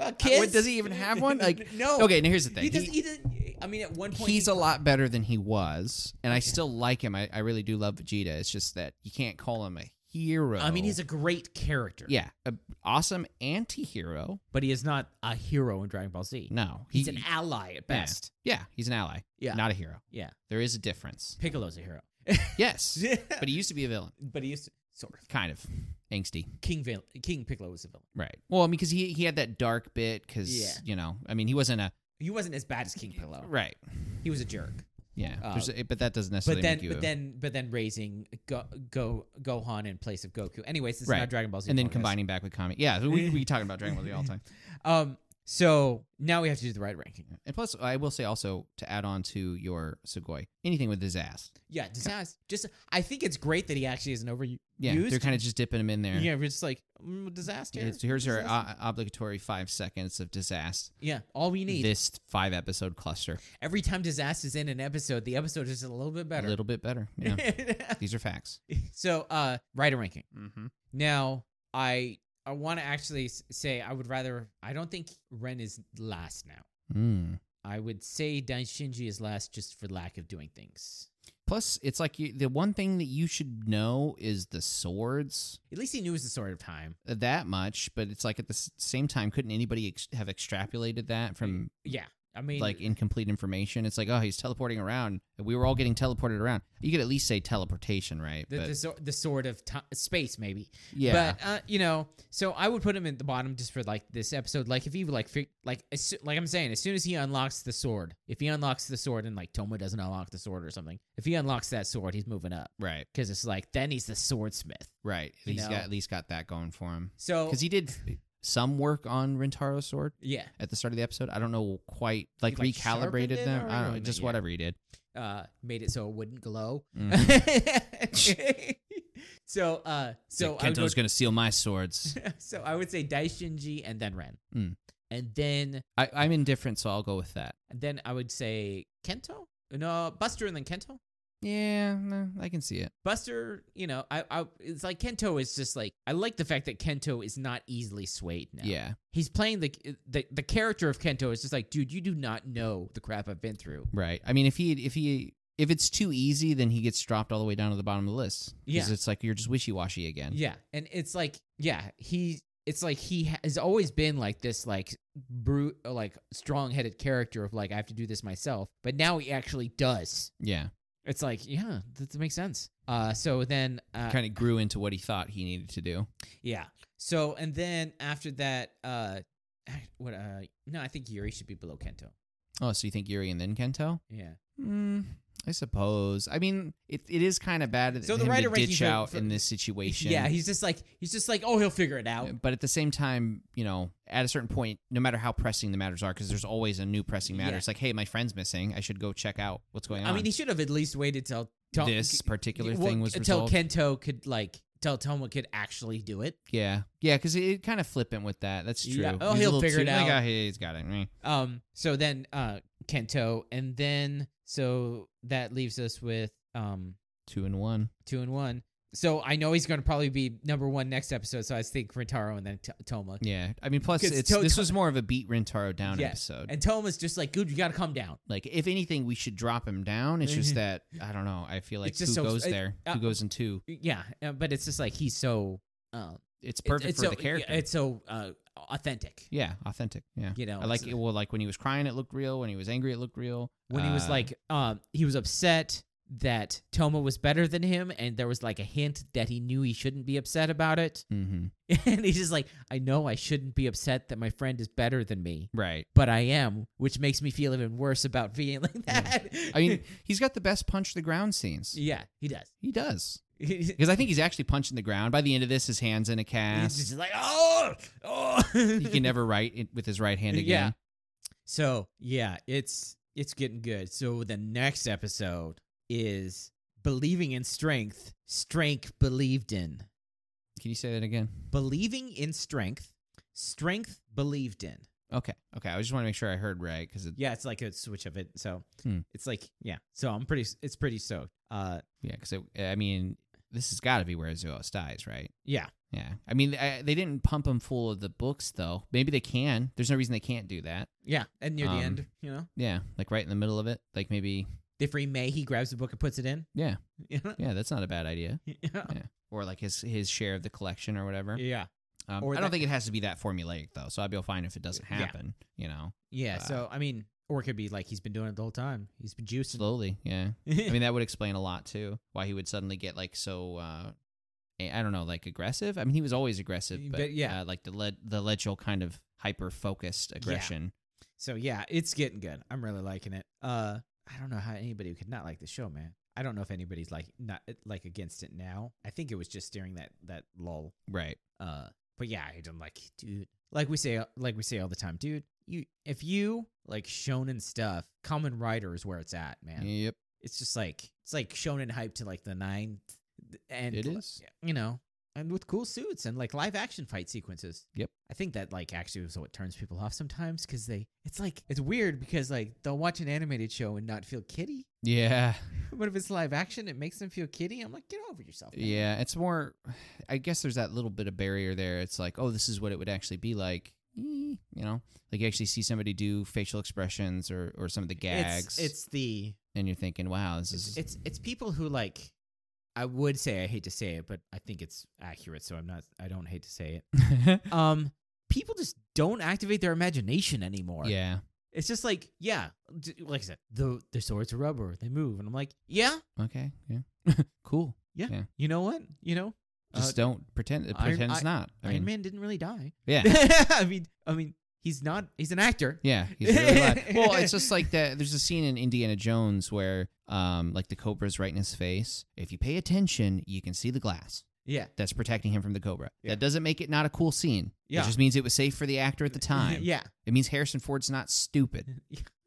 a kiss?
What, Uh, does he even have one? Like
*laughs* no.
okay. Now here's the thing.
Oh, He, doesn't,
He-
he doesn't. I mean, at one point,
he's
he-
a lot better than he was, and I still like him. I, I really do love Vegeta. It's just that you can't call him a hero.
I mean, he's a great character.
yeah, a awesome anti-hero.
But he is not a hero in Dragon Ball Z.
No,
He's
he-
an ally at
yeah.
best.
Yeah, he's an ally.
Yeah.
not a hero.
Yeah.
There is a difference.
Piccolo's a *laughs* hero.
Yes, but he used to be a villain,
but he is sort of.
kind of angsty.
King, vil- King Piccolo was a villain.
Right. Well, I mean, because he he had that dark bit. Because
Yeah.
you know, I mean, he wasn't a
He wasn't as bad as King Piccolo.
right.
He was a jerk.
Yeah,
Uh,
there's a- but that doesn't necessarily
but then,
make you.
but
a-
then, but then raising Go, Go Gohan in place of Goku. Anyways, this is
Right.
not Dragon Ball Z.
and then
podcast.
combining back with comic. Yeah, so
*laughs*
we we talking about Dragon Ball Z all the time.
Um. So now we have to do the right ranking.
And plus, I will say also to add on to your Sugoi, anything with his ass.
Yeah, Desas. Just I think it's great that he actually isn't over.
Yeah, they're
Used?
kind of just dipping him in there.
Yeah, we're just like mm, disaster.
It's- here's our
disaster.
uh, obligatory five seconds of disaster.
yeah. All we need
This five episode cluster,
every time disaster's in an episode, the episode is just a little bit better.
a little bit
*laughs*
better. Yeah, these are facts.
so, uh, writer ranking.
Mm-hmm.
Now, I I want to actually s- say I would rather. I don't think Ren is last now.
Mm.
I would say Daishinji is last just for lack of doing things.
Plus, it's like you, the one thing that you should know is the swords
At least he knew it was the sort of time.
uh, that much, but it's like at the s- same time, couldn't anybody ex- have extrapolated that from
Yeah. I mean,
like incomplete information. It's like, oh, he's teleporting around. We were all getting teleported around. You could at least say teleportation, right?
the,
But-
the, sor- the sort of ti space, maybe.
yeah,
But, uh, you know, so I would put him at the bottom just for like this episode. Like, if he, like, fig- like, as soo- like I'm saying, as soon as he unlocks the sword, if he unlocks the sword and like Toma doesn't unlock the sword or something, if he unlocks that sword, he's moving up
right,
because it's like, then he's the swordsmith.
right.
you
He's
know.
got at least got that going for him
So,
because he did some work on Rintaro's sword
yeah.
at the start of the episode. I don't know quite like,
like, sharpened
recalibrated
it
them.
or
I don't know,
what?
just
Yeah.
whatever he did.
uh, made it so it wouldn't glow. *laughs*
*laughs* Mhm.
so, uh, so
Like,
I would
Kento's gonna steal my
*laughs*
swords.
go- so I would say Daishinji and then Ren,
Hmm.
and then
I, I'm indifferent, so I'll go with that.
and then I would say Kento. No, Buster and then Kento.
Yeah, no, I can see it.
Buster, you know, I, I, it's like Kento is just like I like the fact that Kento is not easily swayed now.
Yeah,
he's playing the the the character of Kento is just like, dude, you do not know the crap I've been through.
right. I mean, if he if he if it's too easy, then he gets dropped all the way down to the bottom of the list.
Yeah.
because it's like you're just wishy washy again.
Yeah, and it's like yeah, he it's like he ha- has always been like this like brute like strong-headed character of like I have to do this myself, but now he actually does.
yeah.
It's like, yeah, that, that makes sense. Uh so then uh
kind of grew into what he thought he needed to do.
yeah. So and then after that uh I- what uh no, I think Yuri should be below Kento.
Oh, so you think Yuri and then Kento?
Yeah.
Mm, I suppose. I mean, it it is kind of bad
So
so
the
him
writer
to
ranking
ditch
for-
out
for-
in this situation.
Yeah, he's just like he's just like, "Oh, he'll figure it out."
but at the same time, you know, at a certain point, no matter how pressing the matters are, because there's always a new pressing matter.
Yeah.
It's like, hey, my friend's missing. I should go check out what's going on.
I mean, he should have at least waited till till-
this particular
well,
thing was
until
resolved.
Kento could like tell Toma could actually do it.
yeah, yeah, because it, it kind of flippant with that. That's true.
Yeah. Oh,
He's a
he'll
little
figure it
too- like,
out.
oh, he's got it. Mm.
Um, so then uh, Kento, and then so that leaves us with um
Two and one.
two and one. So I know he's going to probably be number one next episode. So I was thinking Rintaro and then T- Toma.
Yeah. I mean, plus,
'Cause
it's,
Toto-
this was more of a beat Rintaro down
Yeah.
episode.
And Toma's just like, dude, you got to come down.
like, if anything, we should drop him down. It's just that, I don't know. I feel like
Mm-hmm. It's just
who
so-
goes
it-
there?
uh,
who goes in two?
Yeah, uh, but it's just like he's so uh,
It's
it-
perfect
it's
for
so,
the character.
It's so uh, authentic.
yeah. Authentic. Yeah.
You know,
I like
it's-
it. Well, like when he was crying, it looked real. When he was angry, it looked real.
when he was
Uh,
like um he was upset that Toma was better than him and there was like a hint that he knew he shouldn't be upset about it *laughs*
mhm.
and he's just like I know I shouldn't be upset that my friend is better than me
right.
but I am which makes me feel even worse about *laughs* being like
Yeah.
that
I mean, he's got the best punch the ground scenes.
*laughs* yeah he does *laughs*
He does.
he's
Because I think he's actually punching the ground. By the end of this, his hand's in a cast.
just like oh oh
he
*laughs*
can never write it with his right hand
Yeah.
again.
so yeah it's it's getting good so the next episode is believing in strength strength believed in
Can you say that again?
believing in strength, strength believed in.
Okay. Okay. I just want to make sure I heard right because
Yeah, it's like a switch of it. So
Hmm.
it's like yeah. So I'm pretty. It's pretty stoked. Uh,
yeah, because I mean this has got to be where Zeus dies, right?
yeah,
Yeah. I mean I, they didn't pump him full of the books though. Maybe they can. There's no reason they can't do that.
yeah. And near
Um,
the end, you know,
Yeah, like right in the middle of it. Like maybe
if he may, he grabs the book and puts it in.
Yeah.
*laughs* yeah,
yeah, that's not a bad idea.
yeah.
Or like his his share of the collection or whatever.
yeah.
Um,
Or
I
that-
don't think it has to be that formulaic though, so I'd be fine if it doesn't
Yeah.
happen. You know, Uh,
so I mean, or it could be like he's been doing it the whole time. He's been juicing.
slowly. Yeah. I mean, that would explain a lot too. Why he would suddenly get like so. uh eh, I don't know, like aggressive. I mean, he was always aggressive, but,
But, yeah.
uh, like the led the Ledgel kind of hyper focused aggression.
so yeah, it's getting good. I'm really liking it. Uh, I don't know how anybody could not like the show, man. I don't know if anybody's like not eh, like against it now. I think it was just during that that lull.
Right.
Uh, but yeah, I- I'm like, dude, like we say, like we say all the time, dude. You, if you like shonen stuff, Common Rider is where it's at, man.
Yep.
It's just like it's like shonen hype to like the ninth, and
It is.
you know, and with cool suits and like live action fight sequences.
Yep.
I think that like actually is what turns people off sometimes because they it's like it's weird because like they'll watch an animated show and not feel kitty, *laughs*
Yeah.
but if it's live action, it makes them feel kitty. I'm like, get over yourself. man.
Yeah. It's more. I guess there's that little bit of barrier there. It's like, oh, this is what it would actually be like. Eh, You know, like you actually see somebody do facial expressions or or some of the gags,
It's, it's the
and you're thinking, wow, this
it's,
is
it's it's people who like I would say I hate to say it, but I think it's accurate, so I'm not I don't hate to say
*laughs*
it. Um people just don't activate their imagination anymore.
yeah.
It's just like, yeah, d- like I said, the the swords are rubber, they move and I'm like, yeah,
Okay. Yeah. *laughs* cool.
you know what? You know?
Just
uh,
don't pretend.
Iron-
Pretend it's
I-
not. I
Iron
mean,
Man didn't
*laughs*
really die. *laughs*
yeah.
I mean I mean he's not he's an actor.
Yeah, he's really alive. well, it's just like that. There's a scene in Indiana Jones where, um, like the cobra's right in his face. If you pay attention, you can see the glass
Yeah.
that's protecting him from the cobra.
Yeah.
That doesn't make it not a cool scene.
Yeah.
It just means it was safe for the actor at the time.
*laughs* yeah.
It means Harrison Ford's not stupid.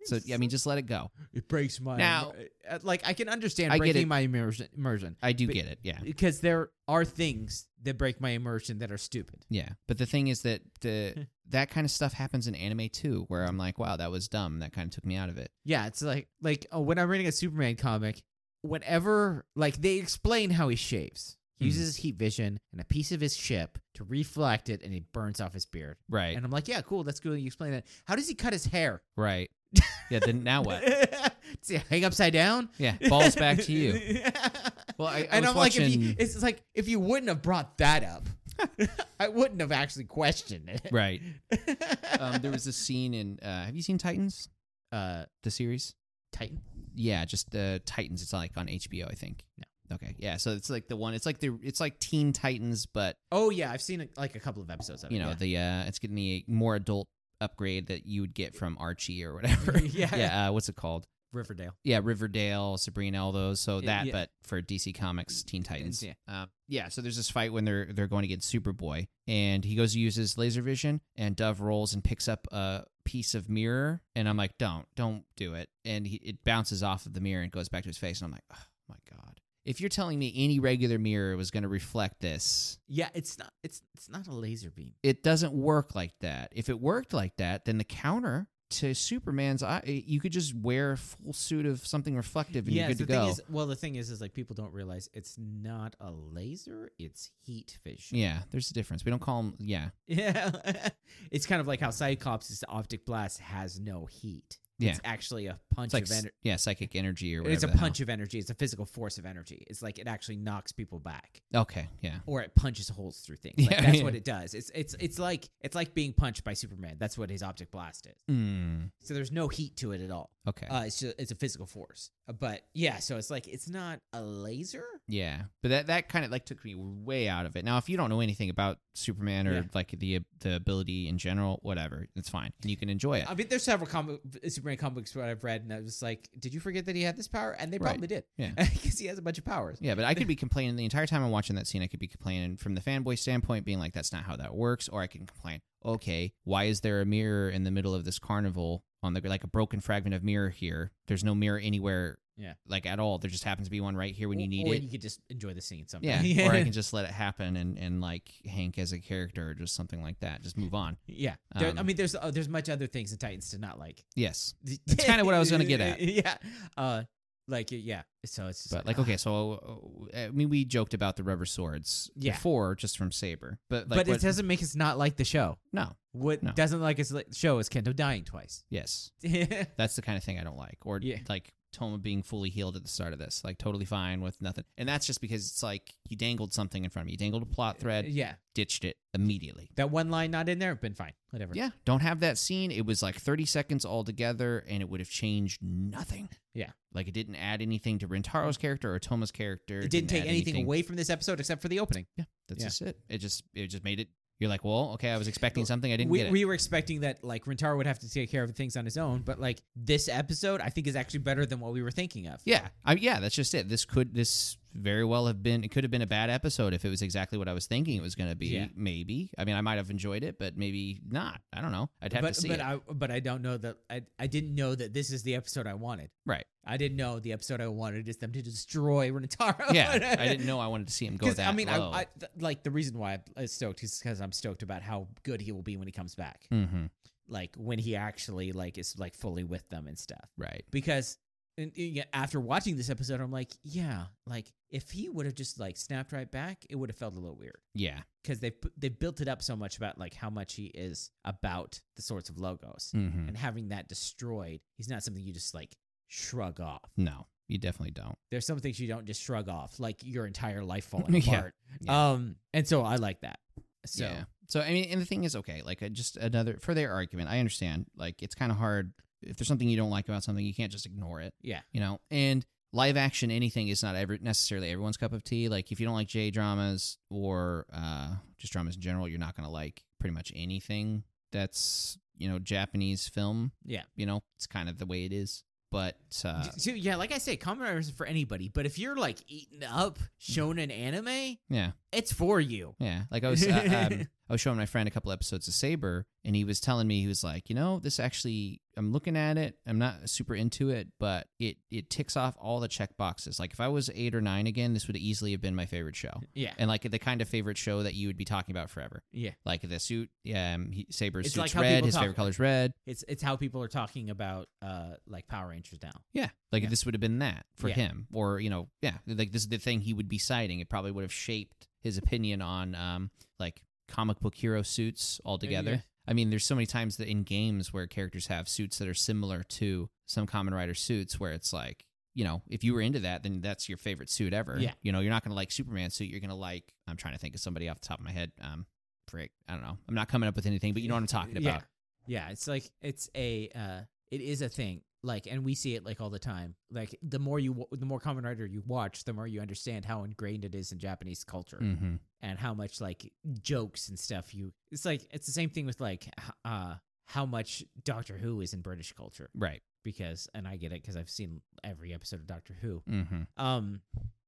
So I mean, just let it go.
it breaks my
Now-
uh, like I can understand
I get
breaking
it.
my immersion, immersion.
I do
But-
get it. Yeah.
because there are things that break my immersion that are stupid.
Yeah, but the thing is that
*laughs*
the that kind of stuff happens in anime too, where I'm like, wow, that was dumb. That kind of took me out of it.
Yeah, it's like like oh, when I'm reading a Superman comic, whenever like they explain how he shaves. He
Mhm.
uses heat vision and a piece of his ship to reflect it and he burns off his beard.
Right.
And I'm like, yeah, cool, that's cool. You explain that. How does he cut his hair? *laughs*
right. Yeah. Then now *laughs* what?
does he hang upside down?
Yeah. Balls back to you.
*laughs*
Well, I- I
and
was
I'm like, if you,
watching-
it's like if you wouldn't have brought that up,
*laughs*
I wouldn't have actually questioned it.
Right.
*laughs*
um, there was a scene in. Uh, have you seen Titans?
uh,
The series?
Titan.
Yeah, just uh, Titans. It's like on HBO, I think. No. Okay. Yeah. So it's like the one. It's like the. It's like Teen Titans, but
Oh yeah, I've seen like a couple of episodes of it.
you know
*laughs* yeah.
the. Uh, it's getting the more adult upgrade that you would get from Archie or whatever.
*laughs* Yeah.
Yeah. Uh, what's it called?
Riverdale.
Yeah, Riverdale, Sabrina, all those. So
Yeah,
that,
yeah.
but for DC Comics, Teen Titans.
Yeah.
Uh, yeah. So there's this fight when they're they're going against Superboy, and he goes to use his laser vision, and Dove rolls and picks up a piece of mirror, and I'm like, don't, don't do it, and he, it bounces off of the mirror and goes back to his face, and I'm like, oh my god. If you're telling me any regular mirror was going to reflect this,
Yeah, it's not. It's it's not a laser beam.
it doesn't work like that. If it worked like that, then the counter to Superman's eye, you could just wear a full suit of something reflective and
Yeah,
you're
the
good to go.
thing is, well, the thing is, is like people don't realize it's not a laser; it's heat vision.
yeah, there's a difference. We don't call them. Yeah,
*laughs* Yeah. it's kind of like how Cyclops' optic blast has no heat.
Yeah.
It's actually a
it's
punch
like
of
s-
energy.
yeah, psychic energy or whatever.
It's a
the hell.
punch of energy. It's a physical force of energy. It's like it actually knocks people back,
Okay, yeah,
or it punches holes through things. Like
Yeah,
that's
yeah.
what it does. It's it's it's like it's like being punched by Superman. That's what his optic blast is.
mm,
So there's no heat to it at all.
okay,
Uh, it's just, it's a physical force. Uh, But yeah, so it's like it's not a laser.
yeah. But that that kind of like took me way out of it. Now, if you don't know anything about Superman or
Yeah.
like the the ability in general, whatever, it's fine. You can enjoy it.
I mean, there's several comic Superman comics that I've read, and I was like, did you forget that he had this power? And they
Right.
probably did. *laughs*
Yeah.
because he has a bunch of powers.
Yeah, but
*laughs*
I could be complaining the entire time I'm watching that scene. I could be complaining from the fanboy standpoint, being like, "That's not how that works," or I can complain, "Okay, why is there a mirror in the middle of this carnival on the like a broken fragment of mirror here? There's no mirror anywhere,
Yeah.
like at all. There just happens to be one right here when you
Or-
need
or
it."
you could just enjoy the scene.
yeah,
*laughs* Sometime.
or I can just let it happen and and like Hank as a character or just something like that. Just move on.
yeah. There- I
Um,
mean, there's uh, there's much other things in Titans to not like. *laughs*
Yes, That's kinda what I was gonna get at.
yeah. Uh, like yeah. So it's just uh,
but like okay, so uh, I mean, we joked about the rubber swords
Yeah.
before, just from Saber, but like,
uh, but
what-
it doesn't make us not like the show.
no,
What
No.
doesn't like us like the show is Kento dying twice. *laughs*
yes.
yeah.
That's the kind of thing I don't like. Or
Yeah.
like Toma being fully healed at the start of this, like totally fine with nothing. And that's just because it's like you dangled something in front of me. You dangled a plot thread,
Yeah.
ditched it immediately.
That one line not in there, been fine. Whatever.
Yeah, don't have that scene. It was like 30 seconds altogether and it would have changed nothing.
Yeah.
Like it didn't add anything to Rintaro's character or Toma's character.
It didn't take
add
anything, away from this episode except for the opening.
That's
Yeah.
just it. It just it just made it you're like, "Well, okay, I was expecting something. I didn't
we,
get it."
we were expecting that like Rentaro would have to take care of things on his own, but like this episode, I think is actually better than what we were thinking of.
Yeah, I, yeah, that's just it. This could this very well have been it could have been a bad episode if it was exactly what I was thinking it was going to be.
Yeah.
Maybe I mean I might have enjoyed it, but maybe not. I don't know. I'd have
but
to see
but
it.
I but I don't know that I I didn't know that this is the episode I wanted.
Right.
I didn't know the episode I wanted is them to destroy *laughs*
*laughs*
Renataro.
yeah, I didn't know I wanted to see him go
'Cause,
that.
I mean,
low.
I, I th- like the reason why I'm stoked is because I'm stoked about how good he will be when he comes back.
hmm
Like when he actually like is like fully with them and stuff.
Right.
because and, and yeah, after watching this episode, I'm like, yeah, like if he would have just like snapped right back, it would have felt a little weird
Yeah.
because they they built it up so much about like how much he is about the sorts of logos
hmm
and having that destroyed. He's not something you just like shrug off.
No, you definitely don't.
There's some things you don't just shrug off, like your entire life
*laughs*
falling
Yeah.
apart.
Yeah.
Um, and so I like that. So
yeah. So I mean, and the thing is, okay, like uh, just another for their argument, I understand. Like it's kind of hard if there's something you don't like about something, you can't just ignore it.
Yeah.
you know, and live action anything is not ever necessarily everyone's cup of tea. Like if you don't like J dramas or uh, just dramas in general, you're not gonna like pretty much anything that's you know Japanese film.
Yeah.
you know, it's kind of the way it is. But uh,
*laughs* D- so, yeah, like I say, common isn't for anybody. But if you're like eating up shonen anime,
Mm-hmm. yeah,
it's for you.
Yeah, like I was, uh, *laughs* um, I was showing my friend a couple episodes of Saber, and he was telling me he was like, you know, this actually, I'm looking at it, I'm not super into it, but it it ticks off all the check boxes. Like if I was eight or nine again, this would easily have been my favorite show,
Yeah.
and like the kind of favorite show that you would be talking about forever.
Yeah.
Like the suit, um, he, Saber's
It's like
suit's
how
red,
people
his
talk-
favorite color's red.
It's it's how people are talking about uh like Power Rangers now.
Yeah, like
Yeah.
this would have been that for
Yeah.
him, or you know, yeah, like this is the thing he would be citing. It probably would have shaped his opinion on um like comic book hero suits altogether.
yeah.
I mean, there's so many times that in games where characters have suits that are similar to some common rider suits, where it's like, you know, if you were into that, then that's your favorite suit ever.
Yeah.
you know, you're not gonna like Superman suit. You're gonna like I'm trying to think of somebody off the top of my head. Um, frick, I don't know. I'm not coming up with anything, but you know what I'm talking
Yeah.
about.
Yeah, it's like it's a uh it is a thing. Like and we see it like all the time. Like the more you wa- the more Common Rider you watch, the more you understand how ingrained it is in Japanese culture
Mm-hmm.
and how much like jokes and stuff you It's like it's the same thing with like h- uh how much Doctor Who is in British culture
Right.
because and I get it cuz I've seen every episode of Doctor Who.
Mm-hmm.
Um,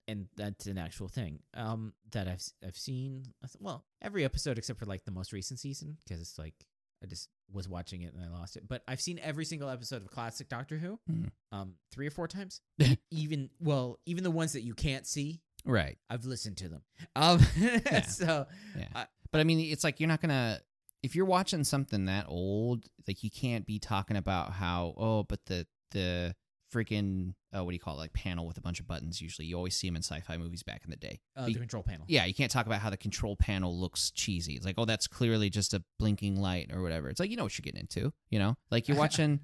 and that's an actual thing. Um, that I've s- I've seen. I th- Well, every episode except for like the most recent season, because it's like I just was watching it and I lost it. But I've seen every single episode of classic Doctor Who,
Hmm.
um, three or four times.
*laughs*
even well, even the ones that you can't see,
Right.
I've listened to them. Um, *laughs* so
But I mean, it's like you're not gonna. if you're watching something that old, like you can't be talking about how oh, but the the freaking uh, what do you call it like panel with a bunch of buttons. Usually, you always see them in sci-fi movies back in the day.
Uh,
Be-
the control panel.
Yeah, you can't talk about how the control panel looks cheesy. It's like oh, that's clearly just a blinking light or whatever. It's like you know what you're getting into. You know, like
*laughs*
you're watching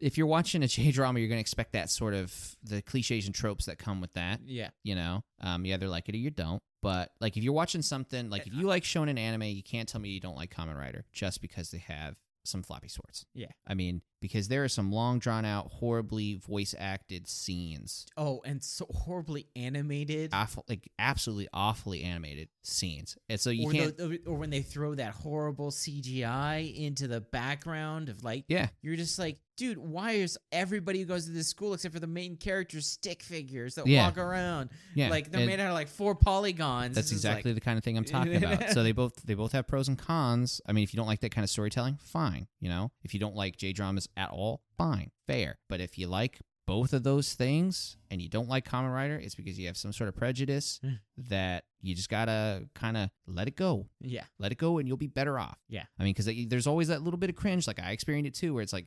if you're watching a J drama, you're gonna expect that sort of the cliches and tropes that come with that
yeah.
you know um you either like it or you don't but like if you're watching something like if you like shonen anime you can't tell me you don't like Kamen Rider just because they have some floppy swords
Yeah.
i mean because there are some long drawn out horribly voice acted scenes
Oh, and so horribly animated.
awful like absolutely awfully animated scenes and so you
or,
can't
the, the- or when they throw that horrible CGI into the background of like,
Yeah.
you're just like, dude, why is everybody who goes to this school except for the main characters stick figures that
Yeah.
walk around?
yeah
Like they're
and
made out of like four polygons.
that's
This is like-
exactly the kind of thing
*laughs*
i'm talking about so they both they both have pros and cons i mean if you don't like that kind of storytelling fine you know if you don't like j dramas at all fine fair but if you like both of those things and you don't like Kamen Rider, it's because you have some sort of prejudice
Mm.
that you just gotta kind of let it go.
yeah.
Let it go and you'll be better off.
Yeah.
I mean, because there's always that little bit of cringe. Like I experienced it too, where it's like,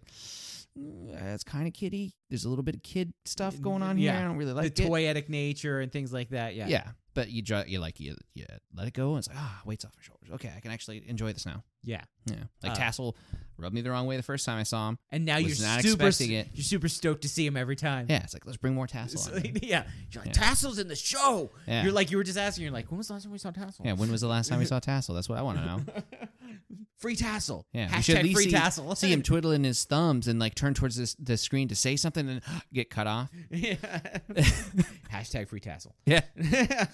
"Mm, that's kind of kiddie. There's a little bit of kid stuff going on here.
Yeah.
I don't really like
the
it.
toyetic nature and things like that. Yeah.
Yeah. But you draw, you like, you, you let it go, and it's like, ah, weight's off my shoulders. Okay, I can actually enjoy this now.
Yeah.
Yeah. Like
Uh,
Tassel rubbed me the wrong way the first time I saw him.
And now
Was
you're
not
super
expecting it.
you're super stoked to see him every time.
Yeah, it's like, let's bring more Tassel
*laughs* It's
on. man.
*laughs* like- yeah. You're like,
Yeah.
Tassel's in the show.
Yeah.
You're like, you were just asking, you're like, when was the last time we saw Tassel?
yeah, when was the last time we saw Tassel? That's what I want to know.
*laughs* free tassel.
Yeah, we should at
Hashtag
least
free
see-
tassel.
See him twiddling his thumbs and like turn towards this, the screen to say something and *gasps* get cut off. *laughs*
yeah. Hashtag free tassel.
Yeah.
*laughs*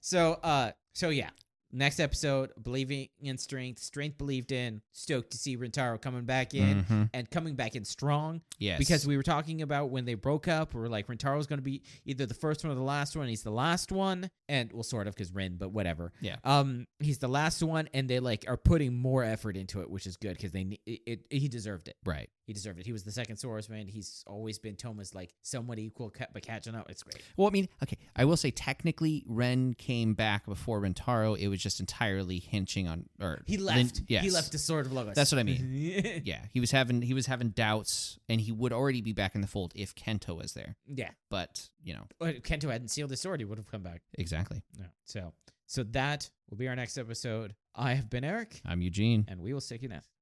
so uh so yeah. Next episode, believing in strength, strength believed in, stoked to see Rentaro coming back in
Mhm.
and coming back in strong.
Yes.
Because we were talking about when they broke up, we were like Rentaro's going to be either the first one or the last one. He's the last one, and well, sort of because Ren, but whatever.
Yeah.
Um, he's the last one, and they like are putting more effort into it, which is good because they ne- it, it he deserved it.
right.
He deserved it. He was the second Swordsman. He's always been Toma's like somewhat equal, ca- but catching up. It's great.
Well, I mean, okay, I will say technically Ren came back before Rentaro. It was just entirely hinging on or
He
lin-
left.
yes.
He left the Sword of Logos.
That's what I mean.
*laughs* mean.
Yeah, he was having he was having doubts, and he would already be back in the fold if Kento was there.
yeah.
But you know
Well, if Kento hadn't sealed his sword, he would have come back.
exactly.
Yeah. So, so that will be our next episode. I have been Eric,
I'm Eugene.
and we will stick you next.